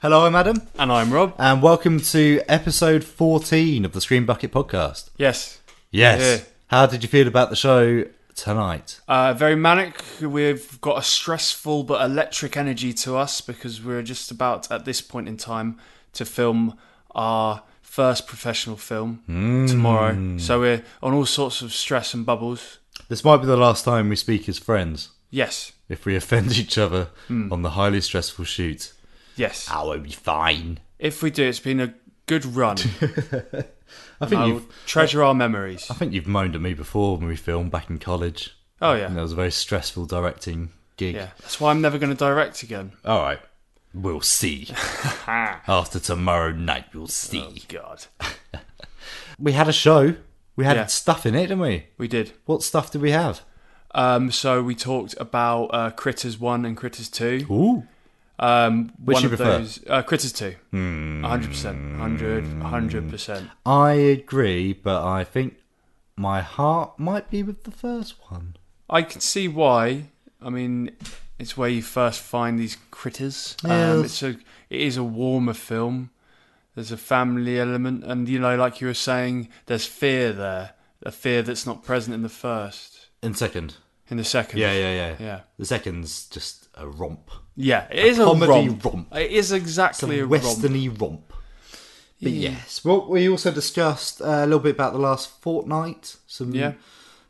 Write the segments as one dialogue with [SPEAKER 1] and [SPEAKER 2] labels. [SPEAKER 1] Hello, I'm Adam,
[SPEAKER 2] And I'm Rob.
[SPEAKER 1] and welcome to episode 14 of the Screen Bucket podcast.
[SPEAKER 2] Yes.
[SPEAKER 1] Yes.
[SPEAKER 2] Yeah.
[SPEAKER 1] How did you feel about the show tonight?
[SPEAKER 2] Uh, very manic. We've got a stressful but electric energy to us because we're just about at this point in time to film our first professional film tomorrow. So we're on all sorts of stress and bubbles.
[SPEAKER 1] This might be the last time we speak as friends.
[SPEAKER 2] Yes.
[SPEAKER 1] If we offend each other
[SPEAKER 2] Hmm.
[SPEAKER 1] on the highly stressful shoot,
[SPEAKER 2] Yes.
[SPEAKER 1] I will Oh, be fine.
[SPEAKER 2] If we do, it's been a good run.
[SPEAKER 1] I think
[SPEAKER 2] I
[SPEAKER 1] you've
[SPEAKER 2] will treasure our memories.
[SPEAKER 1] I think you've moaned at me before when we filmed back in college.
[SPEAKER 2] Oh,
[SPEAKER 1] And
[SPEAKER 2] yeah.
[SPEAKER 1] that was a very stressful directing gig.
[SPEAKER 2] Yeah. That's why I'm never going to direct again.
[SPEAKER 1] All right. We'll see.
[SPEAKER 2] Ah.
[SPEAKER 1] After tomorrow night, we'll see.
[SPEAKER 2] God.
[SPEAKER 1] We had a show. We had
[SPEAKER 2] Yeah.
[SPEAKER 1] stuff in it, didn't we?
[SPEAKER 2] We did.
[SPEAKER 1] What stuff did we have?
[SPEAKER 2] Um, so we talked about uh, Critters 1 and Critters 2.
[SPEAKER 1] Ooh.
[SPEAKER 2] Um,
[SPEAKER 1] Which
[SPEAKER 2] one
[SPEAKER 1] you
[SPEAKER 2] of
[SPEAKER 1] prefer? Hmm.
[SPEAKER 2] those uh, Critters 2. Mm. 100%. 100 100%.
[SPEAKER 1] I agree, but I think my heart might be with the first one.
[SPEAKER 2] I can see why. I mean, it's where you first find these critters. Um,
[SPEAKER 1] Yes.
[SPEAKER 2] it's a it is a warmer film. There's a family element and you know like you were saying there's fear there, a fear that's not present in the first,
[SPEAKER 1] And second.
[SPEAKER 2] in the second.
[SPEAKER 1] Yeah, yeah, yeah.
[SPEAKER 2] Yeah.
[SPEAKER 1] The second's just a romp.
[SPEAKER 2] Yeah, it is a
[SPEAKER 1] comedy
[SPEAKER 2] romp.
[SPEAKER 1] romp.
[SPEAKER 2] It is exactly a romp.
[SPEAKER 1] Westerny romp. But yes. Well, we also discussed uh, a little bit about the last fortnight, some
[SPEAKER 2] Yeah.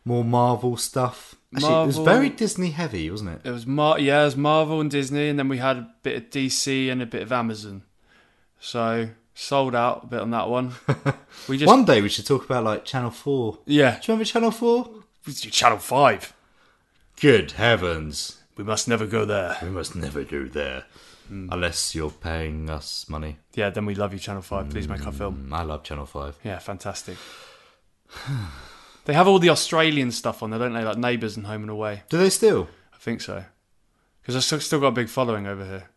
[SPEAKER 1] more Marvel stuff. Actually, it was
[SPEAKER 2] Marvel-
[SPEAKER 1] very Disney heavy, wasn't it?
[SPEAKER 2] It was Mar- yeah, it was Marvel and Disney, and then we had a bit of DC and a bit of Amazon. So sold out a bit on that one. We just
[SPEAKER 1] One day we should talk about like Channel 4. Do
[SPEAKER 2] yeah,
[SPEAKER 1] you remember Channel 4?
[SPEAKER 2] Channel Five.
[SPEAKER 1] Good heavens.
[SPEAKER 2] We must never go there.
[SPEAKER 1] We must never go there. Hmm. Unless you're paying us money.
[SPEAKER 2] Yeah, then we love you, Channel Five. Please make our film.
[SPEAKER 1] Mm, I love Channel 5.
[SPEAKER 2] Yeah, fantastic. they have all the Australian stuff on there, don't they? Like Neighbours and Home and Away.
[SPEAKER 1] Do they still?
[SPEAKER 2] I think so. Because I still still got a big following over here.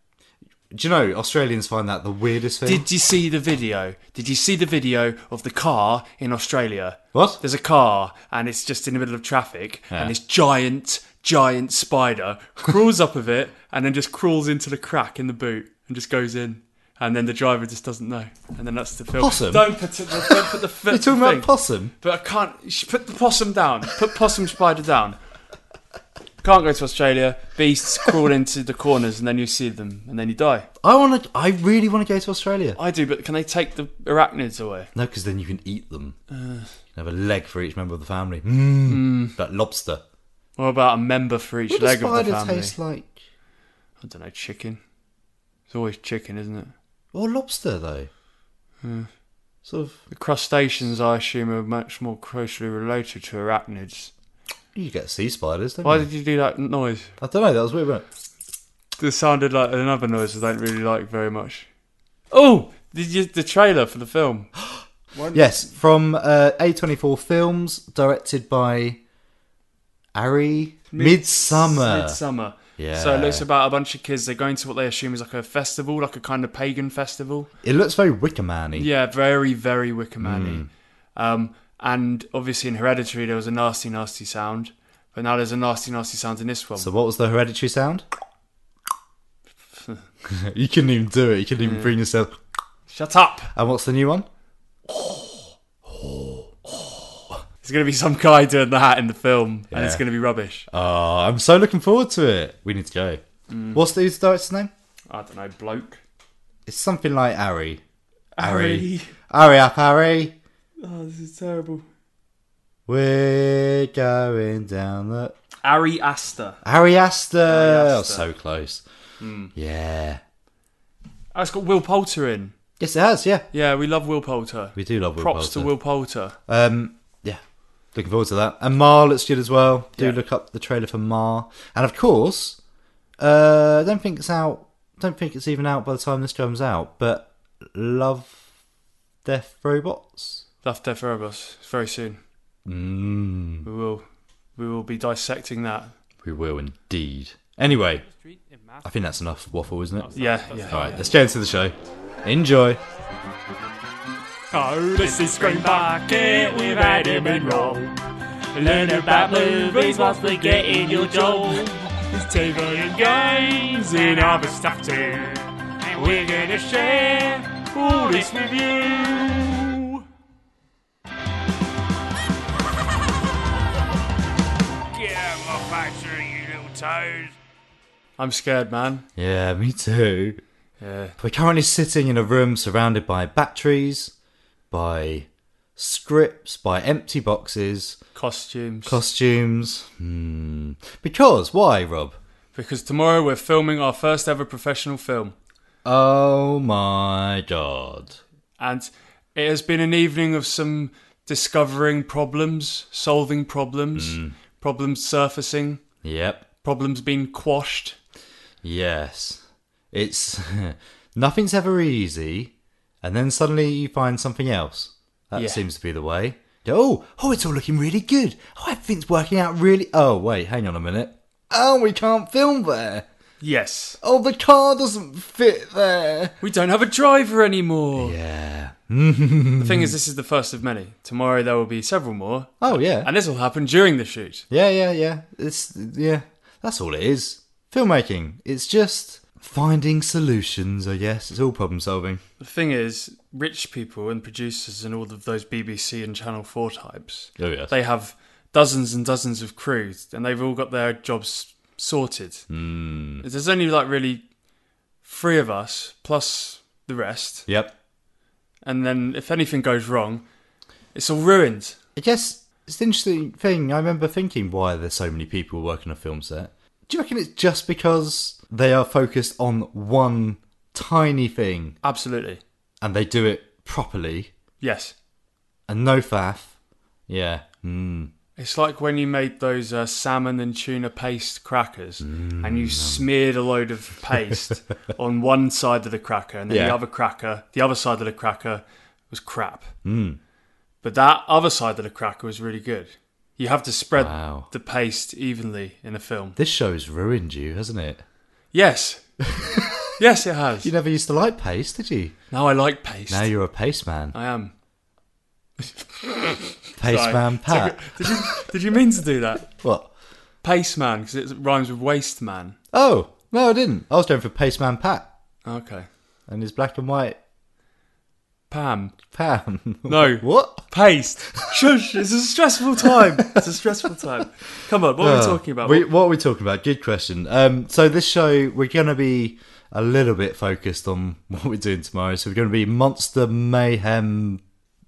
[SPEAKER 1] Do you know, Australians find that the weirdest thing.
[SPEAKER 2] Did you see the video? Did you see the video of the car in Australia?
[SPEAKER 1] what?
[SPEAKER 2] There's a car and it's just in the middle of traffic and this giant, giant spider crawls up of it and then just crawls into the crack in the boot and just goes in. And then the driver just doesn't know. And then that's the film.
[SPEAKER 1] Possum?
[SPEAKER 2] Don't put, it- don't put the foot.
[SPEAKER 1] You're talking about possum?
[SPEAKER 2] But I can't. sh- Put the possum down. Put possum spider down. Can't go to Australia. Beasts crawl into the corners and then you see them and then you die.
[SPEAKER 1] I want to. I really want to go to Australia.
[SPEAKER 2] I do, but can they take the arachnids away?
[SPEAKER 1] No, because then you can eat them.
[SPEAKER 2] Uh.
[SPEAKER 1] you can have a leg for each member of the family. Mm. Like lobster.
[SPEAKER 2] What about a member for each
[SPEAKER 1] What does
[SPEAKER 2] leg of the
[SPEAKER 1] spider
[SPEAKER 2] family?
[SPEAKER 1] taste like?
[SPEAKER 2] I don't know, chicken. It's always chicken, isn't it?
[SPEAKER 1] Or lobster, though.
[SPEAKER 2] Uh.
[SPEAKER 1] Sort of.
[SPEAKER 2] The crustaceans, I assume, are much more closely related to arachnids.
[SPEAKER 1] You get sea spiders, don't
[SPEAKER 2] Why
[SPEAKER 1] you?
[SPEAKER 2] did you do that noise?
[SPEAKER 1] I don't know. That was weird. Wasn't it?
[SPEAKER 2] It sounded like another noise I don't really like very much. Oh, did you, the trailer for the film.
[SPEAKER 1] Yes, from uh, A24 Films, directed by Ari Midsummer.
[SPEAKER 2] Midsummer.
[SPEAKER 1] Yeah.
[SPEAKER 2] So it looks about a bunch of kids. They're going to what they assume is like a festival, like a kind of pagan festival.
[SPEAKER 1] It looks very Wicker Man-y.
[SPEAKER 2] Yeah, very, very Wicker
[SPEAKER 1] Mm.
[SPEAKER 2] Man-y. Um, and obviously in Hereditary there was a nasty, nasty sound, but now there's a nasty, nasty sound in this one.
[SPEAKER 1] So what was the hereditary sound? you couldn't even do it. You couldn't even bring yourself.
[SPEAKER 2] Shut up!
[SPEAKER 1] And what's the new one?
[SPEAKER 2] There's going to be some guy doing that in the film, and it's
[SPEAKER 1] Yeah.
[SPEAKER 2] going to be rubbish.
[SPEAKER 1] Oh, I'm so looking forward to it. We need to go.
[SPEAKER 2] Mm.
[SPEAKER 1] What's the who's the director's name?
[SPEAKER 2] I don't know, bloke.
[SPEAKER 1] It's something like Ari. Ari. Ari up, Ari.
[SPEAKER 2] Oh, this is terrible.
[SPEAKER 1] We're going down the
[SPEAKER 2] Ari Aster.
[SPEAKER 1] Ari Aster.
[SPEAKER 2] Ari
[SPEAKER 1] Oh,
[SPEAKER 2] Aster.
[SPEAKER 1] so close.
[SPEAKER 2] Mm.
[SPEAKER 1] Yeah.
[SPEAKER 2] Oh, it's got Will Poulter in.
[SPEAKER 1] Yes, it has. Yeah,
[SPEAKER 2] Yeah, we love Will Poulter.
[SPEAKER 1] we do love Will
[SPEAKER 2] Props to
[SPEAKER 1] Poulter.
[SPEAKER 2] Will Poulter.
[SPEAKER 1] Um, yeah, looking forward to that. And Ma looks good as well. Do
[SPEAKER 2] Yeah.
[SPEAKER 1] look up the trailer for Ma. And of course, uh, I don't think it's out. Don't think it's even out by the time this comes out. But Love, Death, Robots.
[SPEAKER 2] Love Death Robots. Very soon.
[SPEAKER 1] Mm,
[SPEAKER 2] We will. We will be dissecting that.
[SPEAKER 1] we will indeed. Anyway, I think that's enough waffle, isn't it?
[SPEAKER 2] Yeah, yeah.
[SPEAKER 1] All right, let's get into the show. Enjoy.
[SPEAKER 3] Oh, this is Screen Bucket with Adam and Rob. Learn about movies whilst they get in your job. There's TV and games and other stuff too. And We're gonna share all this with you. Get out of my factory, you little toad.
[SPEAKER 2] I'm scared, man.
[SPEAKER 1] Yeah, me too.
[SPEAKER 2] Yeah.
[SPEAKER 1] We're currently sitting in a room surrounded by batteries, by scripts, by empty boxes,
[SPEAKER 2] Costumes.
[SPEAKER 1] costumes. Hmm. Because why, Rob?
[SPEAKER 2] because tomorrow we're filming our first ever professional film.
[SPEAKER 1] Oh my god.
[SPEAKER 2] And it has been an evening of some discovering problems, solving problems,
[SPEAKER 1] Hmm.
[SPEAKER 2] problems surfacing,
[SPEAKER 1] Yep.
[SPEAKER 2] problems being quashed.
[SPEAKER 1] Yes. It's nothing's ever easy, and then suddenly you find something else. That
[SPEAKER 2] Yeah.
[SPEAKER 1] seems to be the way. Oh, oh, it's all looking really good. Oh, everything's working out really. Oh, wait, hang on a minute. Oh, we can't film there.
[SPEAKER 2] Yes.
[SPEAKER 1] Oh, the car doesn't fit there.
[SPEAKER 2] We don't have a driver anymore.
[SPEAKER 1] Yeah. Hmm.
[SPEAKER 2] The thing is, this is the first of many. Tomorrow there will be several more.
[SPEAKER 1] Oh, yeah.
[SPEAKER 2] And this will happen during the shoot.
[SPEAKER 1] Yeah, yeah, yeah. It's yeah. That's all it is. Filmmaking. It's just finding solutions. I guess it's all problem solving.
[SPEAKER 2] The thing is, rich people and producers and all of those BBC and Channel 4 types,
[SPEAKER 1] Oh yes.
[SPEAKER 2] they have dozens and dozens of crews and they've all got their jobs sorted. Mm. There's only like really three of us plus the rest.
[SPEAKER 1] yep.
[SPEAKER 2] And then if anything goes wrong, it's all ruined.
[SPEAKER 1] I guess it's an interesting thing. I remember thinking why there's so many people working on a film set. Do you reckon it's just because they are focused on one tiny thing
[SPEAKER 2] Absolutely.
[SPEAKER 1] and they do it properly
[SPEAKER 2] Yes.
[SPEAKER 1] and no faff? Yeah. Hmm.
[SPEAKER 2] It's like when you made those uh, salmon and tuna paste crackers and you smeared a load of paste on one side of the cracker and then
[SPEAKER 1] Yeah.
[SPEAKER 2] the other cracker, the other side of the cracker was crap.
[SPEAKER 1] Hmm.
[SPEAKER 2] But that other side of the cracker was really good. You have to spread
[SPEAKER 1] Wow.
[SPEAKER 2] the paste evenly in a film.
[SPEAKER 1] This show's ruined you, hasn't it?
[SPEAKER 2] Yes. yes, it has.
[SPEAKER 1] You never used to like paste, did you?
[SPEAKER 2] now I like paste.
[SPEAKER 1] Now you're a paste man.
[SPEAKER 2] I am.
[SPEAKER 1] Paste
[SPEAKER 2] Sorry.
[SPEAKER 1] man Pat.
[SPEAKER 2] Did you, did you mean to do that?
[SPEAKER 1] What?
[SPEAKER 2] Paste man, because it rhymes with waste man.
[SPEAKER 1] Oh, no, I didn't. I was going for Paceman Pat
[SPEAKER 2] Okay.
[SPEAKER 1] and his black and white
[SPEAKER 2] Pam.
[SPEAKER 1] Pam.
[SPEAKER 2] No.
[SPEAKER 1] what?
[SPEAKER 2] Paste. Shush. It's a stressful time. It's a stressful time. Come on. What are we talking about?
[SPEAKER 1] Oh, Uh, We, what are we talking about? Good question. Um, so this show, we're going to be a little bit focused on what we're doing tomorrow. So we're going to be Monster Mayhem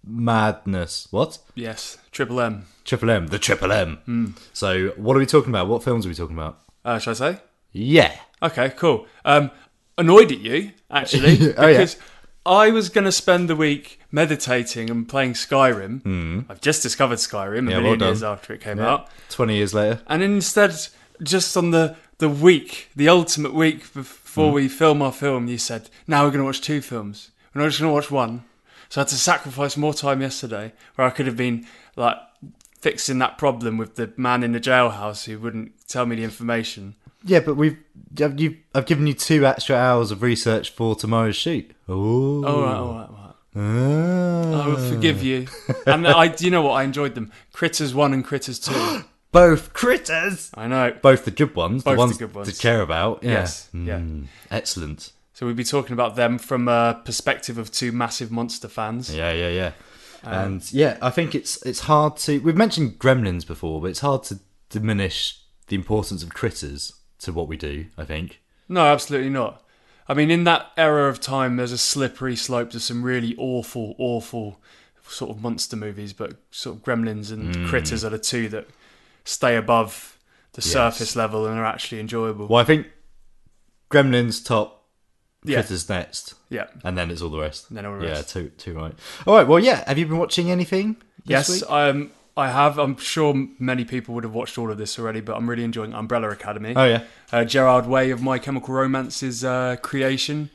[SPEAKER 1] Madness. What?
[SPEAKER 2] yes. Triple M.
[SPEAKER 1] Triple M. The Triple M.
[SPEAKER 2] Hmm.
[SPEAKER 1] So what are we talking about? What films are we talking about?
[SPEAKER 2] Uh, should I say?
[SPEAKER 1] Yeah.
[SPEAKER 2] Okay. Cool. Um, annoyed at you actually
[SPEAKER 1] Oh, yeah.
[SPEAKER 2] because I was going to spend the week meditating and playing Skyrim. Mm. I've just discovered Skyrim a
[SPEAKER 1] Hmm. Yeah,
[SPEAKER 2] million
[SPEAKER 1] well done.
[SPEAKER 2] years after it came out,
[SPEAKER 1] 20 years later.
[SPEAKER 2] and instead, just on the the week, the ultimate week before
[SPEAKER 1] Hmm.
[SPEAKER 2] we film our film, you said, "Now we're going to watch two films. We're not just going to watch one." So I had to sacrifice more time yesterday, where I could have been like fixing that problem with the man in the jailhouse who wouldn't tell me the information.
[SPEAKER 1] Yeah, but we've I've, you've, I've given you two extra hours of research for tomorrow's shoot. Ooh.
[SPEAKER 2] All right, all right, all right. I
[SPEAKER 1] Ah.
[SPEAKER 2] will forgive you. And I, do you know what? I enjoyed them. Critters one and Critters two.
[SPEAKER 1] Both critters.
[SPEAKER 2] I know.
[SPEAKER 1] Both the good ones.
[SPEAKER 2] Both
[SPEAKER 1] the
[SPEAKER 2] the
[SPEAKER 1] ones
[SPEAKER 2] good
[SPEAKER 1] to
[SPEAKER 2] ones.
[SPEAKER 1] care about. Yeah. Hmm. Mm,
[SPEAKER 2] Yes, yeah.
[SPEAKER 1] Excellent.
[SPEAKER 2] So we'll be talking about them from a perspective of two massive monster fans.
[SPEAKER 1] Yeah, yeah, yeah. and yeah, I think it's it's hard to. We've mentioned Gremlins before, but it's hard to diminish the importance of critters to what we do. I think.
[SPEAKER 2] No, absolutely not. I mean, in that era of time, there's a slippery slope to some really awful, awful sort of monster movies, but sort of Gremlins and
[SPEAKER 1] Hmm.
[SPEAKER 2] Critters are the two that stay above the surface level and are actually enjoyable.
[SPEAKER 1] Well, I think Gremlins top,
[SPEAKER 2] Yeah.
[SPEAKER 1] critters next,
[SPEAKER 2] Yeah.
[SPEAKER 1] and then it's all the rest.
[SPEAKER 2] And then all the
[SPEAKER 1] yeah,
[SPEAKER 2] rest.
[SPEAKER 1] two, two right. All right. Well, yeah. Have you been watching anything? this
[SPEAKER 2] Yes,
[SPEAKER 1] week?
[SPEAKER 2] um, I have. I'm sure many people would have watched all of this already, but I'm really enjoying Umbrella Academy.
[SPEAKER 1] Oh yeah.
[SPEAKER 2] uh, Gerard Way of My Chemical Romance's uh, creation.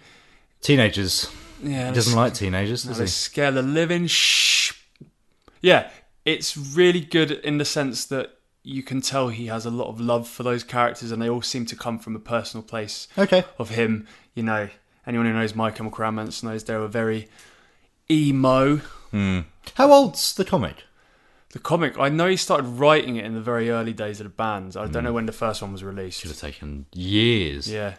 [SPEAKER 1] Teenagers.
[SPEAKER 2] Yeah,
[SPEAKER 1] He doesn't like teenagers,
[SPEAKER 2] they
[SPEAKER 1] does
[SPEAKER 2] scare the living. Shh. Yeah, it's really good in the sense that you can tell he has a lot of love for those characters, and they all seem to come from a personal place
[SPEAKER 1] he? Okay.
[SPEAKER 2] of him. You know, anyone who knows My Chemical Romance knows they're a very emo.
[SPEAKER 1] How old's the comic?
[SPEAKER 2] The comic, I know he started writing it in the very early days of the band. I don't know when the first one was released.
[SPEAKER 1] Should have taken years.
[SPEAKER 2] Yeah.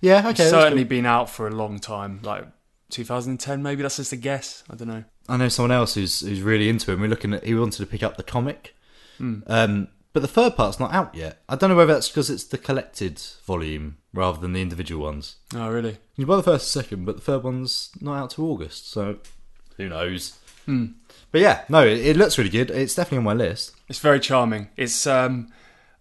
[SPEAKER 1] Yeah, okay. that's
[SPEAKER 2] Certainly
[SPEAKER 1] cool.
[SPEAKER 2] been out for a long time, like 2010 maybe. That's just a guess. I don't know.
[SPEAKER 1] I know someone else who's who's really into him. We're looking at. He wanted to pick up the comic,
[SPEAKER 2] Hmm.
[SPEAKER 1] um, but the third part's not out yet. I don't know whether that's because it's the collected volume rather than the individual ones.
[SPEAKER 2] Oh really?
[SPEAKER 1] You buy the first and second, but the third one's not out till August, so who knows?
[SPEAKER 2] Hmm.
[SPEAKER 1] But yeah, no, it, it looks really good. It's definitely on my list.
[SPEAKER 2] It's very charming. It's um,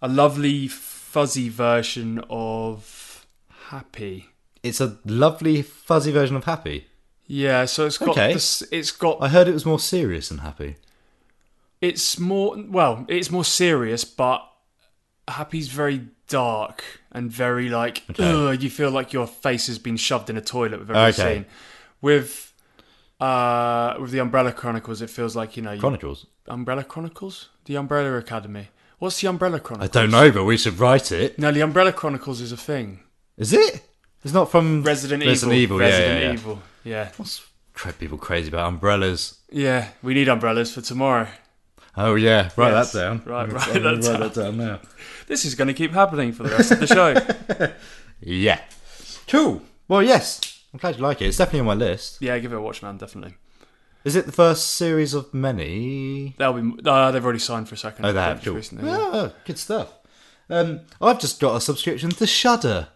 [SPEAKER 2] a lovely fuzzy version of Happy.
[SPEAKER 1] It's a lovely fuzzy version of Happy.
[SPEAKER 2] Yeah, so it's got
[SPEAKER 1] Okay.
[SPEAKER 2] this, it's got
[SPEAKER 1] I heard it was more serious than Happy.
[SPEAKER 2] it's more well, it's more serious, but Happy's very dark and very like ugh, you feel like your face has been shoved in a toilet with every
[SPEAKER 1] Okay.
[SPEAKER 2] scene. With uh, with the Umbrella Chronicles, it feels like you know you-
[SPEAKER 1] Chronicles.
[SPEAKER 2] Umbrella Chronicles, the Umbrella Academy. What's the Umbrella
[SPEAKER 1] I
[SPEAKER 2] Chronicles?
[SPEAKER 1] don't know, but we should write it.
[SPEAKER 2] No, the Umbrella Chronicles is a thing.
[SPEAKER 1] Is it? It's not from
[SPEAKER 2] Resident,
[SPEAKER 1] Resident
[SPEAKER 2] Evil.
[SPEAKER 1] yeah,
[SPEAKER 2] Resident
[SPEAKER 1] yeah, yeah.
[SPEAKER 2] Evil. Yeah.
[SPEAKER 1] What's cra- people crazy about umbrellas?
[SPEAKER 2] Yeah. We need umbrellas for tomorrow.
[SPEAKER 1] Oh yeah, write
[SPEAKER 2] Yes.
[SPEAKER 1] that down.
[SPEAKER 2] Right,
[SPEAKER 1] I'm
[SPEAKER 2] write
[SPEAKER 1] gonna
[SPEAKER 2] that down.
[SPEAKER 1] now.
[SPEAKER 2] This is going to keep happening for the rest of the show.
[SPEAKER 1] Yeah. Cool. Well, yes. I'm glad you like it. It's definitely on my list.
[SPEAKER 2] yeah, give it a watch, man. Definitely.
[SPEAKER 1] Is it the first series of many?
[SPEAKER 2] That'll be. Uh, they've already signed for a second.
[SPEAKER 1] Oh, they have.
[SPEAKER 2] just
[SPEAKER 1] Cool.
[SPEAKER 2] recently, yeah.
[SPEAKER 1] Yeah, good stuff. Um, I've just got a subscription to Shudder.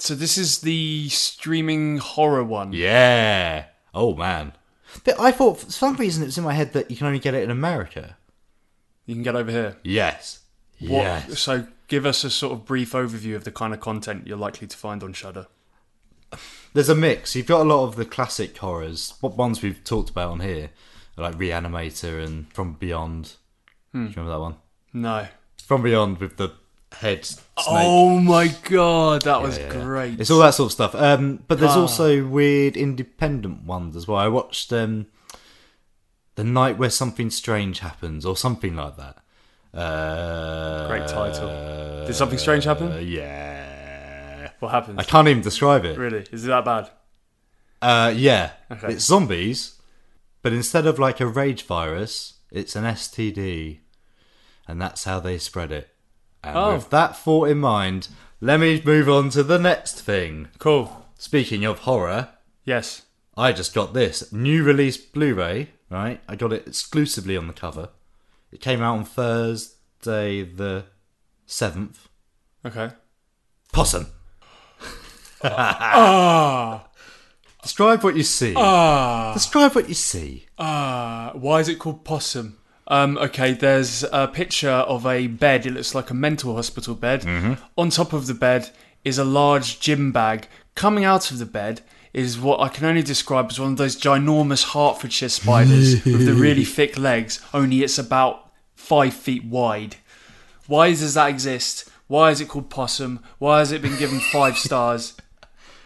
[SPEAKER 2] So this is the streaming horror one.
[SPEAKER 1] Yeah. Oh man. But I thought for some reason it was in my head that you can only get it in America.
[SPEAKER 2] You can get over here.
[SPEAKER 1] Yes.
[SPEAKER 2] What,
[SPEAKER 1] Yes.
[SPEAKER 2] So give us a sort of brief overview of the kind of content you're likely to find on Shudder.
[SPEAKER 1] There's a mix. You've got a lot of the classic horrors, what ones we've talked about on here, like Reanimator and From Beyond. Do you remember that one?
[SPEAKER 2] No.
[SPEAKER 1] From Beyond with the head snake.
[SPEAKER 2] Oh my god, that was
[SPEAKER 1] Yeah.
[SPEAKER 2] great. Ah.
[SPEAKER 1] It's all that sort of stuff. Um, but there's also weird independent ones as well. I watched um, The Night Where Something Strange Happens or something like that. Uh,
[SPEAKER 2] Great title. Did something strange happen?
[SPEAKER 1] Uh, yeah.
[SPEAKER 2] what happens?
[SPEAKER 1] I can't even describe it.
[SPEAKER 2] Really? Is it that bad?
[SPEAKER 1] Uh, yeah.
[SPEAKER 2] Okay.
[SPEAKER 1] It's zombies, but instead of like a rage virus, it's an STD. And that's how they spread it. And
[SPEAKER 2] Oh.
[SPEAKER 1] with that thought in mind, let me move on to the next thing.
[SPEAKER 2] Cool.
[SPEAKER 1] Speaking of horror,
[SPEAKER 2] Yes.
[SPEAKER 1] I just got this new release Blu-ray. Right, I got it exclusively on the cover. It came out on Thursday the seventh.
[SPEAKER 2] Okay.
[SPEAKER 1] Possum. Describe what you see.
[SPEAKER 2] Ah.
[SPEAKER 1] Describe what you see.
[SPEAKER 2] Uh, why is it called possum? Um, okay, there's a picture of a bed. It looks like a mental hospital bed. On top of the bed is a large gym bag. Coming out of the bed is what I can only describe as one of those ginormous Hertfordshire spiders with the really thick legs, only it's about five feet wide. Why does that exist? Why is it called possum? Why has it been given five stars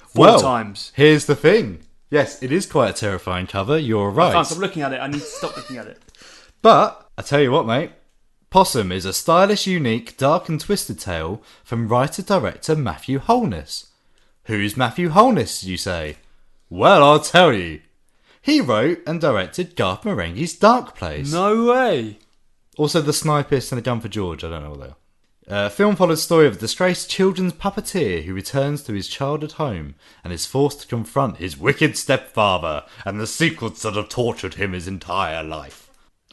[SPEAKER 2] four
[SPEAKER 1] well,
[SPEAKER 2] times?
[SPEAKER 1] Here's the thing. Yes, it is quite a terrifying cover. You're
[SPEAKER 2] I can't
[SPEAKER 1] right.
[SPEAKER 2] stop looking at it. I need to stop looking at it.
[SPEAKER 1] But I tell you what, mate. Possum is a stylish, unique, dark and twisted tale from writer-director Matthew Holness. Who's Matthew Holness, you say? Well, I'll tell you. He wrote and directed Garth Marenghi's Dark Place.
[SPEAKER 2] No way.
[SPEAKER 1] Also, The Snipist and A Gun for George. I don't know what they are. Uh, film follows the story of a disgraced children's puppeteer who returns to his childhood home and is forced to confront his wicked stepfather and the secrets that have tortured him his entire life.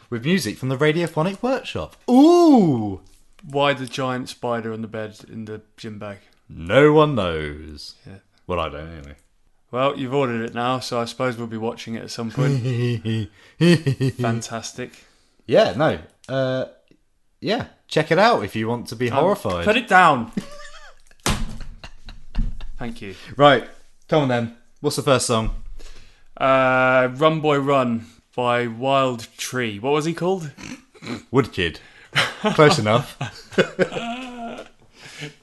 [SPEAKER 1] With music from the Radiophonic Workshop. Ooh!
[SPEAKER 2] Why the giant spider on the bed in the gym bag?
[SPEAKER 1] No one knows.
[SPEAKER 2] Yeah.
[SPEAKER 1] Well, I don't anyway.
[SPEAKER 2] Well, you've ordered it now, so I suppose we'll be watching it at some point. Fantastic.
[SPEAKER 1] yeah, no. Uh, yeah, check it out if you want to be horrified.
[SPEAKER 2] Put it down. Thank you.
[SPEAKER 1] right, come on then. What's the first song?
[SPEAKER 2] Uh, Run Boy Run by Wild Tree. What was he called?
[SPEAKER 1] Woodkid. Close enough.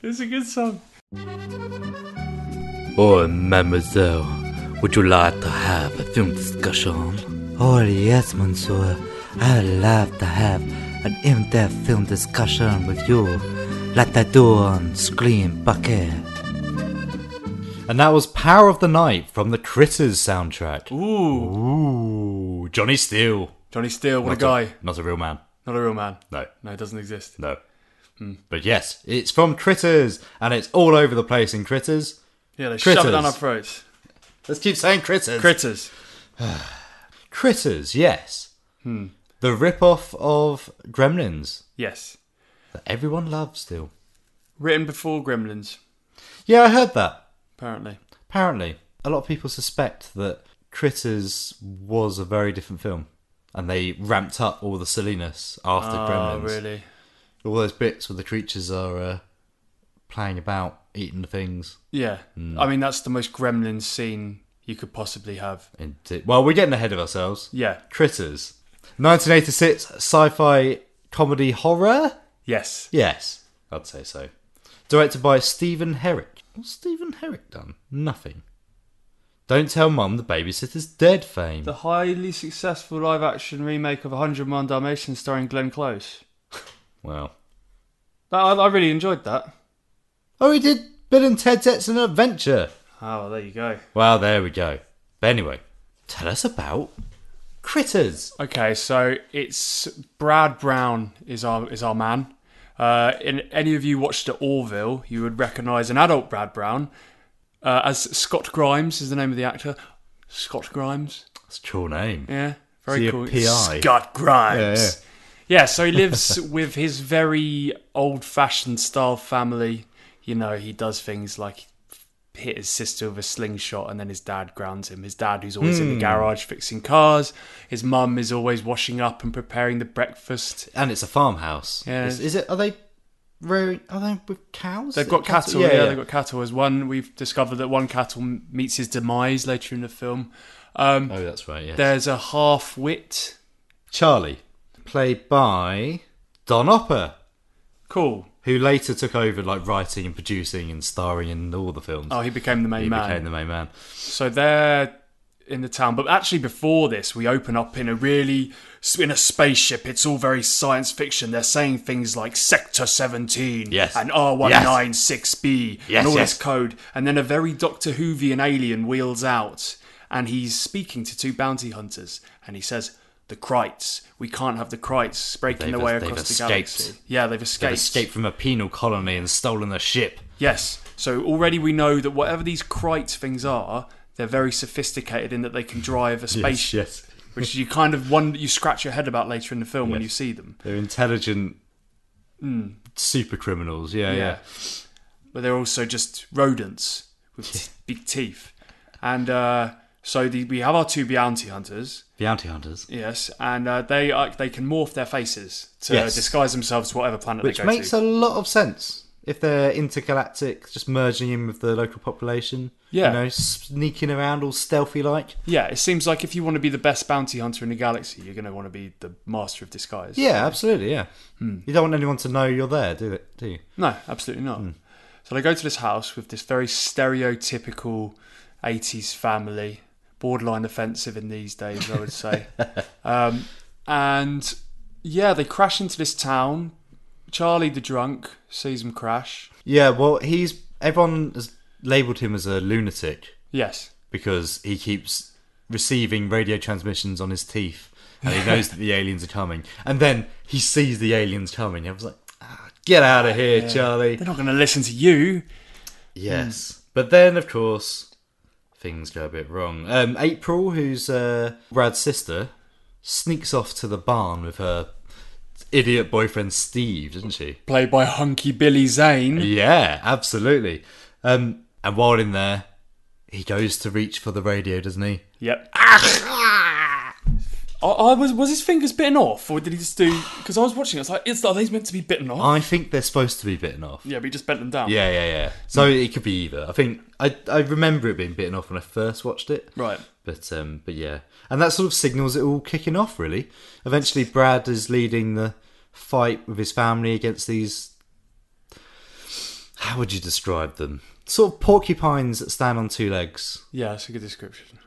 [SPEAKER 2] It's a good song.
[SPEAKER 4] Oh, mademoiselle, would you like to have a film discussion? Oh, yes, monsieur. I'd love to have an in-depth film discussion with you, like I do on Screen Bucket.
[SPEAKER 1] And that was Power of the Night from the Critters soundtrack.
[SPEAKER 2] Ooh.
[SPEAKER 1] Ooh, Johnny Steele.
[SPEAKER 2] Johnny Steele, what a
[SPEAKER 1] Not
[SPEAKER 2] guy.
[SPEAKER 1] Not a real man.
[SPEAKER 2] Not a real man.
[SPEAKER 1] No,
[SPEAKER 2] No, it doesn't exist. Hmm.
[SPEAKER 1] no. But yes, it's from Critters and it's all over the place in Critters.
[SPEAKER 2] Yeah, they shove it
[SPEAKER 1] Critters.
[SPEAKER 2] down our throats.
[SPEAKER 1] Let's keep saying critters.
[SPEAKER 2] Critters.
[SPEAKER 1] critters, yes.
[SPEAKER 2] Hmm.
[SPEAKER 1] The rip-off of Gremlins
[SPEAKER 2] Yes.
[SPEAKER 1] that everyone loves still.
[SPEAKER 2] Written before Gremlins,
[SPEAKER 1] Yeah, I heard that.
[SPEAKER 2] apparently.
[SPEAKER 1] Apparently, a lot of people suspect that Critters was a very different film, and they ramped up all the silliness after
[SPEAKER 2] Oh,
[SPEAKER 1] Gremlins.
[SPEAKER 2] really?
[SPEAKER 1] All those bits where the creatures are uh, playing about, eating the things.
[SPEAKER 2] Yeah. I mean, that's the most Gremlins scene you could possibly have.
[SPEAKER 1] And well, we're getting ahead of ourselves.
[SPEAKER 2] Yeah.
[SPEAKER 1] Critters, 1986 sci-fi comedy horror.
[SPEAKER 2] Yes.
[SPEAKER 1] Yes, I'd say so. Directed by Stephen Herrick. What's Stephen Herrick done? Nothing. Don't tell mum the babysitter's dead fame.
[SPEAKER 2] The highly successful live action remake of 101 Dalmatians starring Glenn Close.
[SPEAKER 1] Well.
[SPEAKER 2] That, I, I really enjoyed that.
[SPEAKER 1] Oh, he did Bill and Ted's Excellent Adventure.
[SPEAKER 2] Oh, there you go.
[SPEAKER 1] Well, there we go. But anyway, tell us about critters.
[SPEAKER 2] Okay, so it's Brad Brown is our is our man. Uh, and any of you watched the Orville, you would recognise an adult Brad Brown uh, as Scott Grimes is the name of the actor. Scott Grimes,
[SPEAKER 1] That's a cool name.
[SPEAKER 2] yeah,
[SPEAKER 1] Is he
[SPEAKER 2] very
[SPEAKER 1] a
[SPEAKER 2] cool.
[SPEAKER 1] PI?
[SPEAKER 2] Scott Grimes.
[SPEAKER 1] Yeah, yeah.
[SPEAKER 2] Yeah, so he lives with his very old fashioned style family. You know, he does things like hit his sister with a slingshot and then his dad grounds him. His dad, who's always
[SPEAKER 1] Hmm.
[SPEAKER 2] in the garage fixing cars, his mum is always washing up and preparing the breakfast.
[SPEAKER 1] And it's a farmhouse.
[SPEAKER 2] Yeah.
[SPEAKER 1] Is, is it? Are they? rearing- Are they with cows?
[SPEAKER 2] They've got cattle, yeah, they've got cattle. As one, we've discovered that one cattle m- meets his demise later in the film. Um,
[SPEAKER 1] Oh, that's right. Yeah.
[SPEAKER 2] There's a half wit.
[SPEAKER 1] Charlie, played by Don Hopper,
[SPEAKER 2] Cool.
[SPEAKER 1] who later took over like writing and producing and starring in all the films.
[SPEAKER 2] Oh, he became the main
[SPEAKER 1] he
[SPEAKER 2] man.
[SPEAKER 1] became the main man.
[SPEAKER 2] So they're in the town, but actually before this, we open up in a really in a spaceship. It's all very science fiction. They're saying things like Sector Seventeen,
[SPEAKER 1] Yes.
[SPEAKER 2] and R one nine six B,
[SPEAKER 1] Yes,
[SPEAKER 2] and all
[SPEAKER 1] yes.
[SPEAKER 2] this code. And then a very Doctor Whovian alien wheels out, and he's speaking to two bounty hunters, and he says. The Krites. We can't have the Krites breaking
[SPEAKER 1] They've-
[SPEAKER 2] their way
[SPEAKER 1] they've
[SPEAKER 2] across the
[SPEAKER 1] escaped.
[SPEAKER 2] galaxy. Yeah, they've escaped.
[SPEAKER 1] They've escaped from a penal colony and stolen a ship.
[SPEAKER 2] Yes. So already we know that whatever these Krite things are, they're very sophisticated in that they can drive a spaceship,
[SPEAKER 1] yes.
[SPEAKER 2] which you kind of one you scratch your head about later in the film when
[SPEAKER 1] Yes.
[SPEAKER 2] you see them.
[SPEAKER 1] They're intelligent super criminals. Yeah, Hmm. yeah.
[SPEAKER 2] But they're also just rodents with t- big teeth, and uh, so the, we have our two bounty hunters.
[SPEAKER 1] Bounty hunters.
[SPEAKER 2] Yes, and uh, they are, they can morph their faces to
[SPEAKER 1] Yes.
[SPEAKER 2] disguise themselves to whatever planet
[SPEAKER 1] Which
[SPEAKER 2] they go
[SPEAKER 1] makes
[SPEAKER 2] to.
[SPEAKER 1] a lot of sense. If they're intergalactic, just merging in with the local population.
[SPEAKER 2] Yeah.
[SPEAKER 1] You know, sneaking around all stealthy like.
[SPEAKER 2] yeah, it seems like if you want to be the best bounty hunter in the galaxy, you're going to want to be the master of disguise.
[SPEAKER 1] Yeah, absolutely, yeah. Hmm. You don't want anyone to know you're there, do it? Do you?
[SPEAKER 2] No, absolutely not. So they go to this house with this very stereotypical 80s family, borderline offensive in these days, I would say. um, and yeah, they crash into this town. Charlie the drunk sees them crash.
[SPEAKER 1] Yeah, well, he's everyone has labelled him as a lunatic
[SPEAKER 2] Yes.
[SPEAKER 1] because he keeps receiving radio transmissions on his teeth, and he knows that the aliens are coming. And then he sees the aliens coming. I was like, ah, "Get out of here, Charlie!"
[SPEAKER 2] They're not going to listen to you.
[SPEAKER 1] Yes, but then of course things go a bit wrong. Um, April, who's uh, Brad's sister, sneaks off to the barn with her idiot boyfriend Steve, doesn't she?
[SPEAKER 2] Played by hunky Billy Zane.
[SPEAKER 1] Yeah, absolutely. Um, and while in there, he goes to reach for the radio, doesn't he?
[SPEAKER 2] Yep. I, I was was his fingers bitten off, or did he just do? Because I was watching, I was like, "Is are these meant to be bitten off?"
[SPEAKER 1] I think they're supposed to be bitten off.
[SPEAKER 2] Yeah, but he just bent them down.
[SPEAKER 1] Uh. Yeah, yeah, yeah. So it could be either. I think I I remember it being bitten off when I first watched it.
[SPEAKER 2] Right.
[SPEAKER 1] But um, but yeah, and that sort of signals it all kicking off. Really, eventually Brad is leading the fight with his family against these. How would you describe them? Sort of porcupines that stand on two legs.
[SPEAKER 2] Yeah, that's a good description.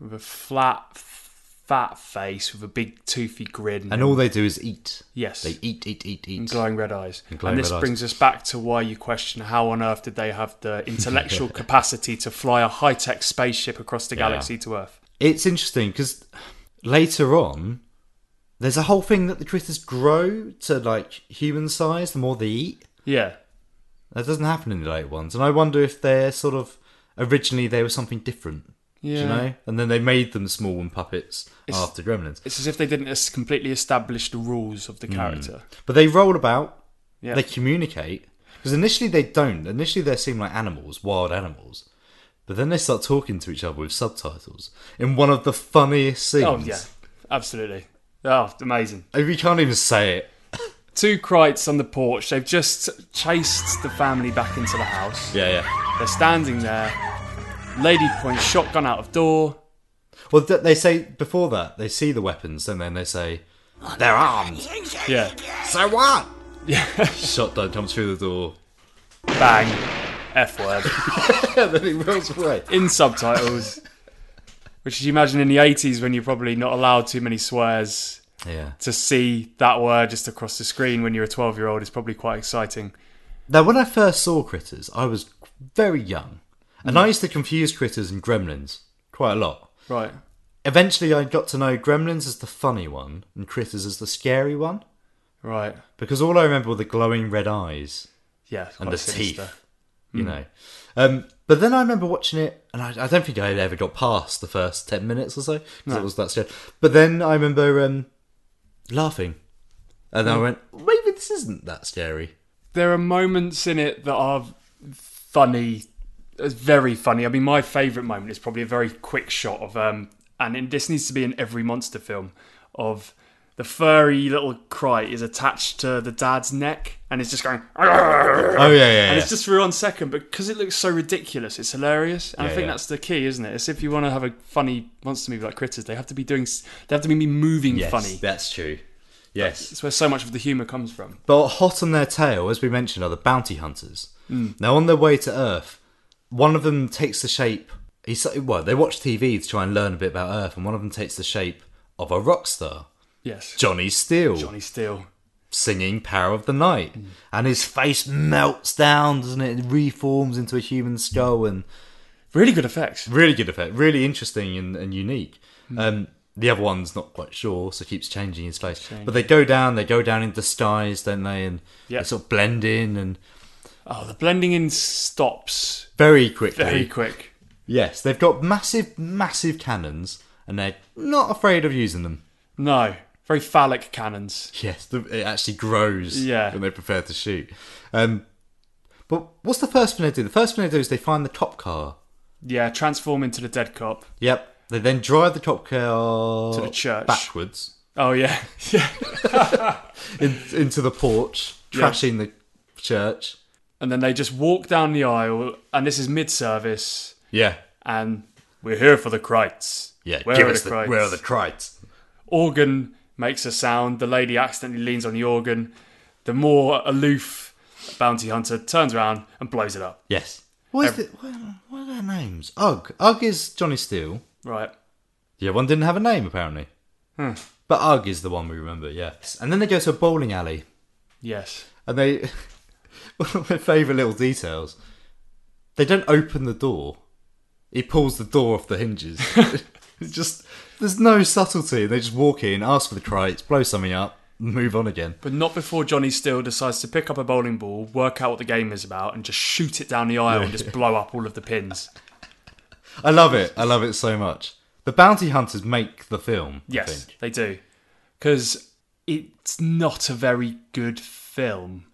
[SPEAKER 2] With a flat, f- fat face with a big toothy grin.
[SPEAKER 1] And all they do is eat.
[SPEAKER 2] yes,
[SPEAKER 1] They eat, eat, eat, eat.
[SPEAKER 2] glowing red eyes. And,
[SPEAKER 1] glowing
[SPEAKER 2] this
[SPEAKER 1] red eyes.
[SPEAKER 2] brings us back to why you question how on earth did they have the intellectual capacity to fly a high tech spaceship across the galaxy to Earth?
[SPEAKER 1] It's interesting because later on, there's a whole thing that the critters grow to like human size the more they eat.
[SPEAKER 2] Yeah,
[SPEAKER 1] That doesn't happen in the later ones, and I wonder if they're sort of originally they were something different.
[SPEAKER 2] Yeah.
[SPEAKER 1] Do you know? And then they made them small wooden puppets
[SPEAKER 2] It's-
[SPEAKER 1] after Gremlins.
[SPEAKER 2] It's as if they didn't es- completely establish the rules
[SPEAKER 1] Hmm.
[SPEAKER 2] of the character.
[SPEAKER 1] But they roll about.
[SPEAKER 2] Yeah.
[SPEAKER 1] They communicate because initially they don't. Initially they seem like animals, wild animals. But then they start talking to each other with subtitles in one of the funniest scenes.
[SPEAKER 2] oh yeah, absolutely. Oh, amazing.
[SPEAKER 1] And We can't even say it.
[SPEAKER 2] Two Krites on the porch. They've just chased the family back into the house.
[SPEAKER 1] Yeah, yeah.
[SPEAKER 2] They're standing there. Lady points shotgun out of door.
[SPEAKER 1] Well, th- they say before that they see the weapons and then they say they're armed.
[SPEAKER 2] Yeah.
[SPEAKER 1] So what? Yeah. Shotgun comes through the door.
[SPEAKER 2] Bang. F word.
[SPEAKER 1] and then he rolls away.
[SPEAKER 2] In subtitles. Which you imagine in the 80s when you're probably not allowed too many swears
[SPEAKER 1] Yeah.
[SPEAKER 2] to see that word just across the screen when you're a 12 year old is probably quite exciting.
[SPEAKER 1] Now, when I first saw Critters, I was very young, and
[SPEAKER 2] Mm.
[SPEAKER 1] I used to confuse Critters and Gremlins quite a lot.
[SPEAKER 2] Right.
[SPEAKER 1] Eventually, I got to know Gremlins as the funny one and Critters as the scary one,
[SPEAKER 2] Right.
[SPEAKER 1] because all I remember were the glowing red eyes
[SPEAKER 2] Yeah. it's
[SPEAKER 1] and
[SPEAKER 2] quite
[SPEAKER 1] the
[SPEAKER 2] sinister. Mm.
[SPEAKER 1] teeth, you know. Um, but then I remember watching it, and I, I don't think I ever got past the first 10 minutes or so, because it was that scared. But then I remember um, laughing, and
[SPEAKER 2] Mm.
[SPEAKER 1] I went, maybe this isn't that scary.
[SPEAKER 2] There are moments in it that are funny. It's very funny. I mean, my favourite moment is probably a very quick shot of, um, and in, this needs to be in every monster film, of the furry little Krite is attached to the dad's neck and it's just going. "Arrgh!"
[SPEAKER 1] Oh, yeah, yeah,
[SPEAKER 2] And
[SPEAKER 1] yeah.
[SPEAKER 2] it's just for one second, but because it looks so ridiculous, it's hilarious. And I
[SPEAKER 1] Yeah,
[SPEAKER 2] think
[SPEAKER 1] yeah.
[SPEAKER 2] that's the key, isn't it? It's if you want to have a funny monster movie like Critters, they have to be doing, s- they have to be moving
[SPEAKER 1] Yes,
[SPEAKER 2] funny.
[SPEAKER 1] That's true. Yes.
[SPEAKER 2] It's where so much of the humour comes from.
[SPEAKER 1] But hot on their tail, as we mentioned, are the bounty hunters. Now, on their way to Earth, one of them takes the shape. He's, well, they watch TV to try and learn a bit about Earth, and one of them takes the shape of a rock star,
[SPEAKER 2] Yes.
[SPEAKER 1] Johnny Hmm. Steele,
[SPEAKER 2] Johnny Steele.
[SPEAKER 1] singing Power of the Night. And his face melts down, doesn't it? It reforms into a human skull, and
[SPEAKER 2] Really good effects.
[SPEAKER 1] really good effect, really interesting and, and unique.
[SPEAKER 2] Hmm.
[SPEAKER 1] Um, the other one's not quite sure, so keeps changing his face. But they go down, they go down in disguise, don't they? And
[SPEAKER 2] Yeah.
[SPEAKER 1] they sort of blend in and
[SPEAKER 2] Oh, the blending in stops
[SPEAKER 1] very quickly.
[SPEAKER 2] very quick.
[SPEAKER 1] yes, they've got massive, massive cannons, and they're not afraid of using them.
[SPEAKER 2] No, very phallic cannons.
[SPEAKER 1] Yes, the, it actually grows
[SPEAKER 2] Yeah.
[SPEAKER 1] when they're prepared to shoot. Um, but what's the first thing they do? The first thing they do is they find the cop car.
[SPEAKER 2] Yeah, transform into the dead cop.
[SPEAKER 1] Yep. They then drive the cop car
[SPEAKER 2] To the church.
[SPEAKER 1] backwards.
[SPEAKER 2] Oh yeah, yeah.
[SPEAKER 1] in, into the porch, trashing the church.
[SPEAKER 2] And then they just walk down the aisle, and this is mid-service,
[SPEAKER 1] Yeah,
[SPEAKER 2] and we're here for the Krites.
[SPEAKER 1] yeah.
[SPEAKER 2] where
[SPEAKER 1] give
[SPEAKER 2] are
[SPEAKER 1] us
[SPEAKER 2] the
[SPEAKER 1] the,
[SPEAKER 2] Krites?
[SPEAKER 1] where are the Krites?
[SPEAKER 2] organ makes a sound. The lady accidentally leans on the organ. The more aloof bounty hunter turns around and blows it up.
[SPEAKER 1] Yes. What is the, what, what are their names? Ugg. Ugg is Johnny Steele.
[SPEAKER 2] Right.
[SPEAKER 1] The other one didn't have a name apparently.
[SPEAKER 2] Hmm.
[SPEAKER 1] But Ugg is the one we remember. Yes. And then they go to a bowling alley,
[SPEAKER 2] Yes.
[SPEAKER 1] and they one of my favourite little details. They don't open the door. He pulls the door off the hinges. it's just there's no subtlety. They just walk in, ask for the Krites, blow something up, move on again.
[SPEAKER 2] But not before Johnny Steele decides to pick up a bowling ball, work out what the game is about, and just shoot it down the aisle and just blow up all of the pins.
[SPEAKER 1] I love it. I love it so much. The bounty hunters make the film. I
[SPEAKER 2] Yes,
[SPEAKER 1] think.
[SPEAKER 2] they do. Because it's not a very good film.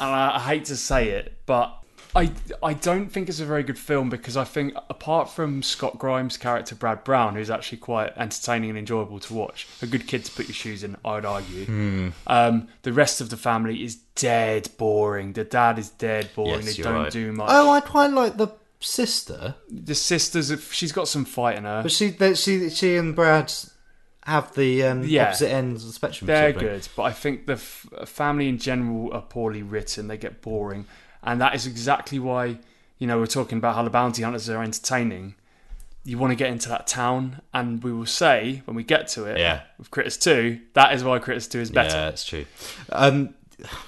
[SPEAKER 2] and I, I hate to say it, but I, I don't think it's a very good film because I think, apart from Scott Grimes' character Brad Brown, who's actually quite entertaining and enjoyable to watch, a good kid to put your shoes in, I would argue, um, the rest of the family is dead boring. The dad is dead boring.
[SPEAKER 1] Yes,
[SPEAKER 2] they
[SPEAKER 1] you're
[SPEAKER 2] don't
[SPEAKER 1] right.
[SPEAKER 2] do much.
[SPEAKER 1] Oh, I quite like the sister,
[SPEAKER 2] the sisters, if- she's got some fight in her.
[SPEAKER 1] but she, that she, she and Brad have the um,
[SPEAKER 2] Yeah.
[SPEAKER 1] opposite ends of the spectrum.
[SPEAKER 2] They're
[SPEAKER 1] sort of thing.
[SPEAKER 2] good, but I think the f- family in general are poorly written. They get boring, and that is exactly why you know we're talking about how the bounty hunters are entertaining. You want to get into that town, and we will say when we get to it,
[SPEAKER 1] Yeah.
[SPEAKER 2] with Critters Two, that is why Critters Two is
[SPEAKER 1] Yeah,
[SPEAKER 2] better.
[SPEAKER 1] that's true. Um,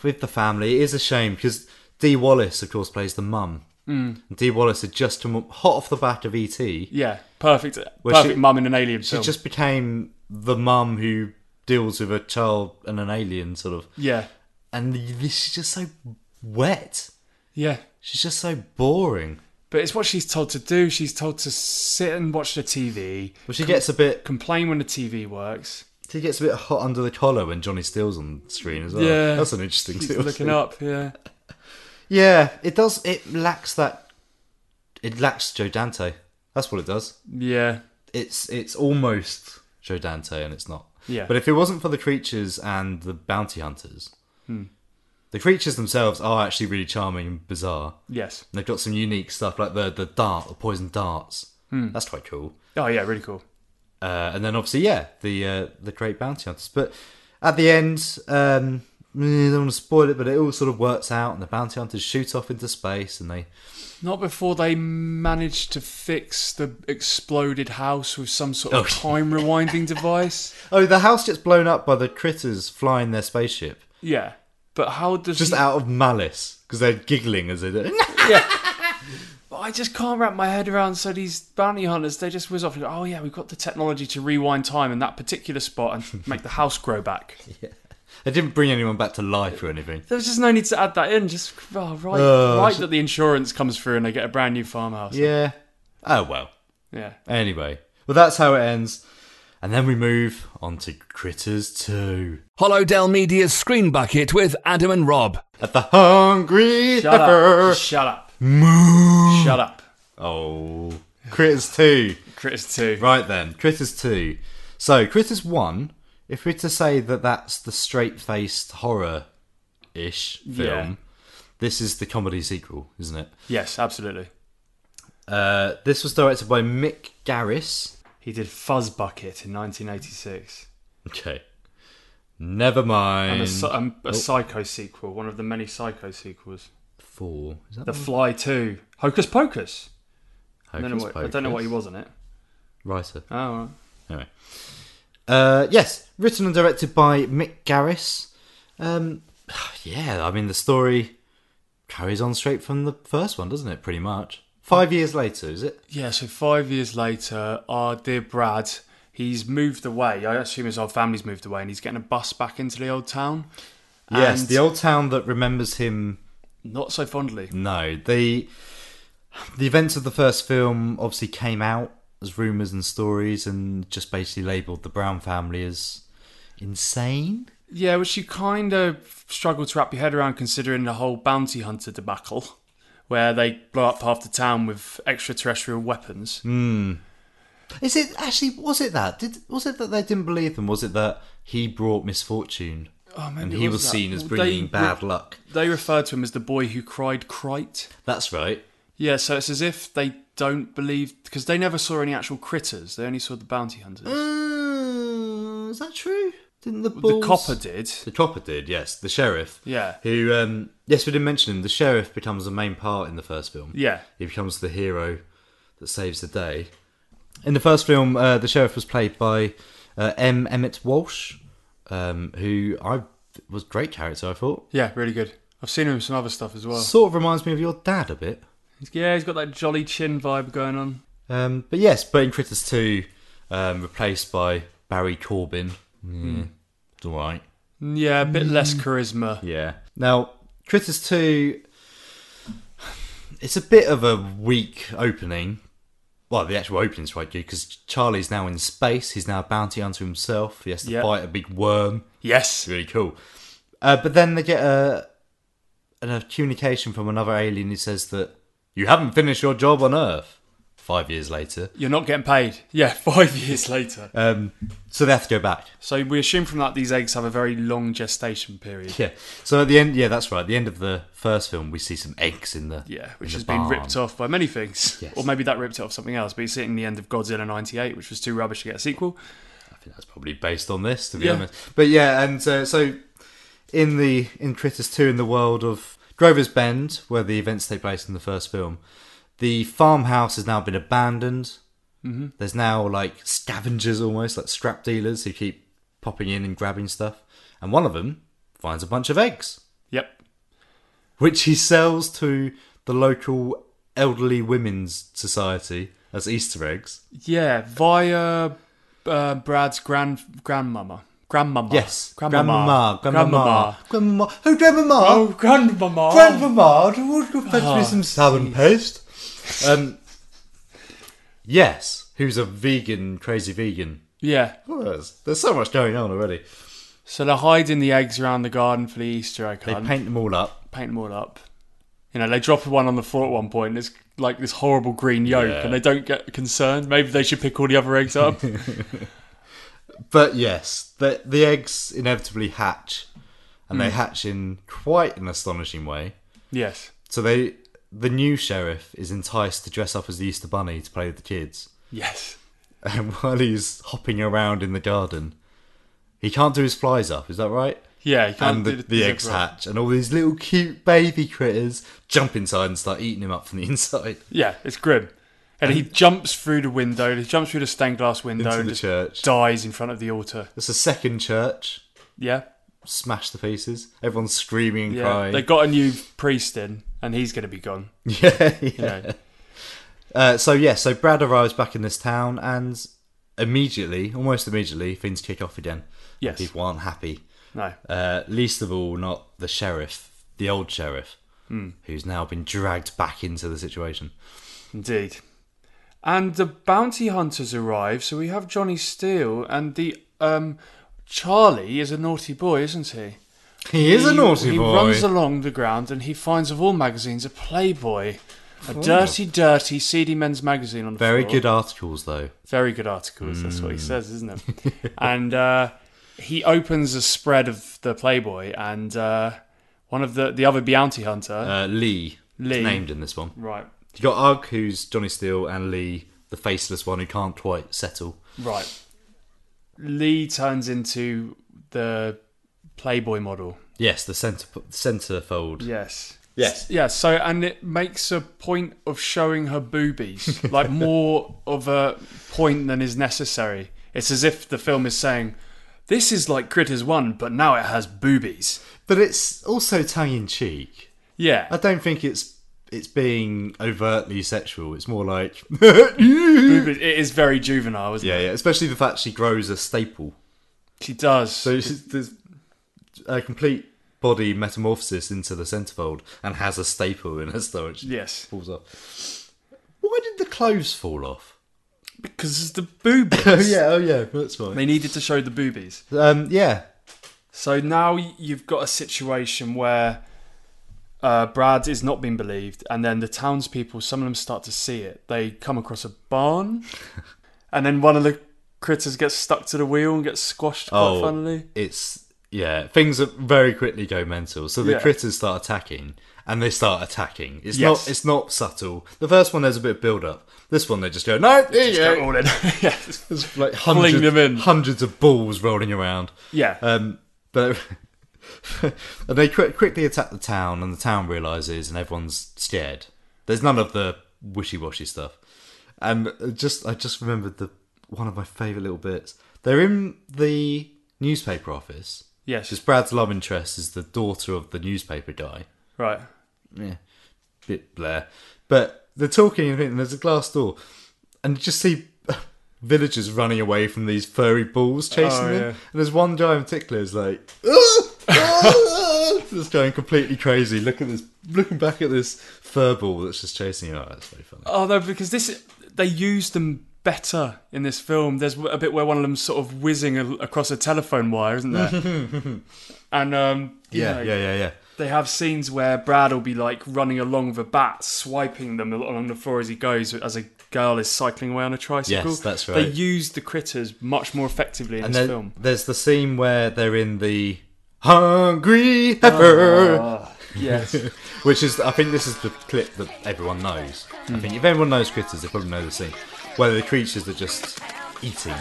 [SPEAKER 1] with the family, it is a shame because Dee Wallace, of course, plays the mum. Mm. Dee Wallace had just come up hot off the back of ET. She
[SPEAKER 2] Yeah, perfect, uh,
[SPEAKER 1] Well, she-
[SPEAKER 2] perfect mum in an alien film.
[SPEAKER 1] just became the mum who deals with a child and an alien, sort of.
[SPEAKER 2] yeah,
[SPEAKER 1] And she's just so wet.
[SPEAKER 2] yeah.
[SPEAKER 1] She's just so boring.
[SPEAKER 2] But it's what she's told to do. She's told to sit and watch the TV,
[SPEAKER 1] Well, she gets a bit
[SPEAKER 2] complain when the TV works.
[SPEAKER 1] she gets a bit hot under the collar when Johnny Steele's on screen as well.
[SPEAKER 2] Yeah.
[SPEAKER 1] that's an interesting
[SPEAKER 2] Keeps
[SPEAKER 1] little
[SPEAKER 2] looking
[SPEAKER 1] thing.
[SPEAKER 2] up, yeah.
[SPEAKER 1] Yeah, it does. It lacks that. It lacks Joe Dante. That's what it does.
[SPEAKER 2] Yeah.
[SPEAKER 1] It's it's almost Joe Dante, and it's not.
[SPEAKER 2] Yeah.
[SPEAKER 1] But if it wasn't for the creatures and the bounty hunters,
[SPEAKER 2] Hmm.
[SPEAKER 1] the creatures themselves are actually really charming and bizarre.
[SPEAKER 2] Yes.
[SPEAKER 1] And they've got some unique stuff like the the dart, the poison darts. That's quite cool.
[SPEAKER 2] Oh, yeah, really cool.
[SPEAKER 1] Uh, and then obviously, yeah, the uh, the great bounty hunters. But at the end, um, eh, I don't want to spoil it, but it all sort of works out, and the bounty hunters shoot off into space, and they
[SPEAKER 2] Not before they managed to fix the exploded house with some sort of
[SPEAKER 1] Oh.
[SPEAKER 2] time rewinding device.
[SPEAKER 1] oh, the house gets blown up by the critters flying their spaceship
[SPEAKER 2] Yeah. But how does
[SPEAKER 1] just
[SPEAKER 2] he-
[SPEAKER 1] out of malice because they're giggling as they do. it.
[SPEAKER 2] But I just can't wrap my head around. So these bounty hunters, they just whiz off. And go, oh yeah, we've got the technology to rewind time in that particular spot and make the house grow back.
[SPEAKER 1] they didn't bring anyone back to life or anything.
[SPEAKER 2] There's just no need to add that in. Just oh, right,
[SPEAKER 1] Oh,
[SPEAKER 2] right
[SPEAKER 1] so-
[SPEAKER 2] that the insurance comes through and they get a brand new farmhouse.
[SPEAKER 1] Yeah. Oh well.
[SPEAKER 2] yeah.
[SPEAKER 1] Anyway, well that's how it ends, and then we move on to Critters Two.
[SPEAKER 5] Hollowdale Media's Screen Bucket with Adam and Rob.
[SPEAKER 1] At the Hungry
[SPEAKER 2] Shut
[SPEAKER 1] Hipper.
[SPEAKER 2] up! Shut up! Shut up!
[SPEAKER 1] Oh. Critters 2.
[SPEAKER 2] Critters two.
[SPEAKER 1] Right then, Critters 2. So, Critters 1, if we're to say that that's the straight faced horror ish film,
[SPEAKER 2] Yeah.
[SPEAKER 1] this is the comedy sequel, isn't it?
[SPEAKER 2] Yes, absolutely.
[SPEAKER 1] Uh, this was directed by Mick Garris.
[SPEAKER 2] He did Fuzz Bucket in 1986.
[SPEAKER 1] Okay. Never
[SPEAKER 2] And a,
[SPEAKER 1] mind.
[SPEAKER 2] psy- um,
[SPEAKER 1] oh.
[SPEAKER 2] a Psycho sequel, one of the many Psycho sequels.
[SPEAKER 1] Four. Is that
[SPEAKER 2] The Fly 2. Hocus Pocus. I
[SPEAKER 1] Hocus
[SPEAKER 2] don't, know what, I don't know what he
[SPEAKER 1] Pocus?
[SPEAKER 2] was in it.
[SPEAKER 1] Writer.
[SPEAKER 2] Oh, all right.
[SPEAKER 1] Anyway. Uh, yes, written and directed by Mick Garris. Um, yeah, I mean, the story carries on straight from the first one, doesn't it? Pretty much. Five years later, is it?
[SPEAKER 2] Yeah, so five years later, our dear Brad, he's moved away. I assume his old family's moved away, and he's getting a bus back into the old town.
[SPEAKER 1] Yes,
[SPEAKER 2] And-
[SPEAKER 1] the old town that remembers him.
[SPEAKER 2] Not so fondly.
[SPEAKER 1] No, the the events of the first film obviously came out as rumors and stories, and just basically labelled the Brown family as insane.
[SPEAKER 2] Yeah, which you kind of struggle to wrap your head around considering the whole bounty hunter debacle, where they blow up half the town with extraterrestrial weapons.
[SPEAKER 1] Mm. Is it actually? Was it that? Did was it that they didn't believe him? Was it that he brought misfortune?
[SPEAKER 2] Oh, maybe
[SPEAKER 1] and
[SPEAKER 2] it
[SPEAKER 1] he was
[SPEAKER 2] was that.
[SPEAKER 1] seen as
[SPEAKER 2] Well, they
[SPEAKER 1] bringing
[SPEAKER 2] re-
[SPEAKER 1] bad luck.
[SPEAKER 2] They refer to him as the boy who cried Crite.
[SPEAKER 1] That's right.
[SPEAKER 2] Yeah, so it's as if they don't believe, because they never saw any actual critters, they only saw the bounty hunters.
[SPEAKER 1] Uh, is that true? Didn't the
[SPEAKER 2] the
[SPEAKER 1] bulls...
[SPEAKER 2] copper did.
[SPEAKER 1] The copper did, yes. The sheriff.
[SPEAKER 2] Yeah.
[SPEAKER 1] Who? um Yes, we didn't mention him. The sheriff becomes the main part in the first film.
[SPEAKER 2] Yeah.
[SPEAKER 1] He becomes the hero that saves the day. In the first film, uh, the sheriff was played by uh, M. Emmett Walsh, um, who I was a great character. I thought
[SPEAKER 2] Yeah, really good. I've seen him in some other stuff as well.
[SPEAKER 1] sort of reminds me of your dad a bit.
[SPEAKER 2] Yeah, he's got that jolly chin vibe going on.
[SPEAKER 1] Um, but yes, but in Critters 2, um, replaced by Barry Corbin. Yeah, it's alright.
[SPEAKER 2] Yeah, a bit less charisma.
[SPEAKER 1] Yeah. Now, Critters 2, it's a bit of a weak opening. Well, the actual opening's quite good because Charlie's now in space. He's now a bounty hunter himself. He has to
[SPEAKER 2] Yeah.
[SPEAKER 1] fight a big worm.
[SPEAKER 2] Yes.
[SPEAKER 1] It's really cool. Uh, but then they get a, an- a communication from another alien who says that you haven't finished your job on Earth. Five years later.
[SPEAKER 2] You're not getting paid. Yeah, five years later.
[SPEAKER 1] Um, so they have to go back.
[SPEAKER 2] So we assume from that these eggs have a very long gestation period.
[SPEAKER 1] Yeah. So at the end, yeah, that's right. At the end of the first film, we see some eggs in the
[SPEAKER 2] Yeah,
[SPEAKER 1] in
[SPEAKER 2] which
[SPEAKER 1] the
[SPEAKER 2] has been
[SPEAKER 1] barn.
[SPEAKER 2] ripped off by many things.
[SPEAKER 1] Yes.
[SPEAKER 2] Or maybe that ripped it off something else, but you see it in the end of Godzilla 98, which was too rubbish to get a sequel.
[SPEAKER 1] I think that's probably based on this, to be
[SPEAKER 2] Yeah.
[SPEAKER 1] honest. But yeah, and uh, so in the in Critters Two, in the world of Grover's Bend, where the events take place in the first film, the farmhouse has now been abandoned. Mm-hmm. There's now like scavengers, almost like scrap dealers, who keep popping in and grabbing stuff. And one of them finds a bunch of eggs,
[SPEAKER 2] Yep.
[SPEAKER 1] which he sells to the local elderly women's society as Easter eggs.
[SPEAKER 2] Yeah, via uh, Brad's grand grandmama. Grandmama.
[SPEAKER 1] Yes,
[SPEAKER 2] Grandmama.
[SPEAKER 1] Ah, grandmama, grandmama, grandmama. Who, Oh, grandmama?
[SPEAKER 2] Oh, grandmama.
[SPEAKER 1] Grandmama, would you fetch me some salmon paste? Um, yes, who's a vegan, crazy vegan.
[SPEAKER 2] Yeah.
[SPEAKER 1] Oh, there's, there's so much going on already.
[SPEAKER 2] So they're hiding the eggs around the garden for the Easter egg
[SPEAKER 1] They
[SPEAKER 2] hunt.
[SPEAKER 1] paint them all up.
[SPEAKER 2] paint them all up. You know, they drop one on the floor at one point, and it's like this horrible green yolk,
[SPEAKER 1] Yeah.
[SPEAKER 2] and they don't get concerned. Maybe they should pick all the other eggs up.
[SPEAKER 1] But yes, the, the eggs inevitably hatch, and they hatch in quite an astonishing way.
[SPEAKER 2] yes.
[SPEAKER 1] So they, the new sheriff is enticed to dress up as the Easter Bunny to play with the kids.
[SPEAKER 2] Yes.
[SPEAKER 1] And while he's hopping around in the garden, he can't do his flies up, is that right?
[SPEAKER 2] Yeah. You can't
[SPEAKER 1] and
[SPEAKER 2] do
[SPEAKER 1] the, the eggs
[SPEAKER 2] zebra.
[SPEAKER 1] hatch, and all these little cute baby critters jump inside and start eating him up from the inside
[SPEAKER 2] Yeah, it's grim. And he jumps through the window. He jumps through the stained glass window
[SPEAKER 1] into
[SPEAKER 2] and
[SPEAKER 1] the
[SPEAKER 2] just
[SPEAKER 1] church.
[SPEAKER 2] dies in front of the altar.
[SPEAKER 1] There's a second church,
[SPEAKER 2] Yeah.
[SPEAKER 1] smashed to pieces. Everyone's screaming and
[SPEAKER 2] Yeah.
[SPEAKER 1] crying.
[SPEAKER 2] They got a new priest in, and he's going to be gone.
[SPEAKER 1] yeah, yeah.
[SPEAKER 2] You know.
[SPEAKER 1] Uh, so yeah, so Brad arrives back in this town, and immediately, almost immediately, things kick off again.
[SPEAKER 2] Yes.
[SPEAKER 1] people aren't happy.
[SPEAKER 2] no.
[SPEAKER 1] Uh, least of all, not the sheriff, the old sheriff,
[SPEAKER 2] Hmm.
[SPEAKER 1] who's now been dragged back into the situation.
[SPEAKER 2] Indeed. And the bounty hunters arrive, so we have Johnny Steele and the um Charlie is a naughty boy, isn't he?
[SPEAKER 1] He is a naughty
[SPEAKER 2] he
[SPEAKER 1] boy.
[SPEAKER 2] He runs along the ground and he finds of all magazines a Playboy. A dirty, dirty, seedy men's magazine on the
[SPEAKER 1] Very
[SPEAKER 2] floor.
[SPEAKER 1] good Mm. articles, though.
[SPEAKER 2] very good articles. That's what he says, isn't it? and uh, he opens a spread of the Playboy, and uh, one of the the other bounty hunter,
[SPEAKER 1] Uh, Lee,
[SPEAKER 2] Lee.
[SPEAKER 1] is named in this one.
[SPEAKER 2] right,
[SPEAKER 1] You got Ugg, who's Johnny Steele, and Lee, the faceless one who can't quite settle.
[SPEAKER 2] right, Lee turns into the Playboy model.
[SPEAKER 1] Yes, the center centerfold.
[SPEAKER 2] Yes.
[SPEAKER 1] Yes.
[SPEAKER 2] Yeah, so and it makes a point of showing her boobies, like more of a point than is necessary. It's as if the film is saying, "This is like Critters One, but now it has boobies."
[SPEAKER 1] But it's also tongue in cheek.
[SPEAKER 2] Yeah,
[SPEAKER 1] I don't think it's it's being overtly sexual. It's more like
[SPEAKER 2] But it is very juvenile, isn't
[SPEAKER 1] yeah,
[SPEAKER 2] it?
[SPEAKER 1] yeah. Especially the fact she grows a staple.
[SPEAKER 2] She does.
[SPEAKER 1] So she's, there's a complete body metamorphosis into the centerfold and has a staple in her stomach. She
[SPEAKER 2] yes,
[SPEAKER 1] falls off. Why did the clothes fall off?
[SPEAKER 2] because it's the boobies.
[SPEAKER 1] Oh yeah, oh yeah, that's right.
[SPEAKER 2] They needed to show the boobies.
[SPEAKER 1] Um, yeah,
[SPEAKER 2] So now you've got a situation where uh, Brad is not being believed, and then the townspeople, some of them start to see it. They come across a barn, and then one of the critters gets stuck to the wheel and gets squashed quite
[SPEAKER 1] Oh.
[SPEAKER 2] funnily.
[SPEAKER 1] it's yeah. Things are very quickly go mental. So the
[SPEAKER 2] Yeah.
[SPEAKER 1] critters start attacking, and they start attacking. It's
[SPEAKER 2] Yes.
[SPEAKER 1] not it's not subtle. The first one there's a bit of build up. This one they just go no, here you
[SPEAKER 2] Just
[SPEAKER 1] go.
[SPEAKER 2] go all in. yes.
[SPEAKER 1] There's like hundreds,
[SPEAKER 2] them in.
[SPEAKER 1] hundreds of balls rolling around.
[SPEAKER 2] Yeah.
[SPEAKER 1] Um, but and they quick, quickly attack the town, and the town realizes, and everyone's scared. There's none of the wishy-washy stuff. And just, I just remembered the one of my favorite little bits. They're in the newspaper office.
[SPEAKER 2] Yes.
[SPEAKER 1] Because Brad's love interest is the daughter of the newspaper guy.
[SPEAKER 2] Right.
[SPEAKER 1] Yeah, bit Blair. But they're talking and thinking, there's a glass door, and you just see villagers running away from these furry balls chasing
[SPEAKER 2] Oh,
[SPEAKER 1] them.
[SPEAKER 2] yeah.
[SPEAKER 1] And there's one guy in particular is like, "Ah! Ah!" just going completely crazy. Look at this, looking back at this fur ball that's just chasing you. Oh, that's very funny.
[SPEAKER 2] Oh no, because this they used them better in this film. There's a bit where one of them's sort of whizzing a, across a telephone wire, isn't there? and um, you
[SPEAKER 1] Yeah,
[SPEAKER 2] know,
[SPEAKER 1] yeah, yeah, yeah.
[SPEAKER 2] They have scenes where Brad will be like running along with a bat, swiping them along the floor as he goes, as a girl is cycling away on a tricycle.
[SPEAKER 1] Yes, that's
[SPEAKER 2] They
[SPEAKER 1] right.
[SPEAKER 2] used the critters much more effectively in
[SPEAKER 1] And
[SPEAKER 2] this
[SPEAKER 1] then
[SPEAKER 2] film.
[SPEAKER 1] there's the scene where they're in the hungry
[SPEAKER 2] Oh.
[SPEAKER 1] heifer.
[SPEAKER 2] Yes,
[SPEAKER 1] Which is, I think this is the clip that everyone knows. I think if everyone knows critters, they probably know the scene. Where the creatures are just eating.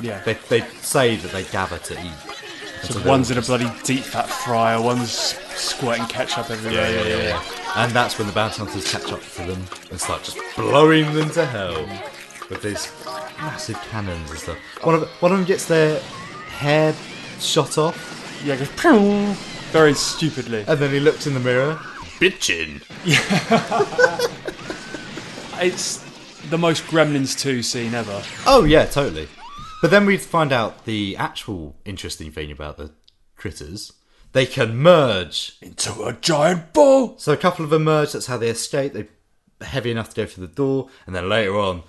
[SPEAKER 2] yeah.
[SPEAKER 1] They, they say that they gather to eat. And
[SPEAKER 2] so
[SPEAKER 1] they're
[SPEAKER 2] one's in a
[SPEAKER 1] just-
[SPEAKER 2] bloody deep fat fryer, one's squirting ketchup everywhere.
[SPEAKER 1] Yeah, yeah, yeah, yeah. And that's when the bounty hunters catch up to them and start just blowing them to hell with these massive cannons and stuff. One of, one of them gets their hair shot off,
[SPEAKER 2] Yeah, it goes "Pew!" very stupidly.
[SPEAKER 1] and then he looks in the mirror.
[SPEAKER 2] It's the most Gremlins 2 scene ever.
[SPEAKER 1] Oh yeah, totally. But then we find out the actual interesting thing about the critters. They can merge.
[SPEAKER 2] Into a giant ball!
[SPEAKER 1] So a couple of them merge, that's how they escape. They heavy enough to go through the door, and then later on,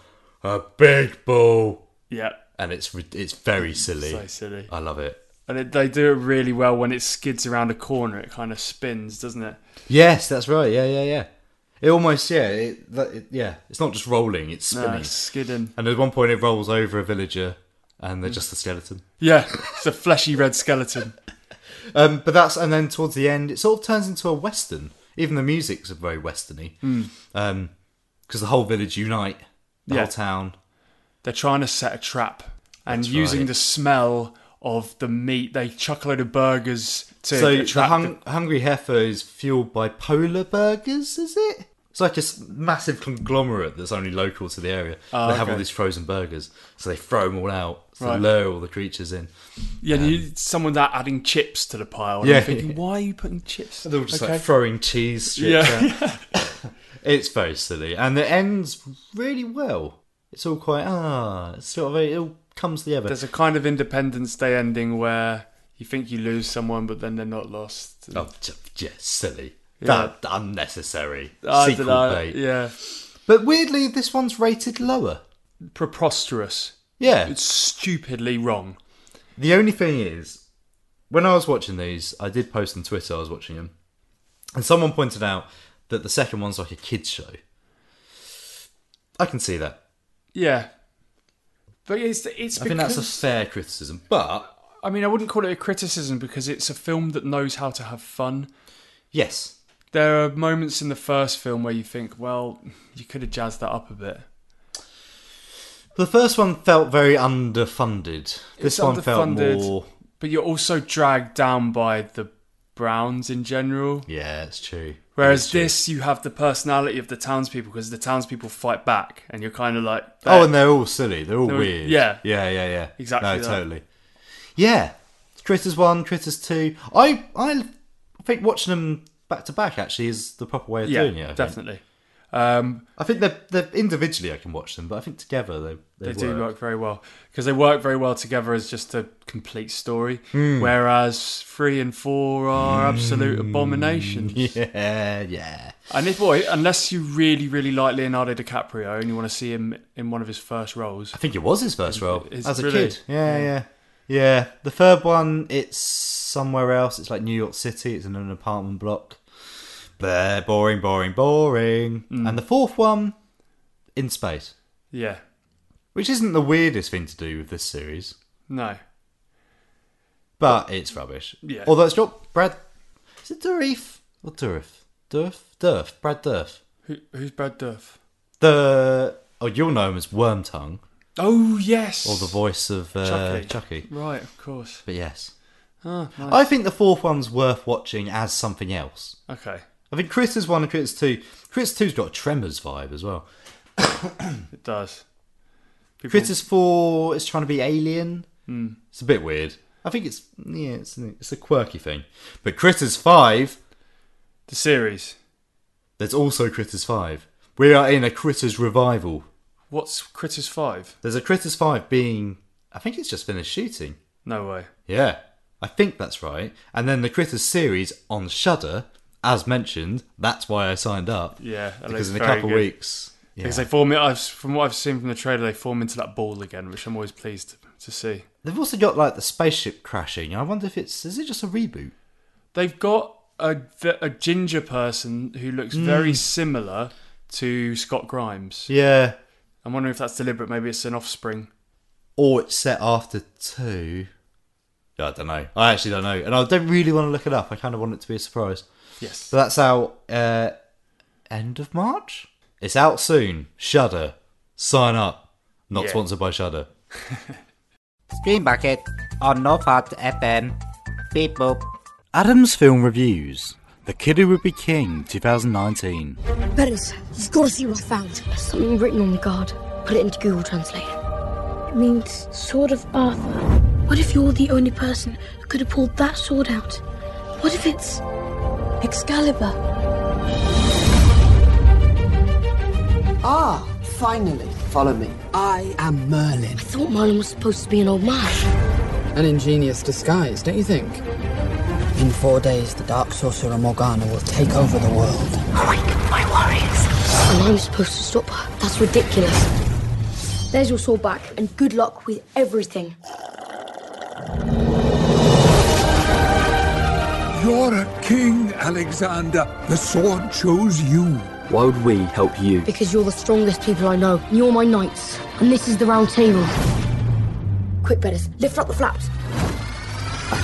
[SPEAKER 1] a big ball,
[SPEAKER 2] Yeah,
[SPEAKER 1] and it's rid- it's very silly.
[SPEAKER 2] so silly.
[SPEAKER 1] I love it.
[SPEAKER 2] And it, they do it really well when it skids around a corner. It kind of spins, doesn't it?
[SPEAKER 1] Yes, that's right. Yeah, yeah, yeah. It almost yeah, it, that- it- yeah. It's not just rolling; it's
[SPEAKER 2] No,
[SPEAKER 1] spinning.
[SPEAKER 2] it's skidding.
[SPEAKER 1] And at one point, it rolls over a villager, and they're just a skeleton.
[SPEAKER 2] Yeah, it's a fleshy red skeleton.
[SPEAKER 1] Um, but that's and then towards the end, it sort of turns into a western. Even the music's very westerny, because the whole village unite, the
[SPEAKER 2] Yeah.
[SPEAKER 1] whole town.
[SPEAKER 2] They're trying to set a trap, and using
[SPEAKER 1] right.
[SPEAKER 2] the smell of the meat, they chuck a load of burgers to
[SPEAKER 1] So the
[SPEAKER 2] attract
[SPEAKER 1] hung- hungry heifer is fueled by polar burgers, is it? It's like a s- massive conglomerate that's only local to the area. they have all
[SPEAKER 2] okay.
[SPEAKER 1] these frozen burgers, so they throw them all out. So
[SPEAKER 2] Right.
[SPEAKER 1] they lure all the creatures in.
[SPEAKER 2] Yeah, you, someone's out adding chips to the pile. And
[SPEAKER 1] Yeah.
[SPEAKER 2] I'm thinking, why are you putting chips?
[SPEAKER 1] They're all just
[SPEAKER 2] Okay.
[SPEAKER 1] like throwing cheese strips
[SPEAKER 2] Yeah.
[SPEAKER 1] out. it's very silly. And it ends really well. It's all quite, ah, it's sort of, it all comes together.
[SPEAKER 2] There's a kind of Independence Day ending where you think you lose someone, but then they're not lost. And-
[SPEAKER 1] Oh, t- yeah, silly.
[SPEAKER 2] Yeah.
[SPEAKER 1] That, unnecessary.
[SPEAKER 2] I
[SPEAKER 1] Sequel
[SPEAKER 2] dunno,
[SPEAKER 1] bait.
[SPEAKER 2] Yeah,
[SPEAKER 1] But weirdly, this one's rated lower.
[SPEAKER 2] preposterous.
[SPEAKER 1] Yeah.
[SPEAKER 2] It's stupidly wrong.
[SPEAKER 1] The only thing is, when I was watching these, I did post on Twitter I was watching them, and someone pointed out that the second one's like a kids show. I can see that.
[SPEAKER 2] Yeah, but it's it's
[SPEAKER 1] I think
[SPEAKER 2] because
[SPEAKER 1] that's a fair criticism, but
[SPEAKER 2] I mean I wouldn't call it a criticism because it's a film that knows how to have fun.
[SPEAKER 1] yes,
[SPEAKER 2] There are moments in the first film where you think, well, you could have jazzed that up a bit.
[SPEAKER 1] the first one felt very underfunded. This
[SPEAKER 2] It's
[SPEAKER 1] one felt
[SPEAKER 2] underfunded.
[SPEAKER 1] more.
[SPEAKER 2] But you're also dragged down by the Browns in general.
[SPEAKER 1] Yeah, it's true.
[SPEAKER 2] Whereas
[SPEAKER 1] It's true.
[SPEAKER 2] this, you have the personality of the townspeople because the townspeople fight back, and you're kind of like,
[SPEAKER 1] Oh, and they're all silly. They're all
[SPEAKER 2] They're all-
[SPEAKER 1] weird.
[SPEAKER 2] yeah.
[SPEAKER 1] Yeah, yeah, yeah.
[SPEAKER 2] Exactly
[SPEAKER 1] No,
[SPEAKER 2] that.
[SPEAKER 1] totally. Yeah. Critters 1, Critters 2. I I think watching them back to back actually is the proper way of
[SPEAKER 2] yeah,
[SPEAKER 1] doing it. I think.
[SPEAKER 2] definitely. Um,
[SPEAKER 1] I think they're, they're individually I can watch them, but I think together they
[SPEAKER 2] they
[SPEAKER 1] they,
[SPEAKER 2] do
[SPEAKER 1] work.
[SPEAKER 2] work very well because they work very well together as just a complete story.
[SPEAKER 1] Hmm.
[SPEAKER 2] Whereas three and four are absolute abominations.
[SPEAKER 1] Yeah, yeah.
[SPEAKER 2] And if boy, unless you really, really like Leonardo DiCaprio and you want to see him in one of his first roles,
[SPEAKER 1] I think it was his first role
[SPEAKER 2] Is-
[SPEAKER 1] as a
[SPEAKER 2] really?
[SPEAKER 1] kid. Yeah, yeah, yeah. the third one, it's somewhere else. It's like New York City. It's in an apartment block. Blah, boring, boring, boring. And the fourth one, in space,
[SPEAKER 2] yeah,
[SPEAKER 1] which isn't the weirdest thing to do with this series,
[SPEAKER 2] no,
[SPEAKER 1] but it's rubbish.
[SPEAKER 2] Yeah.
[SPEAKER 1] Although it's got Brad. Is it Dourif or Dourif? Dourif, Dourif, Brad Dourif.
[SPEAKER 2] Who, who's Brad Dourif?
[SPEAKER 1] The oh, you'll know him as Wormtongue
[SPEAKER 2] Oh yes,
[SPEAKER 1] or the voice of uh,
[SPEAKER 2] Chucky.
[SPEAKER 1] Chucky.
[SPEAKER 2] Right, of course.
[SPEAKER 1] But yes.
[SPEAKER 2] Ah, nice.
[SPEAKER 1] I think the fourth one's worth watching as something else.
[SPEAKER 2] Okay,
[SPEAKER 1] I think Critters 1 and Critters 2. Critters 2's got a Tremors vibe as well.
[SPEAKER 2] it does. People-
[SPEAKER 1] Critters 4 is trying to be alien.
[SPEAKER 2] Hmm.
[SPEAKER 1] It's a bit weird. I think it's yeah, it's it's a quirky thing. But Critters 5,
[SPEAKER 2] the series.
[SPEAKER 1] there's also Critters 5. We are in a Critters revival.
[SPEAKER 2] What's Critters Five?
[SPEAKER 1] There's a Critters 5 being I think it's just finished shooting.
[SPEAKER 2] No way.
[SPEAKER 1] Yeah, I think that's right. And then the Critters series on Shudder, as mentioned, that's why I signed up.
[SPEAKER 2] Yeah, that
[SPEAKER 1] because
[SPEAKER 2] looks
[SPEAKER 1] in a
[SPEAKER 2] very
[SPEAKER 1] couple
[SPEAKER 2] good.
[SPEAKER 1] weeks, yeah.
[SPEAKER 2] Because they form it. I've, from what I've seen from the trailer, they form into that ball again, which I'm always pleased to see.
[SPEAKER 1] they've also got like the spaceship crashing. I wonder if it's is it just a reboot?
[SPEAKER 2] They've got a, a ginger person who looks very similar to Scott Grimes.
[SPEAKER 1] Yeah,
[SPEAKER 2] I'm wondering if that's deliberate. Maybe it's an offspring.
[SPEAKER 1] or it's set after two. Yeah, I don't know. I actually don't know, and I don't really want to look it up. I kind of want it to be a surprise.
[SPEAKER 2] Yes.
[SPEAKER 1] So that's out uh, end of March. It's out soon. Shudder, sign up. Not
[SPEAKER 2] Yeah.
[SPEAKER 1] sponsored by Shudder.
[SPEAKER 4] Stream Bucket on Norfolk FM. Beep boop. Adam's Film Reviews The Kid Who Would Be King 2019.
[SPEAKER 6] Beres, you've got to see what I found. There's something written on the guard. Put it into Google Translate. It means Sword of Arthur. What if you're the only person who could have pulled that sword out? What if it's Excalibur?
[SPEAKER 7] Ah, finally. Follow me. I am Merlin.
[SPEAKER 6] I thought Merlin was supposed to be an old man.
[SPEAKER 8] An ingenious disguise, don't you think?
[SPEAKER 7] In four days, the Dark Sorcerer Morgana will take over the world.
[SPEAKER 6] Awake, my warriors. And I'm supposed to stop her. That's ridiculous. There's your sword back, and good luck with everything.
[SPEAKER 9] You're a king, Alexander. The sword chose you.
[SPEAKER 10] Why would we help you?
[SPEAKER 6] Because you're the strongest people I know. and You're my knights. And this is the round table. Quick, Bettis, lift up the flaps.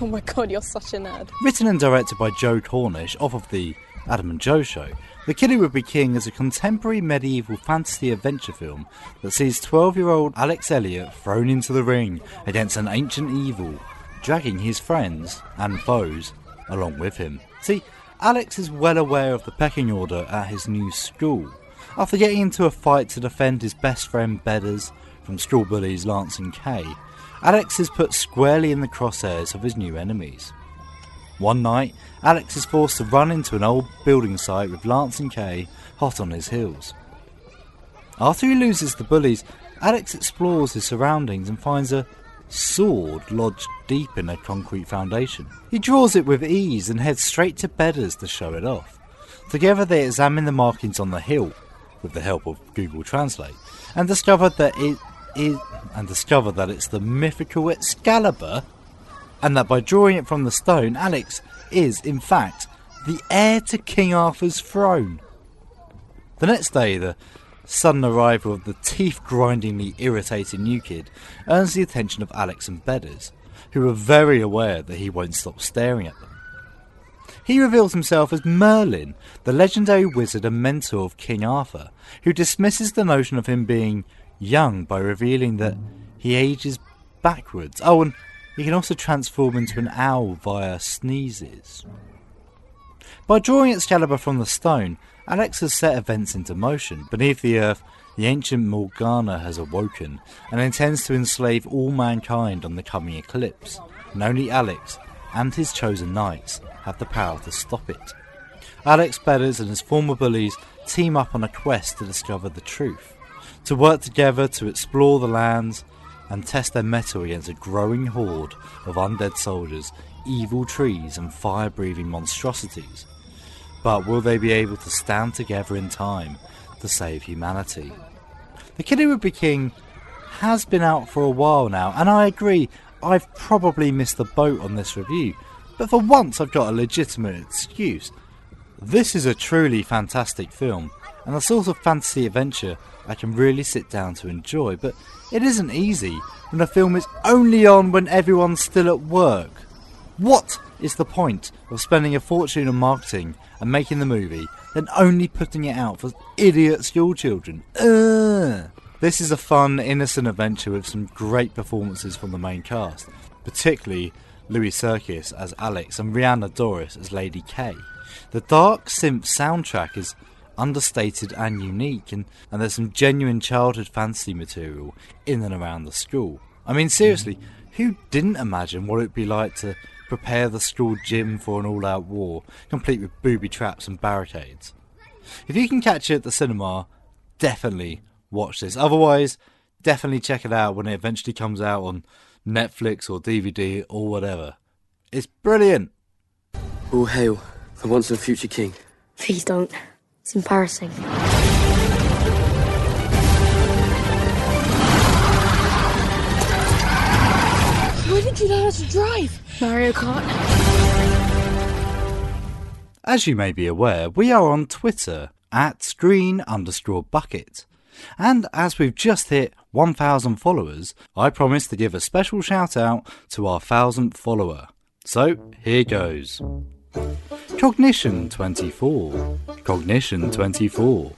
[SPEAKER 11] Oh my god, you're such a nerd.
[SPEAKER 1] Written and directed by Joe Cornish off of the Adam and Joe show, The Killer Would Be King is a contemporary medieval fantasy adventure film that sees 12 year old Alex Elliot thrown into the ring against an ancient evil, dragging his friends and foes along with him. See, Alex is well aware of the pecking order at his new school. After getting into a fight to defend his best friend Bedders from school bullies Lance and Kay, Alex is put squarely in the crosshairs of his new enemies. One night, Alex is forced to run into an old building site with Lance and Kay hot on his heels. After he loses the bullies, Alex explores his surroundings and finds a sword lodged deep in a concrete foundation. He draws it with ease and heads straight to Bedders to show it off. Together they examine the markings on the hill, with the help of Google Translate, and discover that it is and discover that it's the mythical Excalibur and that by drawing it from the stone, Alex is, in fact, the heir to King Arthur's throne. The next day, the sudden arrival of the teeth grindingly irritating new kid earns the attention of Alex and Bedders, who are very aware that he won't stop staring at them. He reveals himself as Merlin, the legendary wizard and mentor of King Arthur, who dismisses the notion of him being young by revealing that he ages backwards. Oh, and he can also transform into an owl via sneezes. By drawing Excalibur from the stone, Alex has set events into motion. Beneath the earth, the ancient Morgana has awoken and intends to enslave all mankind on the coming eclipse, and only Alex and his chosen knights have the power to stop it. Alex Bedders and his former bullies team up on a quest to discover the truth, to work together to explore the lands and test their mettle against a growing horde of undead soldiers, evil trees, and fire breathing monstrosities. But will they be able to stand together in time to save humanity? The Kid Who Would Be King has been out for a while now, and I agree, I've probably missed the boat on this review, but for once I've got a legitimate excuse. This is a truly fantastic film, and the sort of fantasy adventure I can really sit down to enjoy, but it isn't easy when a film is only on when everyone's still at work. What is the point of spending a fortune on marketing and making the movie, then only putting it out for idiot schoolchildren? Ugh. This is a fun, innocent adventure with some great performances from the main cast, particularly Louis Circus as Alex and Rihanna Doris as Lady K. The Dark Synth soundtrack is understated and unique, and, and there's some genuine childhood fantasy material in and around the school. I mean, seriously, who didn't imagine what it'd be like to prepare the school gym for an all out war, complete with booby traps and barricades? If you can catch it at the cinema, definitely watch this. Otherwise, definitely check it out when it eventually comes out on Netflix or DVD or whatever. It's brilliant!
[SPEAKER 10] All hail the once and future king.
[SPEAKER 6] Please don't. It's embarrassing. Why did you know how to drive? Mario Kart.
[SPEAKER 1] As you may be aware, we are on Twitter at screen underscore bucket. And as we've just hit 1,000 followers, I promise to give a special shout out to our 1,000th follower. So here goes. Cognition 24. Cognition 24.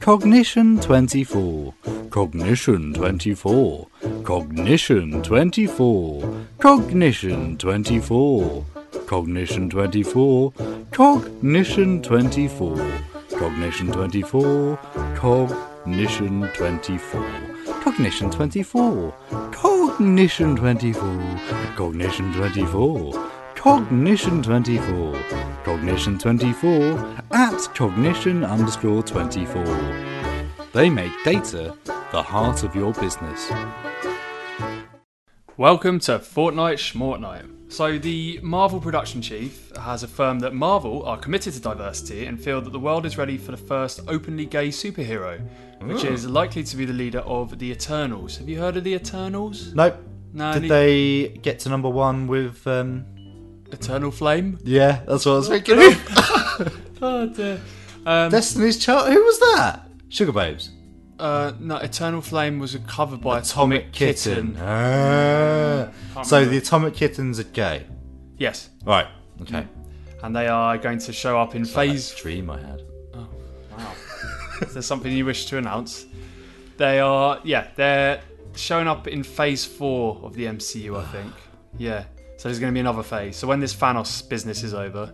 [SPEAKER 1] Cognition 24. Cognition 24. Cognition 24. Cognition 24. Cognition 24. Cognition 24. Cognition 24. Cognition 24. Cognition 24. Cognition 24. Cognition 24. Cognition 24. Cognition 24 at cognition underscore 24. They make data the heart of your business.
[SPEAKER 2] Welcome to Fortnite Schmortnight. So, the Marvel production chief has affirmed that Marvel are committed to diversity and feel that the world is ready for the first openly gay superhero, which
[SPEAKER 12] Ooh.
[SPEAKER 2] is likely to be the leader of the Eternals. Have you heard of the Eternals?
[SPEAKER 12] Nope.
[SPEAKER 2] No,
[SPEAKER 12] Did
[SPEAKER 2] ne-
[SPEAKER 12] they get to number one with? Um...
[SPEAKER 2] Eternal Flame?
[SPEAKER 12] Yeah, that's what I was thinking of.
[SPEAKER 2] Oh, dear. Um,
[SPEAKER 12] Destiny's Child. Who was that? Sugar Babes.
[SPEAKER 2] uh, no, Eternal Flame was a cover by Atomic,
[SPEAKER 12] Atomic
[SPEAKER 2] Kitten.
[SPEAKER 12] Kitten. Ah.
[SPEAKER 2] Can't
[SPEAKER 12] So
[SPEAKER 2] remember.
[SPEAKER 12] the Atomic Kittens are gay.
[SPEAKER 2] Yes,
[SPEAKER 12] Right. Okay.
[SPEAKER 2] and they are going to show up in phase
[SPEAKER 12] Dream I had.
[SPEAKER 2] Is there something you wish to announce? They are, yeah, they're showing up in phase four of the MCU, I think. Yeah, so there's going to be another phase. So when this Thanos business is over,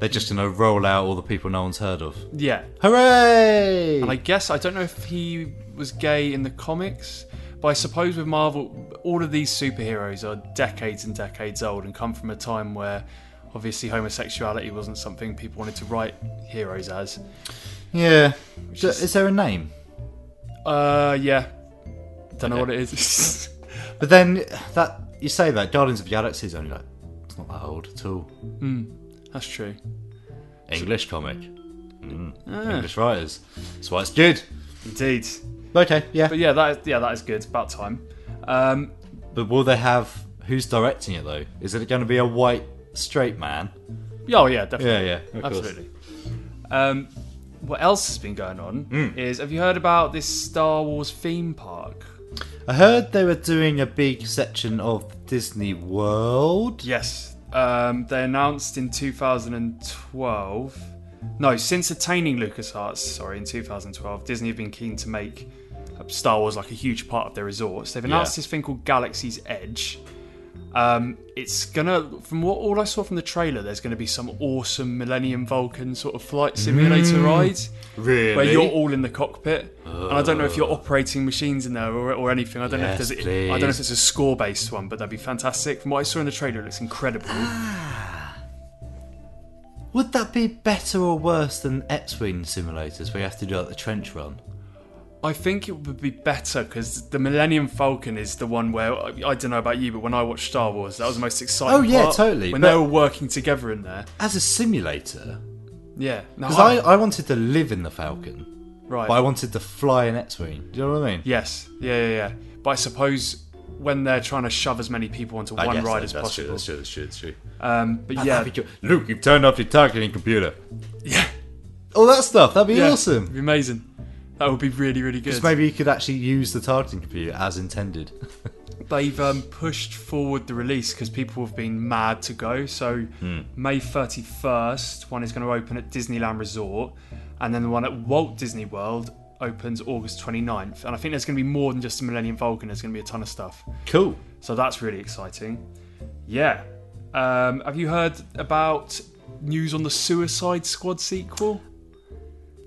[SPEAKER 12] They're just gonna roll out all the people no one's heard of.
[SPEAKER 2] yeah.
[SPEAKER 12] Hooray!
[SPEAKER 2] And I guess, I don't know if he was gay in the comics, but I suppose with Marvel, all of these superheroes are decades and decades old and come from a time where obviously homosexuality wasn't something people wanted to write heroes as.
[SPEAKER 12] yeah. D- Is there a name?
[SPEAKER 2] Uh, yeah. Don't know what it is.
[SPEAKER 12] But then that you say that Guardians of the Galaxy is only like it's not that old at all.
[SPEAKER 2] That's true.
[SPEAKER 12] English comic. Mm.
[SPEAKER 2] Ah.
[SPEAKER 12] English writers. That's why it's good.
[SPEAKER 2] Indeed.
[SPEAKER 12] Okay, yeah.
[SPEAKER 2] But
[SPEAKER 12] But,
[SPEAKER 2] yeah, that is, yeah, that is good. About time. Um,
[SPEAKER 12] will they have who's directing it though? Is it going to be a white straight man?
[SPEAKER 2] yeah, oh yeah, definitely,
[SPEAKER 12] Yeah, yeah. Of course.
[SPEAKER 2] absolutely. Um, what else has been going on
[SPEAKER 12] Hmm.
[SPEAKER 2] is have you heard about this Star Wars theme park?
[SPEAKER 12] I heard they were doing a big section of Disney World.
[SPEAKER 2] Yes. Um, they announced in 2012. No, since attaining LucasArts, sorry, in 2012, Disney have been keen to make uh, Star Wars like a huge part of their resorts. They've announced
[SPEAKER 12] Yeah.
[SPEAKER 2] this thing called Galaxy's Edge. Um, it's gonna, from what all I saw from the trailer, there's gonna be some awesome Millennium Vulcan sort of flight simulator ride
[SPEAKER 12] Really? Oh.
[SPEAKER 2] where you're all in the cockpit, and I don't know if you're operating machines in there or, or anything. I don't know if
[SPEAKER 12] Yes,
[SPEAKER 2] there's, I don't know
[SPEAKER 12] please.
[SPEAKER 2] if it's a score-based one, but that'd be fantastic. From what I saw in the trailer, it looks incredible.
[SPEAKER 12] Would that be better or worse than X-wing simulators where you have to do like the trench run?
[SPEAKER 2] I think it would be better because the Millennium Falcon is the one where I, I don't know about you, but when I watched Star Wars, that was the most exciting.
[SPEAKER 12] Oh, yeah,
[SPEAKER 2] part,
[SPEAKER 12] totally,
[SPEAKER 2] When
[SPEAKER 12] but-
[SPEAKER 2] they were working together in there,
[SPEAKER 12] As a simulator,
[SPEAKER 2] yeah. No,
[SPEAKER 12] because I, I wanted to live in the Falcon,
[SPEAKER 2] right.
[SPEAKER 12] but I wanted to fly an X-wing. Do you know what I mean?
[SPEAKER 2] yes, yeah, yeah, yeah. But I suppose when they're trying to shove as many people onto one ride as possible,
[SPEAKER 12] true. That's true. That's true.
[SPEAKER 2] um, but yeah,
[SPEAKER 12] Luke, you've turned off your targeting computer.
[SPEAKER 2] yeah,
[SPEAKER 12] All that stuff. That'd be
[SPEAKER 2] yeah,
[SPEAKER 12] awesome.
[SPEAKER 2] it'd be amazing. That would be really, really good.
[SPEAKER 12] Just maybe you could actually use the targeting computer as intended.
[SPEAKER 2] they've um, pushed forward the release because people have been mad to go. So
[SPEAKER 12] Hmm.
[SPEAKER 2] May 31st, one is going to open at Disneyland Resort, and then the one at Walt Disney World opens August 29th. And I think there's going to be more than just the Millennium Falcon. There's going to be a ton of stuff.
[SPEAKER 12] Cool.
[SPEAKER 2] So that's really exciting. Yeah. Um, have you heard about news on the Suicide Squad sequel?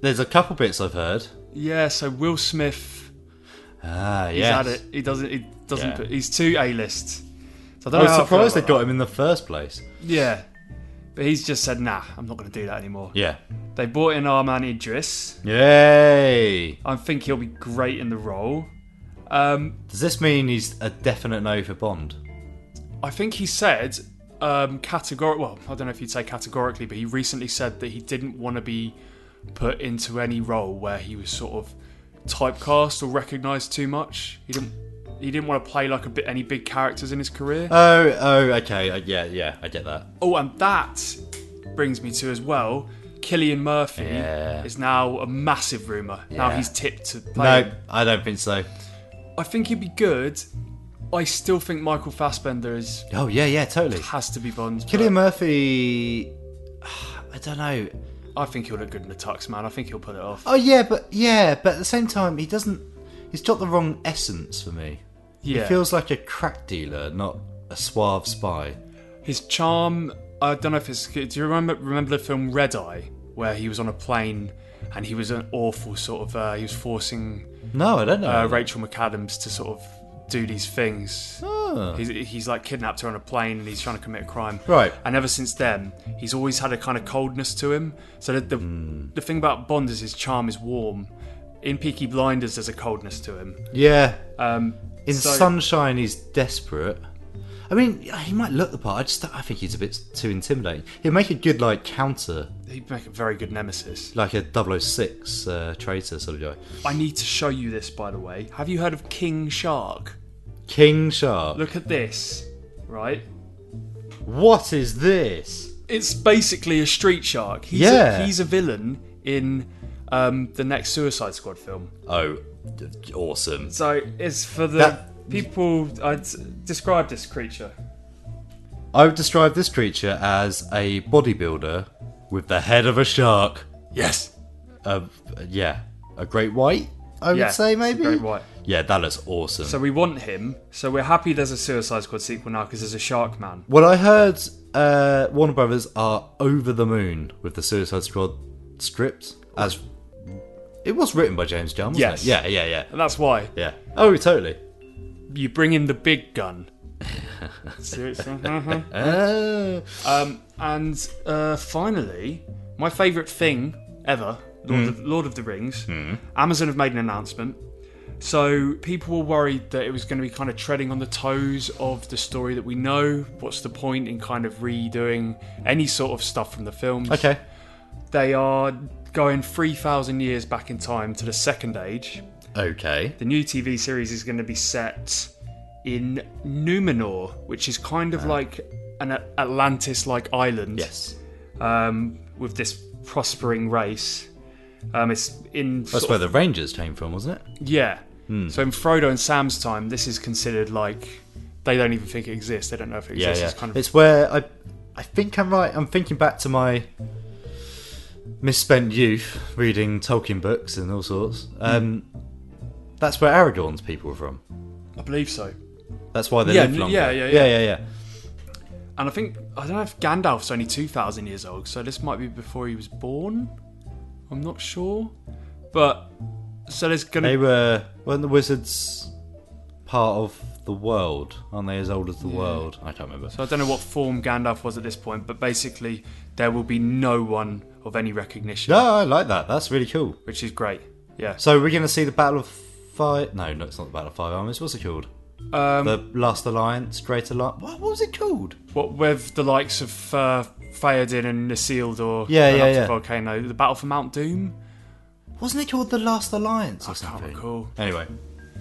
[SPEAKER 12] There's a couple bits I've heard.
[SPEAKER 2] Yeah. So Will Smith,
[SPEAKER 12] Ah,
[SPEAKER 2] he's
[SPEAKER 12] yeah.
[SPEAKER 2] had it. He doesn't. He doesn't.
[SPEAKER 12] Yeah.
[SPEAKER 2] Put, he's too A-list. So I, don't
[SPEAKER 12] I
[SPEAKER 2] know
[SPEAKER 12] was
[SPEAKER 2] how I feel
[SPEAKER 12] surprised they
[SPEAKER 2] about
[SPEAKER 12] got him in the first place.
[SPEAKER 2] Yeah. But he's just said, nah, I'm not going to do that anymore.
[SPEAKER 12] Yeah.
[SPEAKER 2] They brought in our man Idris.
[SPEAKER 12] Yay!
[SPEAKER 2] I think he'll be great in the role. Um,
[SPEAKER 12] Does this mean he's a definite no for Bond?
[SPEAKER 2] I think he said, um, categor- well, I don't know if you'd say categorically, but he recently said that he didn't want to be put into any role where he was sort of typecast or recognised too much. He didn't. He didn't want to play like a bit any big characters in his career.
[SPEAKER 12] Oh, oh, okay. uh, Yeah, yeah, I get that.
[SPEAKER 2] Oh, and that brings me to as well. Killian Murphy
[SPEAKER 12] Yeah.
[SPEAKER 2] is now a massive rumor. Now
[SPEAKER 12] Yeah.
[SPEAKER 2] he's tipped to play.
[SPEAKER 12] No, I don't think so.
[SPEAKER 2] I think he'd be good. I still think Michael Fassbender is
[SPEAKER 12] Oh, yeah, yeah, totally.
[SPEAKER 2] has to be Bond. but
[SPEAKER 12] Killian Murphy. I don't know.
[SPEAKER 2] I think he'll look good in the tux, man. I think he'll pull it off.
[SPEAKER 12] Oh yeah, but yeah, but at the same time, he doesn't. He's got the wrong essence for me.
[SPEAKER 2] yeah,
[SPEAKER 12] He feels like a crack dealer, not a suave spy.
[SPEAKER 2] his charm. I don't know if it's. Do you remember remember the film Red Eye, where he was on a plane and he was an awful sort of. Uh, he was forcing
[SPEAKER 12] No, I don't know.
[SPEAKER 2] uh, Rachel McAdams to sort of do these things. He's, he's like kidnapped her on a plane and he's trying to commit a crime.
[SPEAKER 12] Ah. Right.
[SPEAKER 2] And ever since then, he's always had a kind of coldness to him. So the, the,
[SPEAKER 12] Hmm.
[SPEAKER 2] the thing about Bond is his charm is warm. In Peaky Blinders, there's a coldness to him.
[SPEAKER 12] yeah.
[SPEAKER 2] Um,
[SPEAKER 12] In
[SPEAKER 2] so-
[SPEAKER 12] Sunshine, he's desperate. I mean, he might look the part. I just I think he's a bit too intimidating. He'd make a good like counter,
[SPEAKER 2] He'd make a very good nemesis.
[SPEAKER 12] like a 006 uh, traitor sort of guy.
[SPEAKER 2] I need to show you this, by the way. Have you heard of King Shark?
[SPEAKER 12] King Shark.
[SPEAKER 2] Look at this, right?
[SPEAKER 12] What is this?
[SPEAKER 2] It's basically a street shark. He's
[SPEAKER 12] Yeah.
[SPEAKER 2] A, he's a villain in um, the next Suicide Squad film.
[SPEAKER 12] Oh, d- awesome.
[SPEAKER 2] So it's for the
[SPEAKER 12] That-
[SPEAKER 2] people. I'd s- describe this creature.
[SPEAKER 12] I would describe this creature as a bodybuilder with the head of a shark.
[SPEAKER 2] Yes.
[SPEAKER 12] Uh, yeah, a great white. I would
[SPEAKER 2] Yeah,
[SPEAKER 12] say
[SPEAKER 2] it's a
[SPEAKER 12] maybe.
[SPEAKER 2] great white.
[SPEAKER 12] Yeah, that looks awesome.
[SPEAKER 2] So we want him. So we're happy there's a Suicide Squad sequel now because there's a Shark Man.
[SPEAKER 12] Well, I heard uh, Warner Brothers are over the moon with the Suicide Squad script as it was written by James Gunn. Wasn't
[SPEAKER 2] Yes.
[SPEAKER 12] It? Yeah. Yeah. Yeah.
[SPEAKER 2] And that's why
[SPEAKER 12] Yeah. Oh, totally.
[SPEAKER 2] you bring in the big gun. Seriously. Mhm.
[SPEAKER 12] Uh,
[SPEAKER 2] Um, and uh, finally, my favourite thing ever, Lord,
[SPEAKER 12] Hmm.
[SPEAKER 2] of, Lord of the Rings. Amazon have made an announcement. So people were worried that it was going to be kind of treading on the toes of the story that we know. What's the point in kind of redoing any sort of stuff from the films?
[SPEAKER 12] okay.
[SPEAKER 2] They are going 3,000 years back in time to the Second Age.
[SPEAKER 12] Okay.
[SPEAKER 2] The new TV series is going to be set in Numenor, which is kind of like an A- Atlantis-like island
[SPEAKER 12] Yes.
[SPEAKER 2] um, with this prospering race. Um, it's in
[SPEAKER 12] That's
[SPEAKER 2] sort
[SPEAKER 12] where Hmm.
[SPEAKER 2] of,
[SPEAKER 12] the Rangers came from, wasn't it?
[SPEAKER 2] yeah. So in Frodo and Sam's time, this is considered like they don't even think it exists. They don't know if it
[SPEAKER 12] Yeah.
[SPEAKER 2] exists.
[SPEAKER 12] Yeah.
[SPEAKER 2] It's kind of
[SPEAKER 12] It's where I, I think I'm right. I'm thinking back to my misspent youth reading Tolkien books and all sorts. Um, That's where Aragorn's people were from.
[SPEAKER 2] I believe so.
[SPEAKER 12] That's why they
[SPEAKER 2] Yeah,
[SPEAKER 12] live
[SPEAKER 2] n-
[SPEAKER 12] longer.
[SPEAKER 2] yeah, yeah, yeah.
[SPEAKER 12] yeah, yeah, yeah.
[SPEAKER 2] And I think I don't know if Gandalf's only two thousand years old, so this might be before he was born. I'm not sure, but so there's gonna
[SPEAKER 12] They were weren't the wizards part of the world? Aren't they as old as the world? I can't remember.
[SPEAKER 2] So I don't know what form Gandalf was at this point, but basically there will be no one of any recognition,
[SPEAKER 12] No, I like that. That's really cool.
[SPEAKER 2] which is great. Yeah.
[SPEAKER 12] So we're gonna see the Battle of Five. No, no, it's not the Battle of Five Armies. What's it called?
[SPEAKER 2] Um,
[SPEAKER 12] The Last Alliance, Great Alliance. What, what was it called?
[SPEAKER 2] What with the likes of uh, Faradin and Nasildor,
[SPEAKER 12] Yeah,
[SPEAKER 2] and
[SPEAKER 12] yeah,
[SPEAKER 2] up to
[SPEAKER 12] yeah.
[SPEAKER 2] Volcano, the battle for Mount Doom.
[SPEAKER 12] Wasn't it called the Last Alliance or
[SPEAKER 2] can't
[SPEAKER 12] something?
[SPEAKER 2] recall.
[SPEAKER 12] Anyway,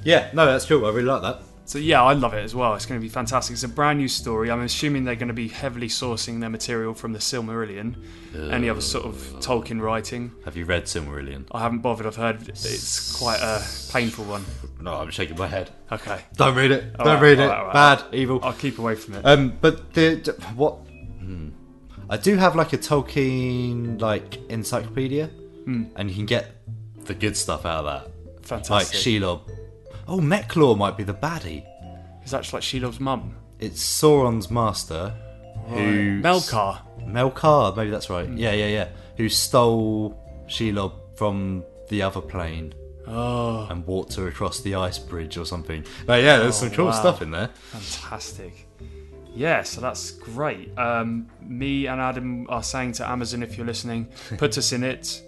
[SPEAKER 12] yeah, no, that's cool. I really like that.
[SPEAKER 2] So yeah, I love it as well. It's going to be fantastic. It's a brand new story. I'm assuming they're going to be heavily sourcing their material from the Silmarillion, any other sort of Tolkien writing.
[SPEAKER 12] Have you read Silmarillion?
[SPEAKER 2] I haven't bothered. I've heard it's quite a painful one.
[SPEAKER 12] No, I'm shaking my head.
[SPEAKER 2] Okay,
[SPEAKER 12] Don't read it. Don't
[SPEAKER 2] right,
[SPEAKER 12] read it.
[SPEAKER 2] all right, all right.
[SPEAKER 12] Bad, evil.
[SPEAKER 2] I'll keep away from it.
[SPEAKER 12] Um, but the d- what hmm. I do have like a Tolkien like encyclopedia,
[SPEAKER 2] Hmm.
[SPEAKER 12] and you can get the good stuff out of that, like
[SPEAKER 2] Fantastic.
[SPEAKER 12] Shelob. Oh, Mechlor might be the baddie.
[SPEAKER 2] Is that like Shelob's mum?
[SPEAKER 12] It's Sauron's master, who
[SPEAKER 2] Melkar. Hmm.
[SPEAKER 12] Melkar, maybe that's right. Yeah, yeah, yeah. Who stole Shelob from the other plane
[SPEAKER 2] Oh,
[SPEAKER 12] and walked her across the ice bridge or something? But yeah, there's some cool
[SPEAKER 2] Oh, wow.
[SPEAKER 12] stuff in there.
[SPEAKER 2] Fantastic. Yeah, so that's great. Um, me and Adam are saying to Amazon, if you're listening, put us in it.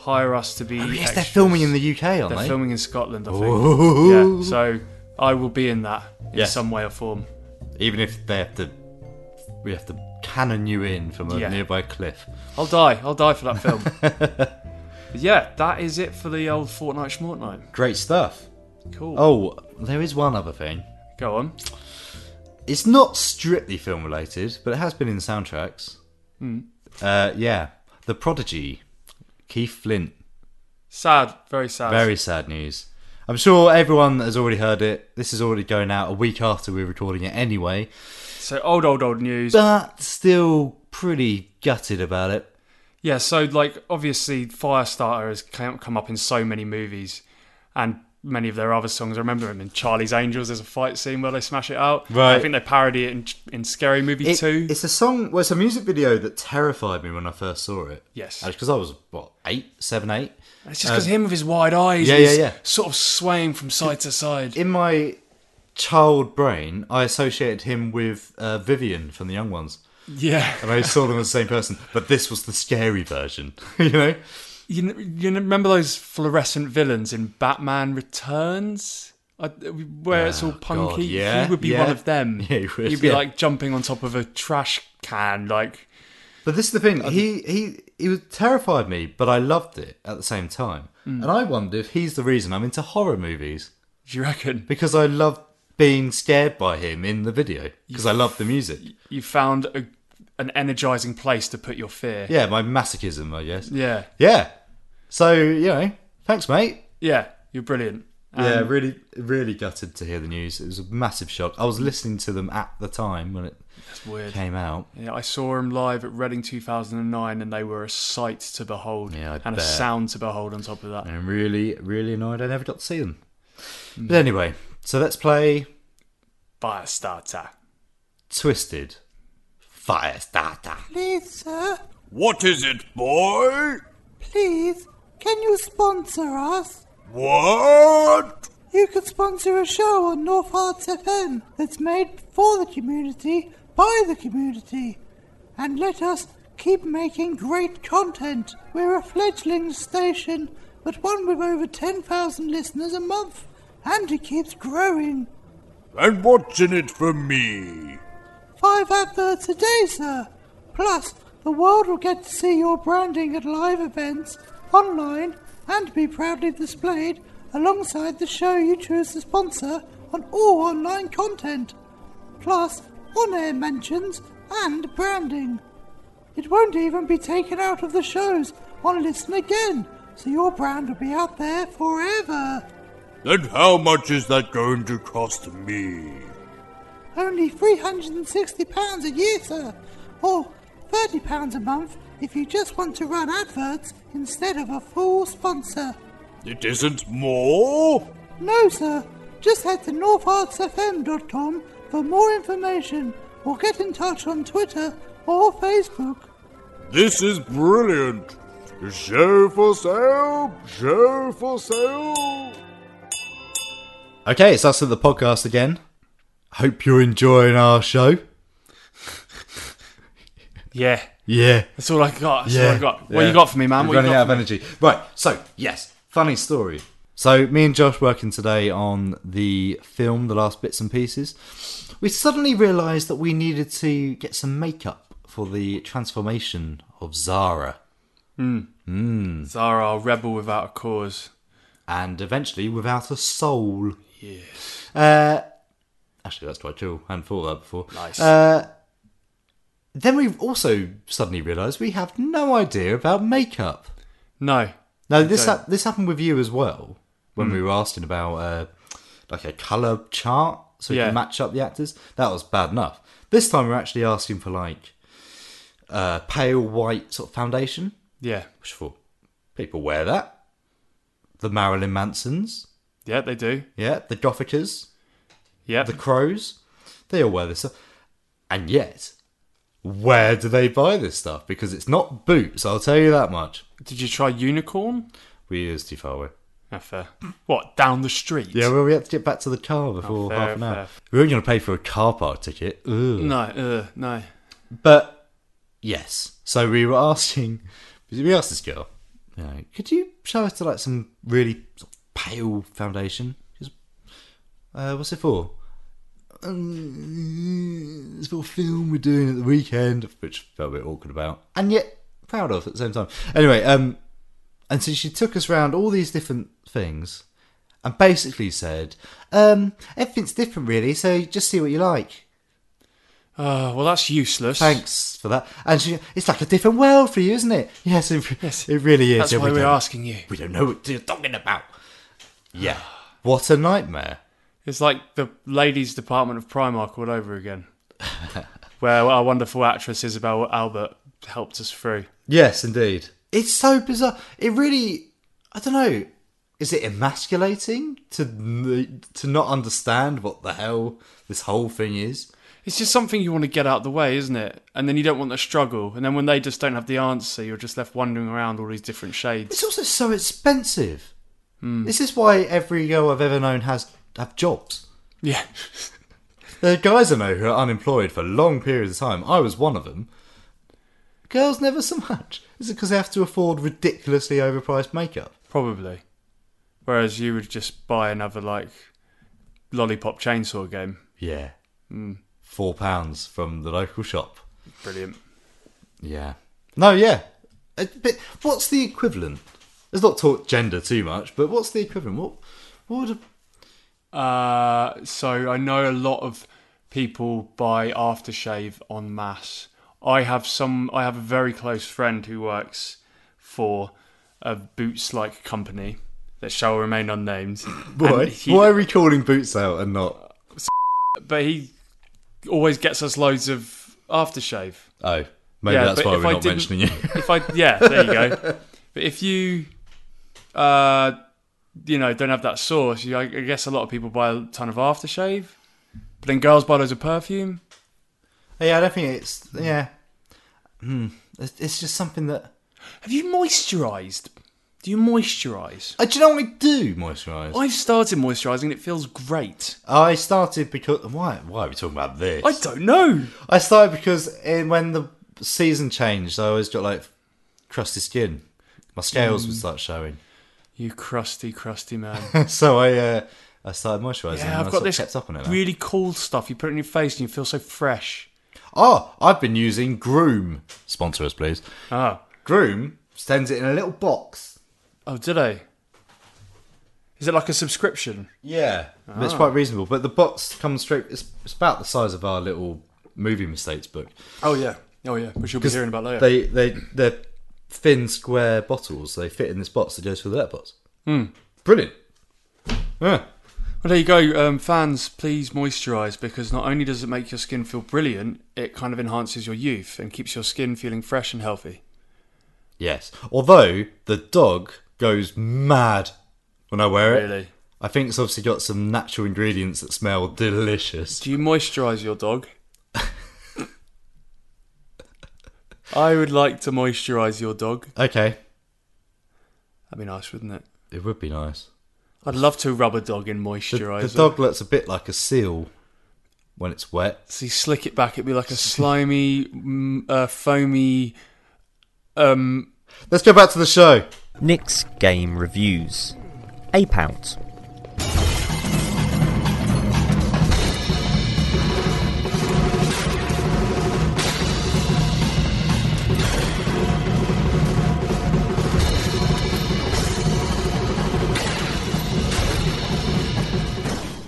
[SPEAKER 2] Hire us to be.
[SPEAKER 12] Oh, yes, they're
[SPEAKER 2] extras.
[SPEAKER 12] filming in the UK, aren't
[SPEAKER 2] They're
[SPEAKER 12] they?
[SPEAKER 2] filming in Scotland, I think.
[SPEAKER 12] Ooh.
[SPEAKER 2] Yeah, so I will be in that in
[SPEAKER 12] Yes.
[SPEAKER 2] some way or form.
[SPEAKER 12] Even if they have to, we have to cannon you in from a
[SPEAKER 2] Yeah.
[SPEAKER 12] nearby cliff.
[SPEAKER 2] I'll die. I'll die for that film. But yeah, that is it for the old Fortnite Schmortnight.
[SPEAKER 12] Great stuff.
[SPEAKER 2] Cool.
[SPEAKER 12] Oh, there is one other thing.
[SPEAKER 2] Go on.
[SPEAKER 12] It's not strictly film related, but it has been in soundtracks. Uh, yeah, The Prodigy, Keith Flint.
[SPEAKER 2] Sad. Very sad.
[SPEAKER 12] Very sad news. I'm sure everyone has already heard it. This is already going out a week after we're recording it anyway,
[SPEAKER 2] So old, old, old news.
[SPEAKER 12] but still pretty gutted about it.
[SPEAKER 2] Yeah, so like obviously Firestarter has come come up in so many movies and many of their other songs. I remember him in Charlie's Angels. There's a fight scene where they smash it out.
[SPEAKER 12] Right.
[SPEAKER 2] I think they parody it in, in Scary Movie
[SPEAKER 12] It-
[SPEAKER 2] Two.
[SPEAKER 12] It's a song. Well, it's a music video that terrified me when I first saw it.
[SPEAKER 2] Yes.
[SPEAKER 12] because I was what eight, seven, eight.
[SPEAKER 2] It's just because him with his wide eyes,
[SPEAKER 12] Uh, yeah,
[SPEAKER 2] and he's
[SPEAKER 12] yeah, yeah.
[SPEAKER 2] sort of swaying from side to side.
[SPEAKER 12] In my child brain, I associated him with uh, Vivian from The Young Ones,
[SPEAKER 2] yeah,
[SPEAKER 12] and I saw them as the same person. But this was the scary version, you know.
[SPEAKER 2] you, kn- you kn- remember those fluorescent villains in Batman Returns? I, where it's all punky.
[SPEAKER 12] Ah, God, yeah,
[SPEAKER 2] you would be
[SPEAKER 12] yeah.
[SPEAKER 2] one of them.
[SPEAKER 12] Yeah, you would,
[SPEAKER 2] would be
[SPEAKER 12] yeah.
[SPEAKER 2] like jumping on top of a trash can, like
[SPEAKER 12] But this is the thing. He he he was terrified me, but I loved it at the same time.
[SPEAKER 2] Mm.
[SPEAKER 12] And I wonder if he's the reason I'm into horror movies
[SPEAKER 2] do you reckon?
[SPEAKER 12] because I love being scared by him in the video because I love the music.
[SPEAKER 2] You found a, an energizing place to put your fear.
[SPEAKER 12] Yeah, my masochism, I guess.
[SPEAKER 2] Yeah,
[SPEAKER 12] Yeah. So you know, thanks, mate. Um,
[SPEAKER 2] yeah, you're brilliant.
[SPEAKER 12] yeah, really, really gutted to hear the news. It was a massive shock. I was listening to them at the time when it
[SPEAKER 2] That's weird.
[SPEAKER 12] came out.
[SPEAKER 2] Yeah, I saw them live at Reading 2009, and they were a sight to behold,
[SPEAKER 12] Yeah, I
[SPEAKER 2] and a
[SPEAKER 12] bet.
[SPEAKER 2] sound to behold. On top of that,
[SPEAKER 12] And I'm really, really annoyed I never got to see them.
[SPEAKER 2] Hmm.
[SPEAKER 12] But anyway, so let's play
[SPEAKER 2] fire starter.
[SPEAKER 12] Twisted Firestarter.
[SPEAKER 13] Please, sir,
[SPEAKER 3] What is it, boy?
[SPEAKER 13] please, can you sponsor us?
[SPEAKER 3] What?
[SPEAKER 13] You could sponsor a show on North Hearts FM that's made for the community, by the community, and let us keep making great content. We're a fledgling station, but one with over 10,000 listeners a month, and it keeps growing.
[SPEAKER 3] And what's in it for me?
[SPEAKER 13] Five adverts a day, sir. Plus, the world will get to see your branding at live events, online, and be proudly displayed alongside the show you choose to sponsor on all online content. Plus, on air mentions and branding. It won't even be taken out of the shows on Listen Again, so your brand will be out there forever.
[SPEAKER 3] Then how much is that going to cost me?
[SPEAKER 13] Only £360 a year, sir. Or £30 a month if you just want to run adverts instead of a full sponsor.
[SPEAKER 3] It isn't more?
[SPEAKER 13] No, sir. Just head to northartsfm.com for more information or get in touch on Twitter or Facebook.
[SPEAKER 3] This is brilliant. Show for sale, show for sale.
[SPEAKER 12] Okay, so that's the podcast again. Hope you're enjoying our show.
[SPEAKER 2] Yeah,
[SPEAKER 12] Yeah.
[SPEAKER 2] that's all I got. That's
[SPEAKER 12] yeah.
[SPEAKER 2] all I got. What
[SPEAKER 12] yeah.
[SPEAKER 2] you got for me, man?
[SPEAKER 12] We're
[SPEAKER 2] What you
[SPEAKER 12] running
[SPEAKER 2] got
[SPEAKER 12] out of
[SPEAKER 2] for me?
[SPEAKER 12] energy. Right. So yes, funny story. So me and Josh working today on the film, the last bits and pieces. We suddenly realised that we needed to get some makeup for the transformation of Zara,
[SPEAKER 2] Zara, rebel without a cause.
[SPEAKER 12] and eventually without a soul. Yes. Uh, actually, that's quite cool. I hadn't thought of that before.
[SPEAKER 2] Nice.
[SPEAKER 12] Uh, then we also suddenly realised we have no idea about makeup.
[SPEAKER 2] No,
[SPEAKER 12] No, this
[SPEAKER 2] don't.
[SPEAKER 12] hap this happened with you as well when we were asking about uh, like a color chart so we
[SPEAKER 2] Yeah.
[SPEAKER 12] can match up the actors. That was bad enough. This time we're actually asking for like uh, pale white sort of foundation,
[SPEAKER 2] yeah,
[SPEAKER 12] which I thought people wear that. The Marilyn Mansons,
[SPEAKER 2] yeah, they do.
[SPEAKER 12] yeah, the Gothicas,
[SPEAKER 2] Yeah,
[SPEAKER 12] the Crows, they all wear this stuff. And yet, where do they buy this stuff? Because it's not Boots. I'll tell you that much.
[SPEAKER 2] Did you try unicorn?
[SPEAKER 12] We is too far away.
[SPEAKER 2] Yeah, fair. What down the street?
[SPEAKER 12] Yeah, well, we had to get back to the car before
[SPEAKER 2] Oh, fair,
[SPEAKER 12] half an hour.
[SPEAKER 2] fair.
[SPEAKER 12] We weren't going to pay for a car park ticket. Ugh.
[SPEAKER 2] No, uh, no.
[SPEAKER 12] But yes, so we were asking, we asked this girl, you know, could you show us to like some really sort of pale foundation? She goes, uh, what's it for? "Um, It's for a film we're doing at the weekend, which I felt a bit awkward about, and yet proud of at the same time. Anyway, um, and so she took us round all these different things and basically said, um, everything's different really, so just see what you like.
[SPEAKER 2] Uh, well, that's useless.
[SPEAKER 12] Thanks for that. And she, it's like a different world for you, isn't it? Yes, it,
[SPEAKER 2] Yes.
[SPEAKER 12] it really is.
[SPEAKER 2] That's
[SPEAKER 12] Yeah,
[SPEAKER 2] why
[SPEAKER 12] we
[SPEAKER 2] we're
[SPEAKER 12] don't-
[SPEAKER 2] asking you.
[SPEAKER 12] We don't know what you're talking about. Yeah. What a nightmare.
[SPEAKER 2] It's like the ladies' department of Primark all over again, where our wonderful actress Isabel Albert helped us through.
[SPEAKER 12] Yes, indeed. It's so bizarre. It really, I don't know. Is it emasculating to to not understand what the hell this whole thing is?
[SPEAKER 2] It's just something you want to get out of the way, isn't it? And then you don't want the struggle. And then when they just don't have the answer, you're just left wandering around all these different shades.
[SPEAKER 12] It's also so expensive.
[SPEAKER 2] Hmm.
[SPEAKER 12] This is why every girl I've ever known has have jobs.
[SPEAKER 2] Yeah.
[SPEAKER 12] There are guys I know who are unemployed for long periods of time. I was one of them. Girls never so much. Is it because they have to afford ridiculously overpriced makeup?
[SPEAKER 2] Probably. Whereas you would just buy another like lollipop chainsaw game.
[SPEAKER 12] Yeah.
[SPEAKER 2] Mm.
[SPEAKER 12] Four pounds from the local shop.
[SPEAKER 2] Brilliant.
[SPEAKER 12] Yeah. No, yeah. A bit, what's the equivalent? It's not taught gender too much, but what's the equivalent? What, what would
[SPEAKER 2] Uh, so I know a lot of people buy aftershave en masse. I have some. I have a very close friend who works for a boots-like company that shall remain unnamed.
[SPEAKER 12] a, why,
[SPEAKER 2] And he-
[SPEAKER 12] why are we calling Boots out and not?
[SPEAKER 2] But he always gets us loads of aftershave.
[SPEAKER 12] Oh, maybe
[SPEAKER 2] Yeah,
[SPEAKER 12] that's
[SPEAKER 2] but
[SPEAKER 12] why
[SPEAKER 2] if
[SPEAKER 12] we're
[SPEAKER 2] I
[SPEAKER 12] not
[SPEAKER 2] didn't-
[SPEAKER 12] mentioning you.
[SPEAKER 2] if I yeah, there you go. But if you uh you know don't have that sauce, you, I, I guess a lot of people buy a ton of aftershave. But then girls buy loads of perfume.
[SPEAKER 12] Yeah, I don't think it's yeah. Hmm. It's, it's just something that.
[SPEAKER 2] Have you moisturised? Do you moisturise?
[SPEAKER 12] Uh, do you know what I do? Moisturise.
[SPEAKER 2] I've started moisturising. and It feels great.
[SPEAKER 12] I started because why? Why are we talking about this?
[SPEAKER 2] I don't know.
[SPEAKER 12] I started because in, when the season changed, I always got like crusty skin. My scales would
[SPEAKER 2] Mm.
[SPEAKER 12] start showing,
[SPEAKER 2] You crusty, crusty man.
[SPEAKER 12] so I uh, I started moisturising. and
[SPEAKER 2] Yeah,
[SPEAKER 12] I
[SPEAKER 2] I've
[SPEAKER 12] sort
[SPEAKER 2] got
[SPEAKER 12] of
[SPEAKER 2] this
[SPEAKER 12] kept up on it. now.
[SPEAKER 2] really cool stuff. You put it on your face and you feel so fresh.
[SPEAKER 12] Oh, I've been using Groom. Sponsor us, please.
[SPEAKER 2] Ah.
[SPEAKER 12] Groom sends it in a little box.
[SPEAKER 2] Oh, did I? Is it like a subscription?
[SPEAKER 12] Yeah, And it's
[SPEAKER 2] Ah.
[SPEAKER 12] quite reasonable. But the box comes straight. It's, it's about the size of our little movie mistakes book.
[SPEAKER 2] Oh yeah, oh yeah, which you'll be hearing about later.
[SPEAKER 12] They they they're thin square bottles. They fit in this box that goes for the letterbox.
[SPEAKER 2] Hmm.
[SPEAKER 12] Brilliant. Yeah.
[SPEAKER 2] Well, there you go, um, fans. Please moisturise because not only does it make your skin feel brilliant, it kind of enhances your youth and keeps your skin feeling fresh and healthy.
[SPEAKER 12] Yes. Although the dog goes mad when I wear it.
[SPEAKER 2] Really?
[SPEAKER 12] I think it's obviously got some natural ingredients that smell delicious.
[SPEAKER 2] Do you moisturise your dog? I would like to moisturise your dog.
[SPEAKER 12] Okay.
[SPEAKER 2] That'd be nice, wouldn't it?
[SPEAKER 12] It would be nice.
[SPEAKER 2] I'd love to rub a dog in
[SPEAKER 12] The,
[SPEAKER 2] moisturiser.
[SPEAKER 12] the dog looks a bit like a seal when it's wet.
[SPEAKER 2] So you slick it back, it'd be like a slimy, mm, uh, foamy. Um,
[SPEAKER 12] Let's go back to the show.
[SPEAKER 13] Nick's game reviews. Ape out.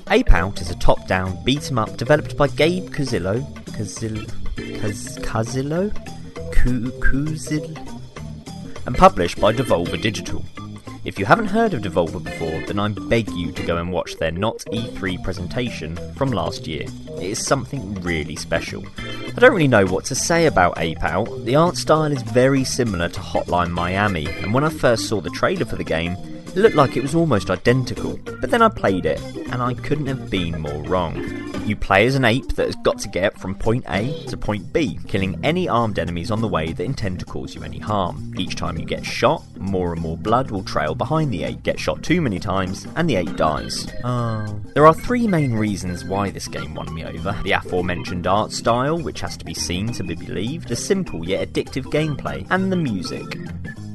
[SPEAKER 13] Ape Out is a top-down beat 'em up developed by Gabe Cuzillo, Cuzil, Cuz, Cuzillo, Cu, Cuzil, and published by Devolver Digital. If you haven't heard of Devolver before, then I beg you to go and watch their Not E3 presentation from last year. It is something really special. I don't really know what to say about Ape Out. The art style is very similar to Hotline Miami, and when I first saw the trailer for the game, it looked like it was almost identical. But then I played it, and I couldn't have been more wrong. You play as an ape that has got to get from point A to point B, killing any armed enemies on the way that intend to cause you any harm. Each time you get shot, more and more blood will trail behind the ape. Get shot too many times, and the ape dies. Oh. There are three main reasons why this game won me over the aforementioned art style, which has to be seen to be believed, the simple yet addictive gameplay, and the music.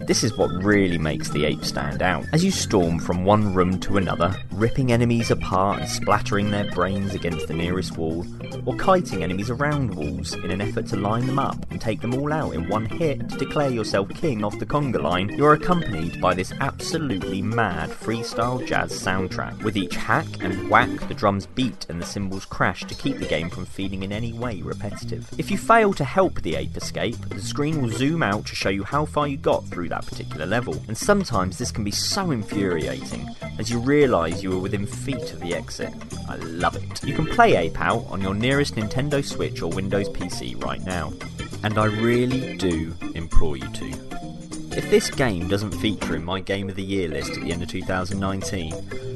[SPEAKER 13] This is what really makes the ape stand out. As you storm from one room to another, ripping enemies apart and splattering their brains against the nearest wall, or kiting enemies around walls in an effort to line them up and take them all out in one hit to declare yourself king of the conga line, you're accompanied by this absolutely mad freestyle jazz soundtrack. With each hack and whack, the drums beat and the cymbals crash to keep the game from feeling in any way repetitive. If you fail to help the ape escape, the screen will zoom out to show you how far you got through that particular level. And sometimes this can be so infuriating as you realise you were within feet of the exit. I love it. You can play Ape Out on your nearest Nintendo Switch or Windows PC right now. And I really do implore you to. If this game doesn't feature in my Game of the Year list at the end of 2019,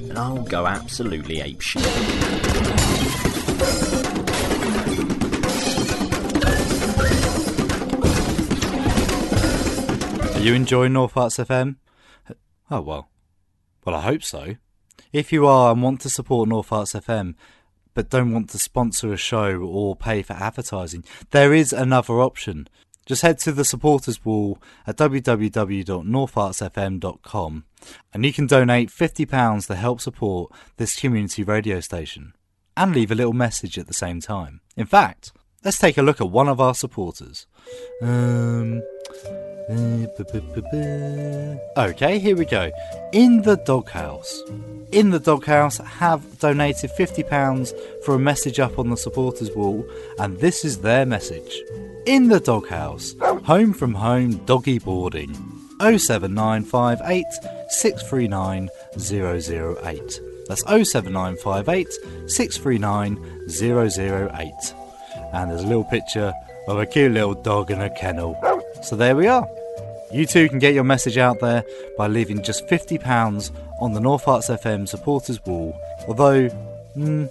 [SPEAKER 13] then I'll go absolutely apeshit.
[SPEAKER 12] Are you enjoying North Arts FM? Oh, well. Well, I hope so. If you are and want to support North Arts FM, but don't want to sponsor a show or pay for advertising, there is another option. Just head to the supporters wall at www.northartsfm.com and you can donate £50 to help support this community radio station and leave a little message at the same time. In fact, let's take a look at one of our supporters. Um, uh, bu- bu- bu- bu- Okay, here we go. In the doghouse. In the doghouse have donated £50 for a message up on the supporters wall, and this is their message. In the doghouse, home from home doggy boarding. 07958 639 008. That's 07958 639 008. And there's a little picture of a cute little dog in a kennel. So there we are. You too can get your message out there by leaving just £50 on the North Arts FM supporters wall, although mm,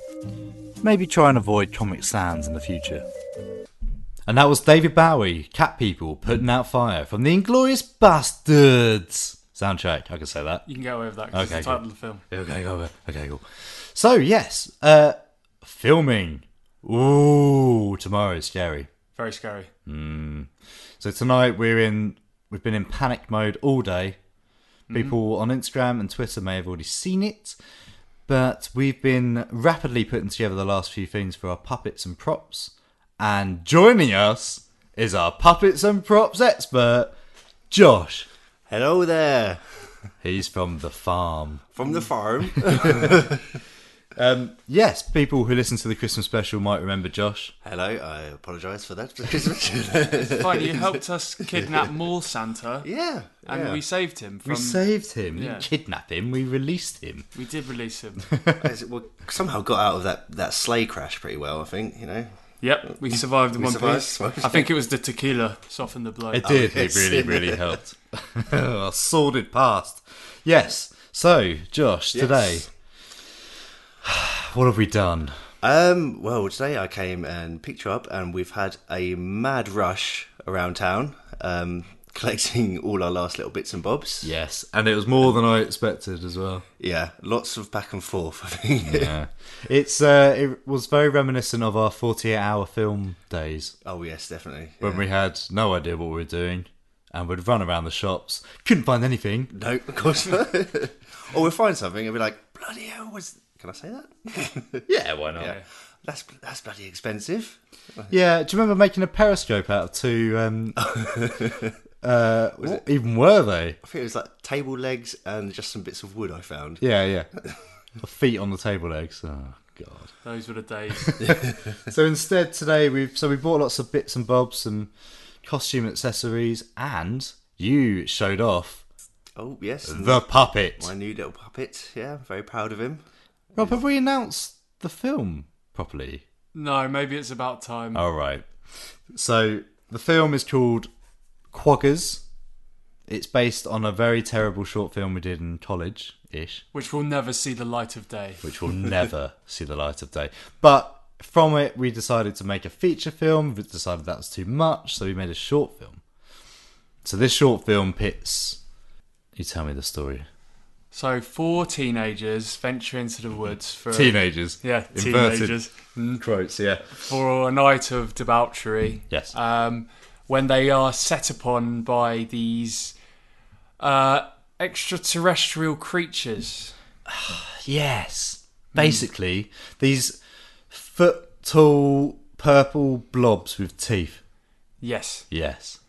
[SPEAKER 12] maybe try and avoid Comic Sans in the future. And that was David Bowie, Cat People, Putting Out Fire from the Inglorious Bastards soundtrack. I can say that.
[SPEAKER 2] You can get away with that 'cause it's the title
[SPEAKER 12] cool.
[SPEAKER 2] of the film.
[SPEAKER 12] Okay, cool. Okay, cool. So, yes, uh, filming. Ooh, tomorrow is scary.
[SPEAKER 2] Very scary.
[SPEAKER 12] Mm. So tonight we're in. We've been in panic mode all day.
[SPEAKER 13] Mm-hmm.
[SPEAKER 12] People on Instagram and Twitter may have already seen it, but we've been rapidly putting together the last few things for our puppets and props. And joining us is our puppets and props expert, Josh.
[SPEAKER 13] Hello there.
[SPEAKER 12] He's from the farm.
[SPEAKER 13] From the farm.
[SPEAKER 12] um, yes, people who listen to the Christmas special might remember Josh.
[SPEAKER 13] Hello, I apologise for that.
[SPEAKER 2] It's fine. You helped us kidnap more Santa.
[SPEAKER 13] Yeah,
[SPEAKER 2] and
[SPEAKER 13] yeah.
[SPEAKER 2] we saved him. From,
[SPEAKER 12] we saved him. We
[SPEAKER 2] Yeah.
[SPEAKER 12] didn't kidnap him. We released him.
[SPEAKER 2] We did release him.
[SPEAKER 13] As it- well, somehow got out of that, that sleigh crash pretty well, I think, you know.
[SPEAKER 2] Yep, we survived in
[SPEAKER 13] We
[SPEAKER 2] one
[SPEAKER 13] survived,
[SPEAKER 2] piece.
[SPEAKER 13] survived.
[SPEAKER 2] I think it was the tequila softened the blow.
[SPEAKER 12] It
[SPEAKER 13] oh,
[SPEAKER 12] did. It really, really helped. Our sordid past. Yes. So, Josh,
[SPEAKER 13] Yes.
[SPEAKER 12] today, what have we done?
[SPEAKER 13] Um, well, today I came and picked you up, and we've had a mad rush around town, um, collecting all our last little bits and bobs.
[SPEAKER 12] Yes, and it was more than I expected as well.
[SPEAKER 13] Yeah, lots of back and forth, I think.
[SPEAKER 12] Yeah. It's uh, it was very reminiscent of our forty-eight hour film days
[SPEAKER 13] Oh, yes, definitely.
[SPEAKER 12] when we had no idea what we were doing and would run around the shops, couldn't find anything.
[SPEAKER 13] No, of course not. or we'll find something and be like, bloody hell, was. Can I say that?
[SPEAKER 12] yeah, why not?
[SPEAKER 13] That's, that's bloody expensive.
[SPEAKER 12] Yeah, do you remember making a periscope out of two? Um, uh, what even were they?
[SPEAKER 13] I think it was like table legs and just some bits of wood I found.
[SPEAKER 12] Yeah, yeah. Our feet on the table legs. Oh god.
[SPEAKER 2] Those were the days.
[SPEAKER 12] so instead today we've so we bought lots of bits and bobs, some costume accessories, and you showed off
[SPEAKER 13] Oh, yes.
[SPEAKER 12] the puppet.
[SPEAKER 13] My new little puppet. Yeah, very proud of him.
[SPEAKER 12] Rob, have we announced the film properly?
[SPEAKER 2] no, maybe it's about time.
[SPEAKER 12] All right. So the film is called Quaggers. It's based on a very terrible short film we did in college ish.
[SPEAKER 2] Which will never see the light of day.
[SPEAKER 12] which will never see the light of day. But from it, we decided to make a feature film. We decided that was too much, so we made a short film. So this short film pits. You tell me the story.
[SPEAKER 2] So four teenagers venture into the woods for
[SPEAKER 12] Teenagers.
[SPEAKER 2] Uh, Yeah,
[SPEAKER 12] Inverted
[SPEAKER 2] teenagers.
[SPEAKER 12] Quotes, yeah.
[SPEAKER 2] For a night of debauchery.
[SPEAKER 12] Yes.
[SPEAKER 2] Um, when they are set upon by these uh, extraterrestrial creatures.
[SPEAKER 12] Yes. Basically, these foot tall purple blobs with teeth.
[SPEAKER 2] Yes.
[SPEAKER 12] Yes.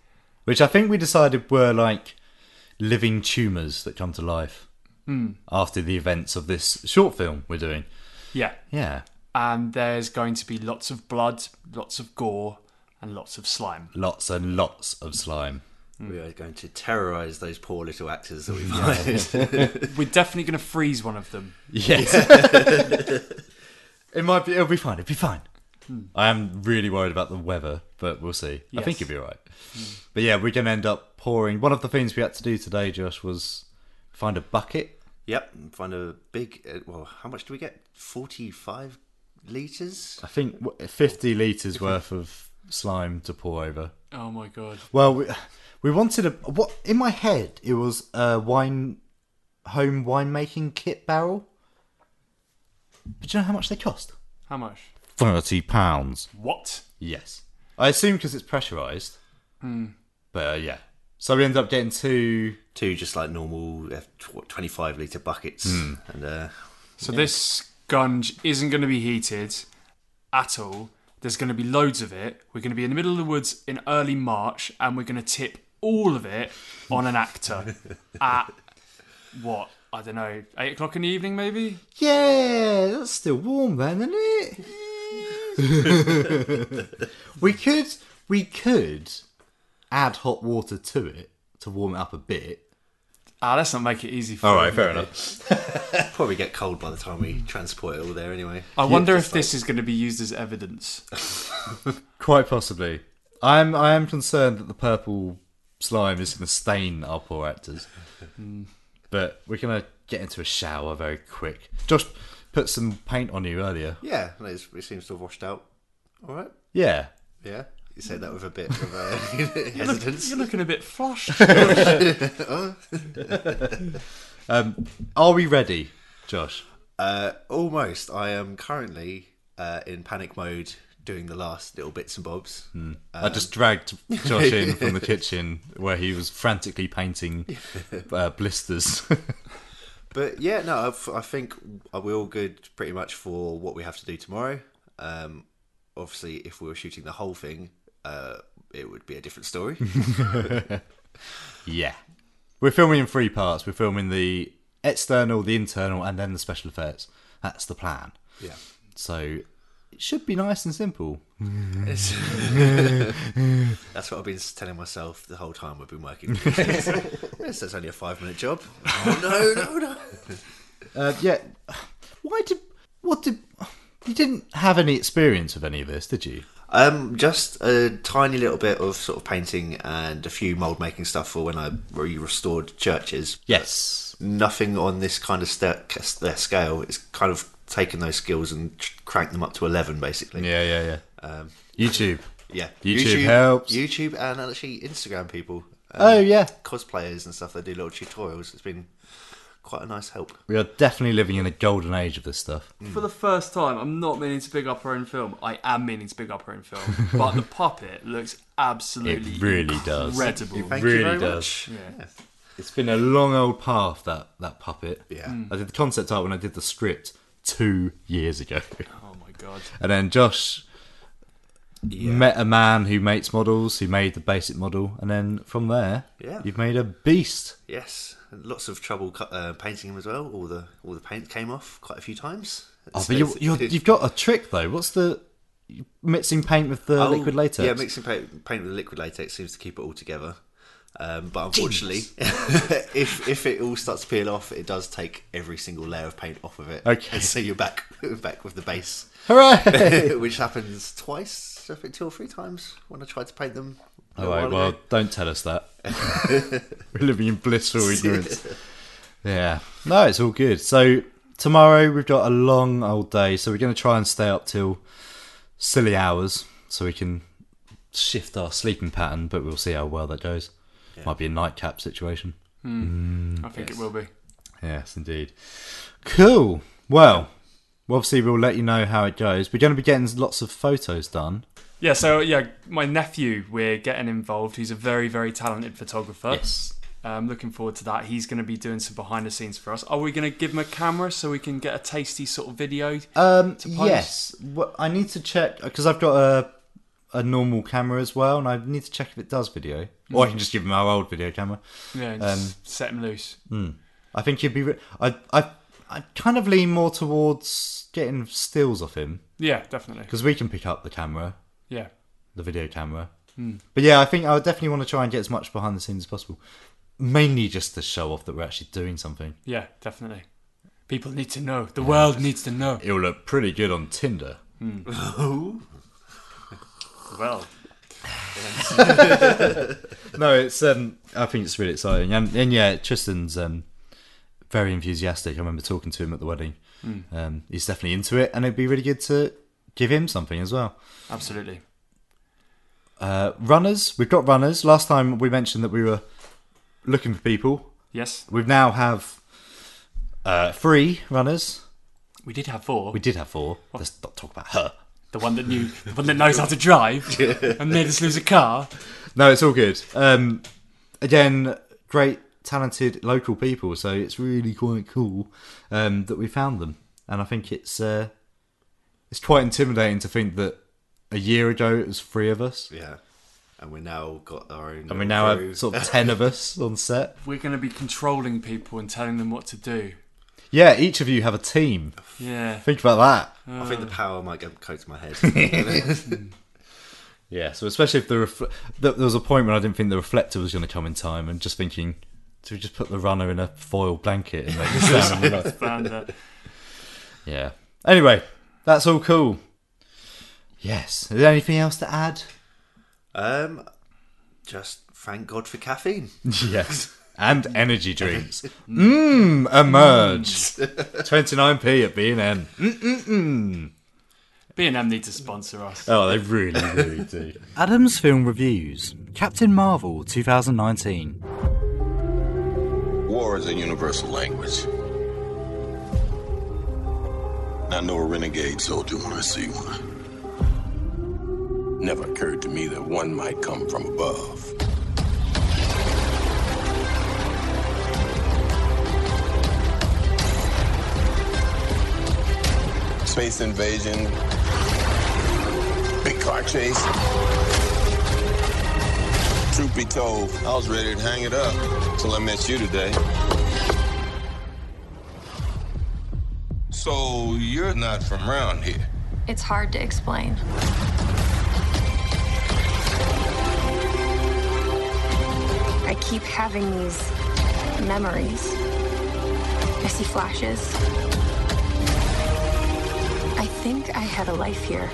[SPEAKER 12] Which I think we decided were like living tumours that come to life
[SPEAKER 2] Hmm.
[SPEAKER 12] after the events of this short film we're doing.
[SPEAKER 2] Yeah.
[SPEAKER 12] Yeah.
[SPEAKER 2] And there's going to be lots of blood, lots of gore, and lots of slime.
[SPEAKER 12] Lots and lots of slime.
[SPEAKER 13] We are going to terrorise those poor little actors that we find.
[SPEAKER 2] We're definitely going to freeze one of them.
[SPEAKER 12] Yes. it might be. It'll be fine. It'll be fine.
[SPEAKER 2] Hmm.
[SPEAKER 12] I am really worried about the weather, but we'll see. I think
[SPEAKER 2] Yes.
[SPEAKER 12] you'll be all right.
[SPEAKER 2] Hmm.
[SPEAKER 12] But yeah, we're gonna end up pouring. One of the things we had to do today, Josh, was find a bucket.
[SPEAKER 13] yep, find a big. Uh, well, how much do we get? 45 litres?
[SPEAKER 12] I think w- fifty liters worth of slime to pour over.
[SPEAKER 2] Oh my god.
[SPEAKER 12] Well, we, we wanted a what in my head it was a wine home winemaking kit barrel. But do you know how much they cost?
[SPEAKER 2] How much?
[SPEAKER 12] Thirty pounds.
[SPEAKER 2] What?
[SPEAKER 12] Yes. I assume because it's pressurized.
[SPEAKER 2] Hmm.
[SPEAKER 12] But uh, yeah, so we ended up getting two
[SPEAKER 13] two just like normal uh, tw- twenty-five liter buckets,
[SPEAKER 12] Hmm.
[SPEAKER 13] and uh,
[SPEAKER 2] So
[SPEAKER 13] yeah.
[SPEAKER 2] this gunge isn't going to be heated at all. There's going to be loads of it. We're going to be in the middle of the woods in early March, and we're going to tip all of it on an actor at what I don't know, eight o'clock in the evening, maybe.
[SPEAKER 12] Yeah, that's still warm then, isn't it? we could we could add hot water to it to warm it up a bit.
[SPEAKER 2] Ah, let's not make it easy for.
[SPEAKER 12] All right,
[SPEAKER 2] them,
[SPEAKER 12] fair
[SPEAKER 2] maybe.
[SPEAKER 13] enough. Probably get cold by the time we transport it all there anyway.
[SPEAKER 2] I wonder if this is going to be used as evidence.
[SPEAKER 12] Quite possibly. I'm I am concerned that the purple slime is going to stain our poor actors.
[SPEAKER 2] Mm.
[SPEAKER 12] But we're going to get into a shower very quick. Josh put some paint on you earlier.
[SPEAKER 13] Yeah, no, it's, it seems to have washed out. All right.
[SPEAKER 12] Yeah.
[SPEAKER 13] Yeah. You said that with a bit of uh, hesitance.
[SPEAKER 2] You're looking a bit flushed.
[SPEAKER 13] Oh.
[SPEAKER 12] um, are we ready, Josh?
[SPEAKER 13] Uh, almost. I am currently uh, in panic mode doing the last little bits and bobs.
[SPEAKER 12] Hmm. I
[SPEAKER 13] Um,
[SPEAKER 12] just dragged Josh in from the kitchen where he was frantically painting uh, blisters.
[SPEAKER 13] But yeah, no, I've, I think we're all good pretty much for what we have to do tomorrow. Um, obviously, if we were shooting the whole thing, uh, it would be a different story.
[SPEAKER 12] yeah. We're filming in three parts. We're filming the external, the internal, and then the special effects. That's the plan.
[SPEAKER 13] Yeah.
[SPEAKER 12] So it should be nice and simple.
[SPEAKER 13] It's- That's what I've been telling myself the whole time I've been working. Yes, That's only a five minute job. Oh, no, no, no.
[SPEAKER 12] Uh, yeah. Why did. What did. You didn't have any experience of any of this, did you?
[SPEAKER 13] Um, just a tiny little bit of sort of painting and a few mold making stuff for when I re restored churches.
[SPEAKER 12] Yes.
[SPEAKER 13] Nothing on this kind of st- their scale. It's kind of taken those skills and tr- cranked them up to 11, basically.
[SPEAKER 12] Yeah, yeah, yeah.
[SPEAKER 13] Um,
[SPEAKER 12] YouTube.
[SPEAKER 13] yeah.
[SPEAKER 12] YouTube helps.
[SPEAKER 13] YouTube and actually Instagram people. um,
[SPEAKER 12] Oh, yeah.
[SPEAKER 13] Cosplayers and stuff. They do little tutorials. It's been quite a nice help.
[SPEAKER 12] We are definitely living in a golden age of this stuff.
[SPEAKER 2] For the first time, I'm not meaning to pick up her own film. I am meaning to pick up her own film, but the puppet looks absolutely
[SPEAKER 13] Mm.
[SPEAKER 12] It really does.
[SPEAKER 2] incredible.
[SPEAKER 12] It really does.
[SPEAKER 2] Yeah.
[SPEAKER 12] It's been a long old path that that puppet.
[SPEAKER 13] Yeah.
[SPEAKER 2] Mm.
[SPEAKER 12] I did the concept art when I did the script two years ago.
[SPEAKER 2] Oh my god.
[SPEAKER 12] And then Josh met a man who makes models, who made the basic model, and then from there,
[SPEAKER 13] Yeah.
[SPEAKER 12] you've made a beast.
[SPEAKER 13] Yes, and lots of trouble cu- uh, painting him as well. All the all the paint came off quite a few times.
[SPEAKER 12] Oh,
[SPEAKER 13] So
[SPEAKER 12] but you,
[SPEAKER 13] it's-
[SPEAKER 12] you're, you've got a trick though. What's the mixing paint with the
[SPEAKER 13] Oh,
[SPEAKER 12] liquid latex?
[SPEAKER 13] Yeah, mixing paint, paint with liquid latex seems to keep it all together. Um, but unfortunately, if if it all starts to peel off, it does take every single layer of paint off of it.
[SPEAKER 12] Okay.
[SPEAKER 13] and so you're back back with the base.
[SPEAKER 12] Hooray!
[SPEAKER 13] Which happens twice, I think, two or three times when I tried to paint them. a
[SPEAKER 12] All right.
[SPEAKER 13] while
[SPEAKER 12] Well,
[SPEAKER 13] ago.
[SPEAKER 12] don't tell us that. We're living in blissful ignorance. Yeah. No, it's all good. So tomorrow we've got a long old day, so we're going to try and stay up till silly hours so we can shift our sleeping pattern. But we'll see how well that goes. Might be a nightcap situation.
[SPEAKER 2] Hmm. I think it will be.
[SPEAKER 12] Yes, indeed. Cool. Well, obviously we'll let you know how it goes. We're going to be getting lots of photos done.
[SPEAKER 2] Yeah, so yeah, my nephew, we're getting involved. He's a very, very talented photographer.
[SPEAKER 12] Yes.
[SPEAKER 2] Um, looking forward to that. He's going to be doing some behind the scenes for us. Are we going to give him a camera so we can get a tasty sort of video?
[SPEAKER 12] Um,
[SPEAKER 2] to post?
[SPEAKER 12] yes. Well, I need to check because I've got a a normal camera as well, and I need to check if it does video, or I can just give him our old video camera.
[SPEAKER 2] Yeah,
[SPEAKER 12] Um,
[SPEAKER 2] just set him loose.
[SPEAKER 12] hmm. I think you'd be. Re- I I I kind of lean more towards getting stills off him
[SPEAKER 2] Yeah, definitely.
[SPEAKER 12] because we can pick up the camera,
[SPEAKER 2] Yeah.
[SPEAKER 12] the video camera.
[SPEAKER 2] Hmm.
[SPEAKER 12] But yeah, I think I would definitely want to try and get as much behind the scenes as possible, mainly just to show off that we're actually doing something.
[SPEAKER 2] Yeah, definitely. People need to know. The world needs to know.
[SPEAKER 12] It'll look pretty good on Tinder.
[SPEAKER 2] Well.
[SPEAKER 12] no, it's um, I think it's really exciting, and, and yeah, Tristan's um, very enthusiastic. I remember talking to him at the wedding.
[SPEAKER 2] Mm.
[SPEAKER 12] Um, he's definitely into it, and it'd be really good to give him something as well.
[SPEAKER 2] Absolutely.
[SPEAKER 12] Uh, runners, we've got runners. Last time we mentioned that we were looking for people.
[SPEAKER 2] Yes.
[SPEAKER 12] we now have uh, three runners.
[SPEAKER 2] We did have four.
[SPEAKER 12] We did have four. Let's not talk about her.
[SPEAKER 2] The one that knew, the one that knows how to drive, and made us lose a car.
[SPEAKER 12] No, it's all good. Um, again, great, talented local people, so it's really quite cool um, that we found them. And I think it's uh, it's quite intimidating to think that a year ago it was three of us.
[SPEAKER 13] Yeah. And we're now got our own.
[SPEAKER 12] And we now have sort of ten of us on set.
[SPEAKER 2] We're going to be controlling people and telling them what to do.
[SPEAKER 12] Yeah, each of you have a team.
[SPEAKER 2] Yeah.
[SPEAKER 12] Think about that.
[SPEAKER 13] I think the power might go go to my head.
[SPEAKER 12] Yeah, so especially if the, refl- th there was a point when I didn't think the reflector was going to come in time, and just thinking, do we just put the runner in a foil blanket and make it sound? and we're not- yeah. Anyway, that's all cool. Yes. Is there anything else to add?
[SPEAKER 13] um, just thank God for caffeine.
[SPEAKER 12] Yes. And energy drinks. Mmm, emerge. 29p at B&M. Mm-mm-mm.
[SPEAKER 2] B&M need to sponsor us.
[SPEAKER 12] Oh, they really, really do.
[SPEAKER 1] Adam's Film Reviews Captain Marvel 2019.
[SPEAKER 14] War is a universal language. And I know a renegade soldier when I see one. Never occurred to me that one might come from above. Space invasion, big car chase. Truth be told, I was ready to hang it up till I met you today. So you're not from around here.
[SPEAKER 15] It's hard to explain. I keep having these memories. I see flashes. I think I had a life here.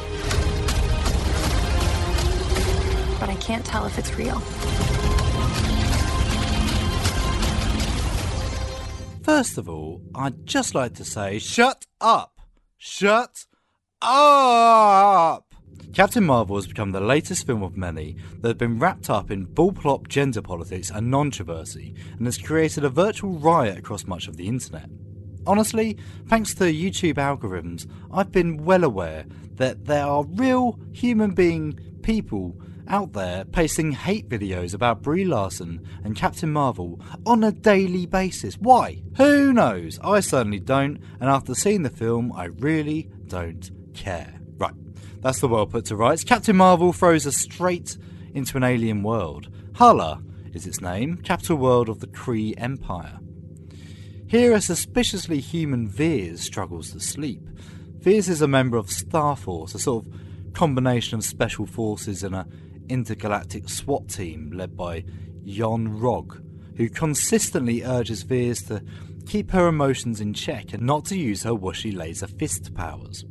[SPEAKER 15] But I can't tell if it's real.
[SPEAKER 1] First of all, I'd just like to say, shut up! Shut up! Captain Marvel has become the latest film of many that have been wrapped up in bullplop gender politics and controversy, and has created a virtual riot across much of the internet. Honestly, thanks to YouTube algorithms, I've been well aware that there are real human being people out there pasting hate videos about Brie Larson and Captain Marvel on a daily basis. Why? Who knows? I certainly don't, and after seeing the film, I really don't care. Right, that's the world put to rights. Captain Marvel throws us straight into an alien world. Hala is its name, capital world of the Kree Empire. Here, a suspiciously human Veers struggles to sleep. Veers is a member of Star Force, a sort of combination of special forces and a intergalactic SWAT team led by Yon Rog, who consistently urges Veers to keep her emotions in check and not to use her washy laser fist powers.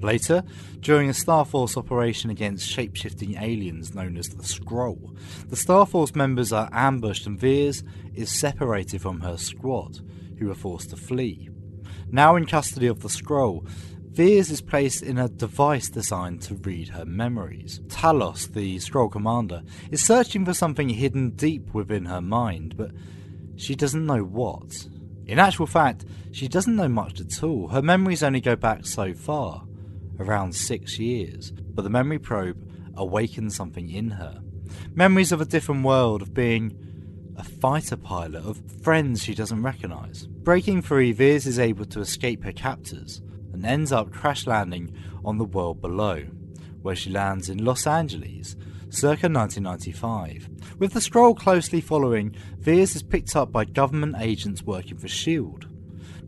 [SPEAKER 1] Later, during a Star Force operation against shapeshifting aliens known as the Scroll, the Star Force members are ambushed and Veers is separated from her squad, who are forced to flee. Now in custody of the Scroll, Veers is placed in a device designed to read her memories. Talos, the Scroll commander, is searching for something hidden deep within her mind, but she doesn't know what. In actual fact, she doesn't know much at all. Her memories only go back so far around six years, but the memory probe awakens something in her. Memories of a different world, of being a fighter pilot, of friends she doesn't recognise. Breaking free, Veers is able to escape her captors and ends up crash landing on the world below, where she lands in Los Angeles circa 1995. With the scroll closely following, Veers is picked up by government agents working for S.H.I.E.L.D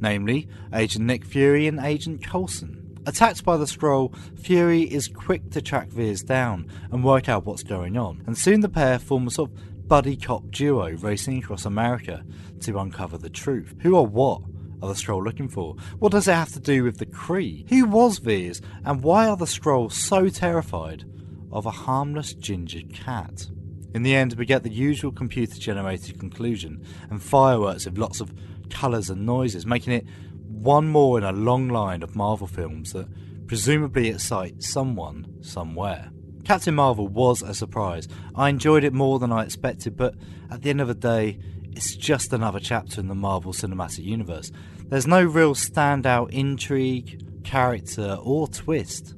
[SPEAKER 1] namely Agent Nick Fury and Agent Coulson. Attacked by the scroll, Fury is quick to track Veers down and work out what's going on, and soon the pair form a sort of buddy cop duo racing across America to uncover the truth. Who or what are the scroll looking for? What does it have to do with the Kree? Who was Veers, and why are the scroll so terrified of a harmless ginger cat? In the end, we get the usual computer generated conclusion and fireworks with lots of colours and noises, making it one more in a long line of Marvel films that presumably excite someone somewhere. Captain Marvel was a surprise. I enjoyed it more than I expected, but at the end of the day, it's just another chapter in the Marvel Cinematic Universe. There's no real standout intrigue, character, or twist.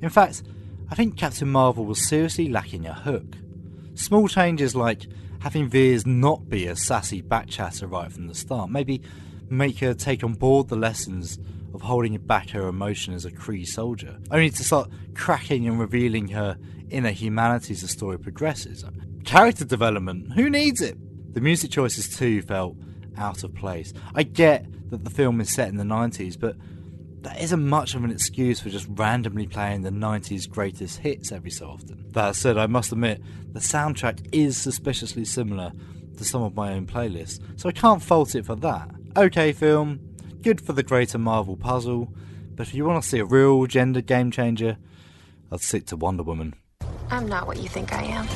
[SPEAKER 1] In fact, I think Captain Marvel was seriously lacking a hook.
[SPEAKER 12] Small changes like having Veers not be a sassy backchatter right from the start, maybe make her take on board the lessons of holding back her emotion as a Kree soldier, only to start cracking and revealing her inner humanity as the story progresses. Character development, who needs it? The music choices too felt out of place. I get that the film is set in the 90s, but that isn't much of an excuse for just randomly playing the 90s greatest hits every so often. That said, I must admit, the soundtrack is suspiciously similar to some of my own playlists, so I can't fault it for that. Okay, film, good for the greater Marvel puzzle, but if you want to see a real gender game changer, I'd stick to Wonder Woman.
[SPEAKER 6] I'm not what you think I am.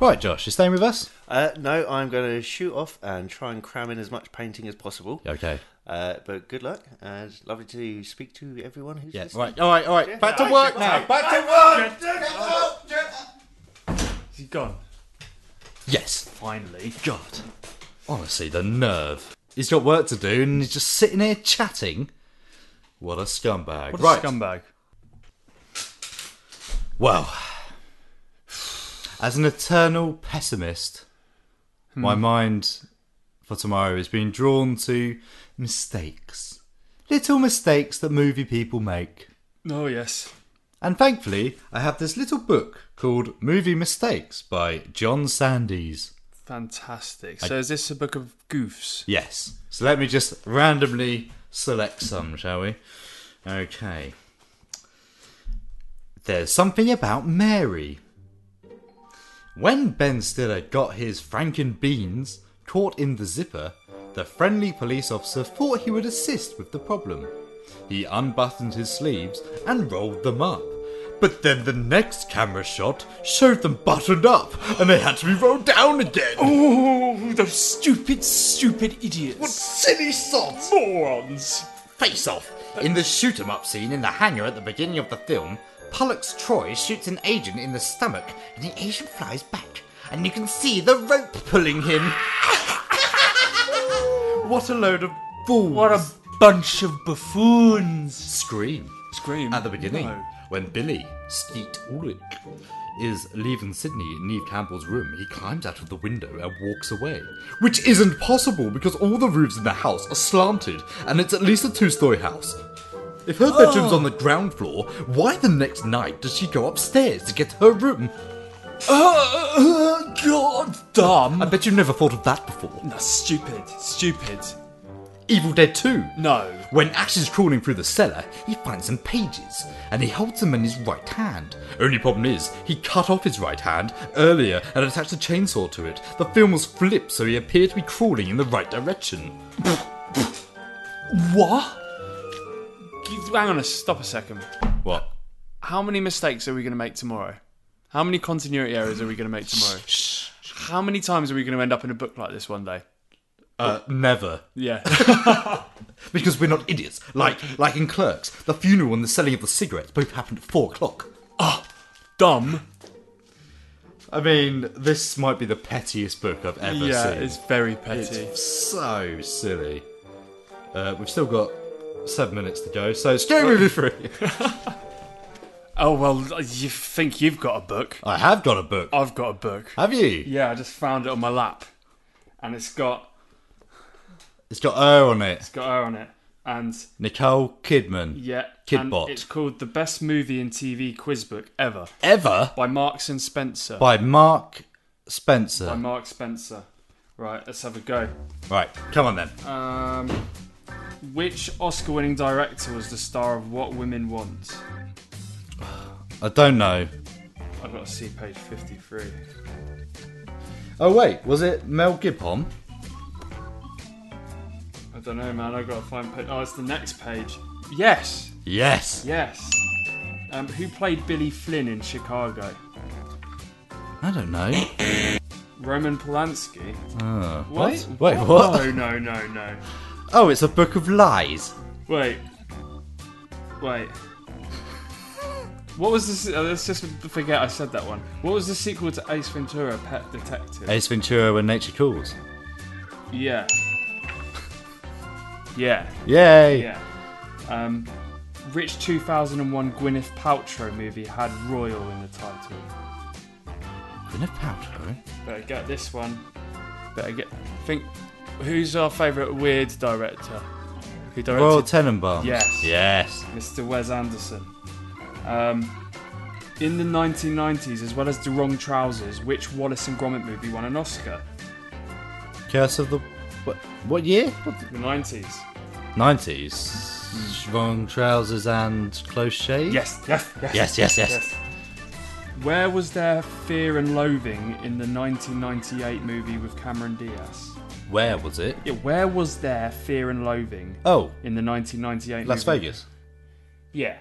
[SPEAKER 12] Right, Josh, you staying with us?
[SPEAKER 3] Uh, no, I'm going to shoot off and try and cram in as much painting as possible.
[SPEAKER 12] Okay.
[SPEAKER 3] Uh, but good luck, and lovely to speak to everyone who's
[SPEAKER 12] Yeah,
[SPEAKER 3] listening.
[SPEAKER 12] right, all right, all right.
[SPEAKER 3] Cheers.
[SPEAKER 12] Back to work now.
[SPEAKER 3] Back to work.
[SPEAKER 2] Is he gone?
[SPEAKER 12] Yes.
[SPEAKER 2] Finally.
[SPEAKER 12] God. Honestly, the nerve. He's got work to do and he's just sitting here chatting. What a scumbag.
[SPEAKER 2] What a
[SPEAKER 12] right.
[SPEAKER 2] scumbag.
[SPEAKER 12] well, as an eternal pessimist,
[SPEAKER 2] Hmm.
[SPEAKER 12] my mind for tomorrow is being drawn to mistakes. Little mistakes that movie people make.
[SPEAKER 2] Oh, yes.
[SPEAKER 12] And thankfully, I have this little book called Movie Mistakes by John Sandys.
[SPEAKER 2] Fantastic.
[SPEAKER 12] I-
[SPEAKER 2] So is this a book of goofs?
[SPEAKER 12] Yes. So let me just randomly select some, shall we? Okay. There's something about Mary. When Ben Stiller got his Franken beans caught in the zipper, the friendly police officer thought he would assist with the problem. He unbuttoned his sleeves and rolled them up. But then the next camera shot showed them buttoned up and they had to be rolled down again.
[SPEAKER 16] Oh, those stupid, stupid idiots. What
[SPEAKER 12] silly sods.
[SPEAKER 16] Morons.
[SPEAKER 12] Face off! In the shoot 'em up scene in the hangar at the beginning of the film, Pollux Troy shoots an agent in the stomach, and the agent flies back, and you can see the rope pulling him. what a load of fools! What a bunch of buffoons! Scream!
[SPEAKER 2] Scream
[SPEAKER 12] at the beginning
[SPEAKER 2] No.
[SPEAKER 12] when Billy Skeet Ulrich is leaving Sydney in Neve Campbell's room. He climbs out of the window and walks away, which isn't possible because all the roofs in the house are slanted, and it's at least a two-story house. If her bedroom's
[SPEAKER 16] Oh.
[SPEAKER 12] on the ground floor, why the next night does she go upstairs to get to her room?
[SPEAKER 16] God damn!
[SPEAKER 12] I bet you've never thought of that before.
[SPEAKER 2] No, stupid. Stupid.
[SPEAKER 12] Evil Dead 2.
[SPEAKER 2] No.
[SPEAKER 12] When Ash is crawling through the cellar, he finds some pages and he holds them in his right hand. Only problem is, he cut off his right hand earlier and attached a chainsaw to it. The film was flipped so he appeared to be crawling in the right direction.
[SPEAKER 2] What? Hang on, a stop a second.
[SPEAKER 12] What?
[SPEAKER 2] How many mistakes are we going to make tomorrow? How many continuity errors are we going to make tomorrow? How many times are we going to end up in a book like this one day?
[SPEAKER 12] Uh, never.
[SPEAKER 2] Yeah.
[SPEAKER 12] Because we're not idiots. Like, like in Clerks, the funeral and the selling of the cigarettes both happened at four o'clock.
[SPEAKER 2] Ah, dumb.
[SPEAKER 12] I mean, this might be the pettiest book I've ever
[SPEAKER 2] Yeah,
[SPEAKER 12] seen.
[SPEAKER 2] it's very petty.
[SPEAKER 12] It's so silly. Uh, we've still got seven minutes to go, so scary movie three.
[SPEAKER 2] Oh, well, you think you've got a book.
[SPEAKER 12] I have got a book.
[SPEAKER 2] I've got a book.
[SPEAKER 12] Have you?
[SPEAKER 2] Oh. Yeah, I just found it on my lap. And it's got
[SPEAKER 12] It's got her on it.
[SPEAKER 2] it's got her on it. And
[SPEAKER 12] Nicole Kidman.
[SPEAKER 2] yeah, and
[SPEAKER 12] Kidbot.
[SPEAKER 2] it's called The Best Movie and TV Quiz Book Ever.
[SPEAKER 12] Ever?
[SPEAKER 2] By Marks and Spencer.
[SPEAKER 12] By Mark Spencer.
[SPEAKER 2] By Mark Spencer. Right, let's have a go.
[SPEAKER 12] right, come on then.
[SPEAKER 2] Um, which Oscar-winning director was the star of What Women Want?
[SPEAKER 12] I don't know.
[SPEAKER 2] I've got to see page fifty-three.
[SPEAKER 12] Oh wait, was it Mel Gibson?
[SPEAKER 2] I don't know, man. I've got to find page. Oh, it's the next page. Yes.
[SPEAKER 12] Yes.
[SPEAKER 2] Yes. Um, who played Billy Flynn in Chicago?
[SPEAKER 12] I don't know.
[SPEAKER 2] Roman Polanski.
[SPEAKER 12] Oh.
[SPEAKER 2] Wait.
[SPEAKER 12] Wait, what?
[SPEAKER 2] No, no, no, no.
[SPEAKER 12] Oh, it's a book of lies.
[SPEAKER 2] Wait. Wait. What was this? Uh, let's just forget I said that one. What was the sequel to Ace Ventura: Pet Detective?
[SPEAKER 12] Ace Ventura: When Nature Calls.
[SPEAKER 2] Yeah. Yeah.
[SPEAKER 12] Yay.
[SPEAKER 2] Yeah. Um, Rich 2001 Gwyneth Paltrow movie had Royal in the title.
[SPEAKER 12] Gwyneth Paltrow?
[SPEAKER 2] Better get this one. Better get. Think. Who's our favourite weird director? Who directed?
[SPEAKER 12] Royal Tenenbaums.
[SPEAKER 2] Yes.
[SPEAKER 12] Yes.
[SPEAKER 2] Mr. Wes Anderson. Um, in the 1990s, as well as The Wrong Trousers, which Wallace and Gromit movie won an Oscar?
[SPEAKER 12] Curse of the. What, what year? What
[SPEAKER 2] the 90s.
[SPEAKER 12] 90s. Wrong trousers and close shave?
[SPEAKER 2] Yes, yes, yes.
[SPEAKER 12] Yes, yes, yes.
[SPEAKER 2] Where was there fear and loathing in the 1998 movie with Cameron Diaz?
[SPEAKER 12] Where was it?
[SPEAKER 2] Yeah, where was there fear and loathing?
[SPEAKER 12] Oh.
[SPEAKER 2] In the 1998
[SPEAKER 12] Las
[SPEAKER 2] movie?
[SPEAKER 12] Vegas.
[SPEAKER 2] Yeah.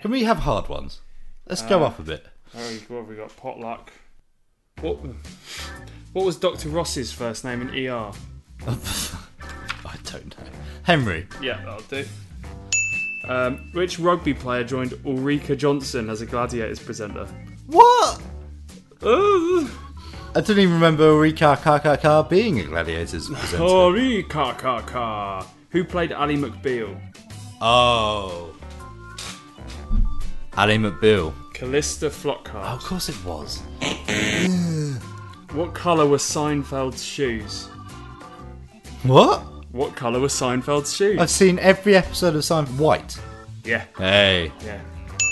[SPEAKER 12] Can we have hard ones? Let's go
[SPEAKER 2] Uh,
[SPEAKER 12] up a bit.
[SPEAKER 2] Where we, what have we got? Potluck. What, what was Dr. Ross's first name in ER?
[SPEAKER 12] I don't know. Henry.
[SPEAKER 2] Yeah, that'll do. Um, which rugby player joined Ulrika Johnson as a Gladiators presenter?
[SPEAKER 12] What? I didn't even remember Rika KKK being a gladiator's presenter.
[SPEAKER 2] Oh. Ulrika Kaka. Who played Ali McBeal?
[SPEAKER 12] Oh. Ali McBeal.
[SPEAKER 2] Callista Flockhart.
[SPEAKER 12] Oh, of course it was.
[SPEAKER 2] what colour were Seinfeld's shoes?
[SPEAKER 12] What?
[SPEAKER 2] What colour were Seinfeld's shoes?
[SPEAKER 12] I've seen every episode of Simon White.
[SPEAKER 2] Yeah.
[SPEAKER 12] Hey.
[SPEAKER 2] Yeah.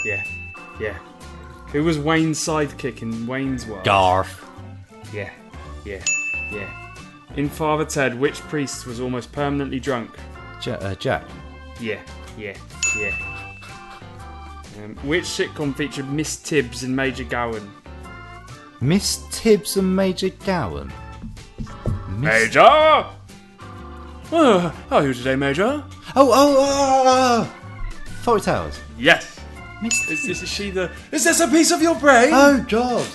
[SPEAKER 2] Yeah. Yeah. Who was Wayne's sidekick in Wayne's World?
[SPEAKER 12] Garth.
[SPEAKER 2] Yeah. Yeah. Yeah. In Father Ted, which priest was almost permanently drunk?
[SPEAKER 12] Ja- uh, Jack.
[SPEAKER 2] Yeah. Yeah. Yeah. Um, which sitcom featured Miss Tibbs and Major Gowan?
[SPEAKER 12] Miss Tibbs and Major Gowan. Miss-
[SPEAKER 2] Major! Oh, how Ah, are you today, Major?
[SPEAKER 12] Oh, oh, oh, oh, oh. Forty Towers.
[SPEAKER 2] Yes.
[SPEAKER 12] Miss
[SPEAKER 2] Is, is she the? Is this a piece of your brain?
[SPEAKER 12] Oh, God.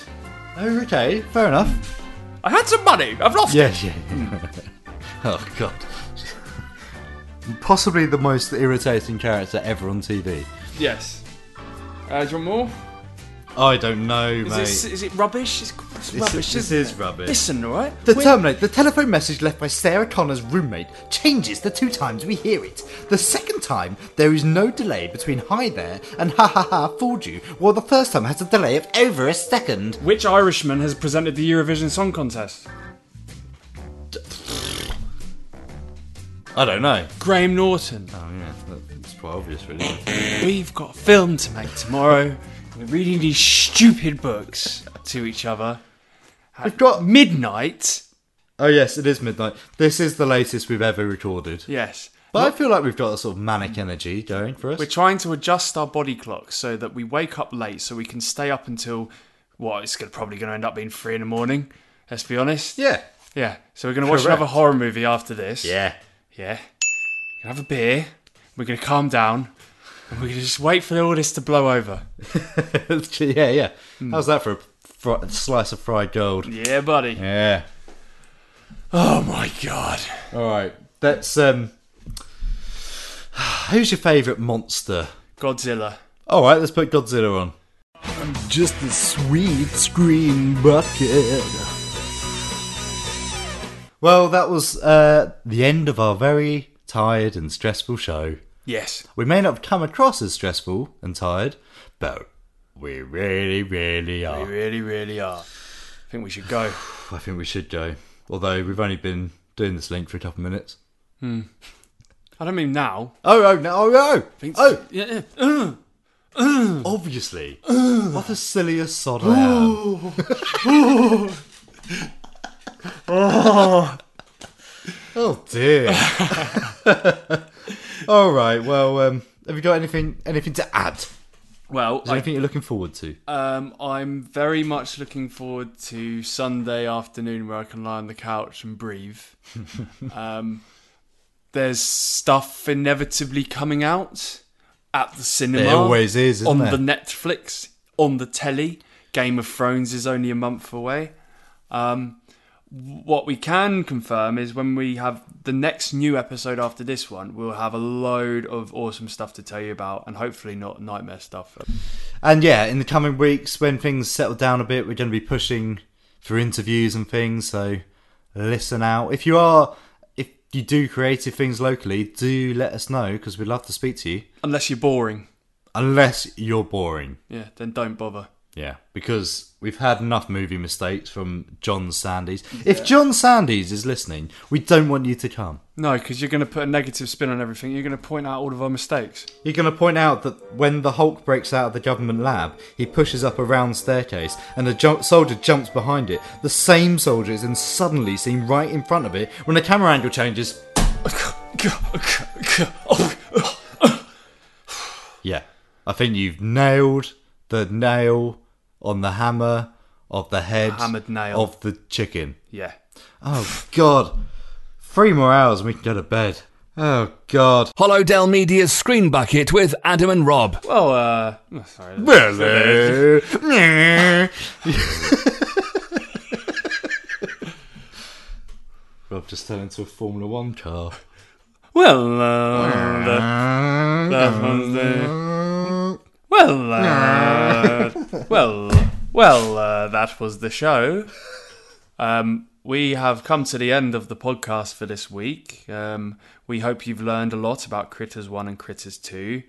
[SPEAKER 12] Oh, okay. Fair enough.
[SPEAKER 2] I had some money. I've lost
[SPEAKER 12] Yeah, yeah. oh, God. Possibly the most irritating character ever on TV.
[SPEAKER 2] Yes. Uh, do you want more?
[SPEAKER 12] I don't know,
[SPEAKER 2] Is,
[SPEAKER 12] mate.
[SPEAKER 2] this, is it rubbish? It's, it's
[SPEAKER 12] This-
[SPEAKER 2] rubbish.
[SPEAKER 12] this
[SPEAKER 2] isn't
[SPEAKER 12] is
[SPEAKER 2] it?
[SPEAKER 12] rubbish.
[SPEAKER 2] Listen, alright?
[SPEAKER 12] The terminate. The telephone message left by Sarah Connor's roommate changes the two times we hear it. The second time, there is no delay between "Hi there" and "Ha ha ha, fooled you," while the first time has a delay of over a second.
[SPEAKER 2] Which Irishman has presented the Eurovision Song Contest?
[SPEAKER 12] I don't know.
[SPEAKER 2] Graham Norton.
[SPEAKER 12] Oh yeah, that's quite obvious, really.
[SPEAKER 2] We've got a film to make tomorrow. We're reading these stupid books to each other. We've
[SPEAKER 12] got
[SPEAKER 2] midnight.
[SPEAKER 12] oh yes, it is midnight. This is the latest we've ever recorded.
[SPEAKER 2] Yes.
[SPEAKER 12] But I feel like we've got a sort of manic energy going for us.
[SPEAKER 2] We're trying to adjust our body clock so that we wake up late so we can stay up until what it's gonna, probably going to end up being three in the morning. Let's be honest.
[SPEAKER 12] yeah.
[SPEAKER 2] Yeah. So we're going to watch
[SPEAKER 12] Correct.
[SPEAKER 2] another horror movie after this.
[SPEAKER 12] Yeah.
[SPEAKER 2] Yeah. We're gonna have a beer. We're going to calm down. And we're going to just wait for all this to blow over.
[SPEAKER 12] yeah, yeah. How's that for a fr- slice of fried gold?
[SPEAKER 2] Yeah, buddy.
[SPEAKER 12] Yeah.
[SPEAKER 2] Oh my god.
[SPEAKER 12] All right. That's um. Who's your favourite monster?
[SPEAKER 2] Godzilla.
[SPEAKER 12] All right, let's put Godzilla on.
[SPEAKER 17] Just a sweet screen bucket.
[SPEAKER 12] Well, that was uh, the end of our very tired and stressful show.
[SPEAKER 2] Yes.
[SPEAKER 12] We may not have come across as stressful and tired, but we really, really
[SPEAKER 2] We
[SPEAKER 12] are.
[SPEAKER 2] really, really are. I think we should go.
[SPEAKER 12] I think we should go. Although we've only been doing this link for a couple of minutes.
[SPEAKER 2] I don't mean now.
[SPEAKER 12] Oh, oh, no, oh, oh, oh,
[SPEAKER 2] Yeah.
[SPEAKER 12] obviously. what a silliest sod I am. Oh dear. All right. Well, um, have you got anything anything to add? Is
[SPEAKER 2] Well,
[SPEAKER 12] there anything you're looking forward to?
[SPEAKER 2] Um, I'm very much looking forward to Sunday afternoon where I can lie on the couch and breathe. um, there's stuff inevitably coming out at the cinema.
[SPEAKER 12] There always is, isn't
[SPEAKER 2] on
[SPEAKER 12] there?
[SPEAKER 2] the Netflix, on the telly. Game of Thrones is only a month away. Um, what we can confirm is when we have the next new episode after this one, we'll have a load of awesome stuff to tell you about, and hopefully not nightmare stuff.
[SPEAKER 12] And yeah, in the coming weeks, when things settle down a bit, we're going to be pushing for interviews and things. So listen out. If you are, if you do creative things locally, do let us know because we'd love to speak to you.
[SPEAKER 2] Unless you're boring.
[SPEAKER 12] Unless you're boring.
[SPEAKER 2] Yeah, then don't bother.
[SPEAKER 12] Yeah, because we've had enough movie mistakes from John Sandys. If John Sandys is listening, we don't want you to come.
[SPEAKER 2] No, because you're going to put a negative spin on everything. You're going to point out all of our mistakes.
[SPEAKER 12] You're going to point out that when the Hulk breaks out of the government lab, he pushes up a round staircase and a ju- soldier jumps behind it. The same soldier is then suddenly seen right in front of it when the camera angle changes. yeah, I think you've nailed the nail on the hammer of the head
[SPEAKER 2] Hammered nail.
[SPEAKER 12] of the chicken.
[SPEAKER 2] Yeah.
[SPEAKER 12] Oh God! Three more hours and we can go to bed. Oh God!
[SPEAKER 1] Hollowdell Media's Screen Bucket with Adam and Rob.
[SPEAKER 2] Well, uh, oh, sorry.
[SPEAKER 12] Billy. Rob just turned into a Formula One car.
[SPEAKER 2] Well, uh, that, that one's the- Well, uh, well, well, uh, that was the show. Um, we have come to the end of the podcast for this week. Um, we hope you've learned a lot about Critters 1 and Critters 2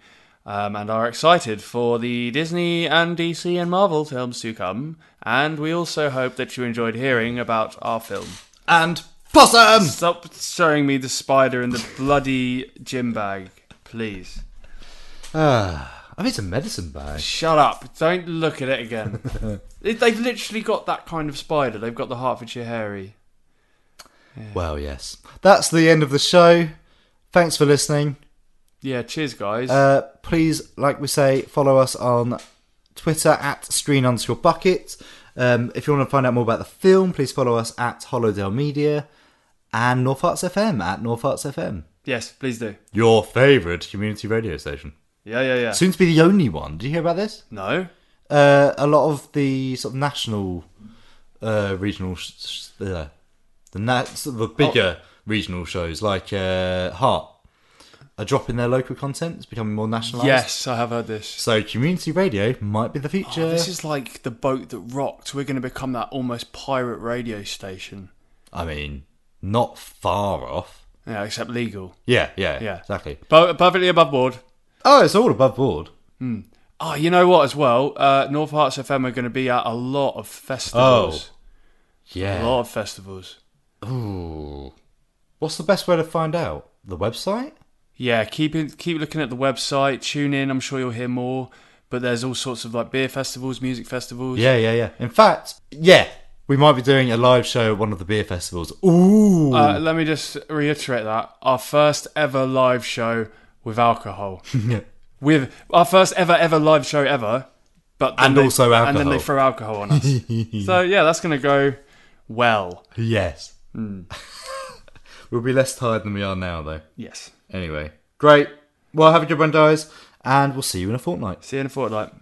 [SPEAKER 2] um, and are excited for the Disney and DC and Marvel films to come. And we also hope that you enjoyed hearing about our film.
[SPEAKER 12] And possum!
[SPEAKER 2] Stop showing me the spider in the bloody gym bag, please.
[SPEAKER 12] Ah, I mean it's a medicine bag.
[SPEAKER 2] Shut up. Don't look at it again. They- They've literally got that kind of spider. They've got the Hertfordshire hairy.
[SPEAKER 12] Well, yes. That's the end of the show. Thanks for listening.
[SPEAKER 2] Yeah, cheers, guys.
[SPEAKER 12] Uh, please, like we say, follow us on Twitter at screen underscore bucket. Um, if you want to find out more about the film, please follow us at Hollowdale Media and North Arts FM at North Arts FM.
[SPEAKER 2] yes, please do.
[SPEAKER 12] Your favourite community radio station.
[SPEAKER 2] Yeah, yeah, yeah.
[SPEAKER 12] Soon to be the only one. Did you hear about this?
[SPEAKER 2] No.
[SPEAKER 12] Uh, a lot of the sort of national, uh, regional, sh- sh- uh, the na- sort of the bigger
[SPEAKER 2] Oh.
[SPEAKER 12] regional shows like uh, Heart are dropping their local content. It's becoming more nationalised.
[SPEAKER 2] Yes, I have heard this.
[SPEAKER 12] So community radio might be the future.
[SPEAKER 2] Oh, this is like the boat that rocked. We're going to become that almost pirate radio station.
[SPEAKER 12] I mean, not far off.
[SPEAKER 2] Yeah, except legal.
[SPEAKER 12] Yeah, yeah,
[SPEAKER 2] Yeah.
[SPEAKER 12] exactly.
[SPEAKER 2] Bo- perfectly above board.
[SPEAKER 12] Oh, it's all above board.
[SPEAKER 2] Hmm. Oh, you know what, as well? Uh, North Hearts FM are going to be at a lot of festivals. A
[SPEAKER 12] Yeah.
[SPEAKER 2] lot of festivals.
[SPEAKER 12] Ooh. What's the best way to find out? The website?
[SPEAKER 2] Yeah, keep in, keep looking at the website. Tune in. I'm sure you'll hear more. But there's all sorts of like beer festivals, music festivals.
[SPEAKER 12] Yeah, yeah, yeah. In fact, yeah, we might be doing a live show at one of the beer festivals. Ooh.
[SPEAKER 2] Uh, let me just reiterate that our first ever live show with alcohol. with our first ever ever live show ever, but then
[SPEAKER 12] And
[SPEAKER 2] they-
[SPEAKER 12] also
[SPEAKER 2] and then
[SPEAKER 12] alcohol.
[SPEAKER 2] they throw alcohol on us. so yeah, that's gonna go well.
[SPEAKER 12] yes. we'll be less tired than we are now, though.
[SPEAKER 2] Yes.
[SPEAKER 12] Anyway, great. Well, have a good one, guys, and we'll see you in a fortnight.
[SPEAKER 2] See you in a fortnight.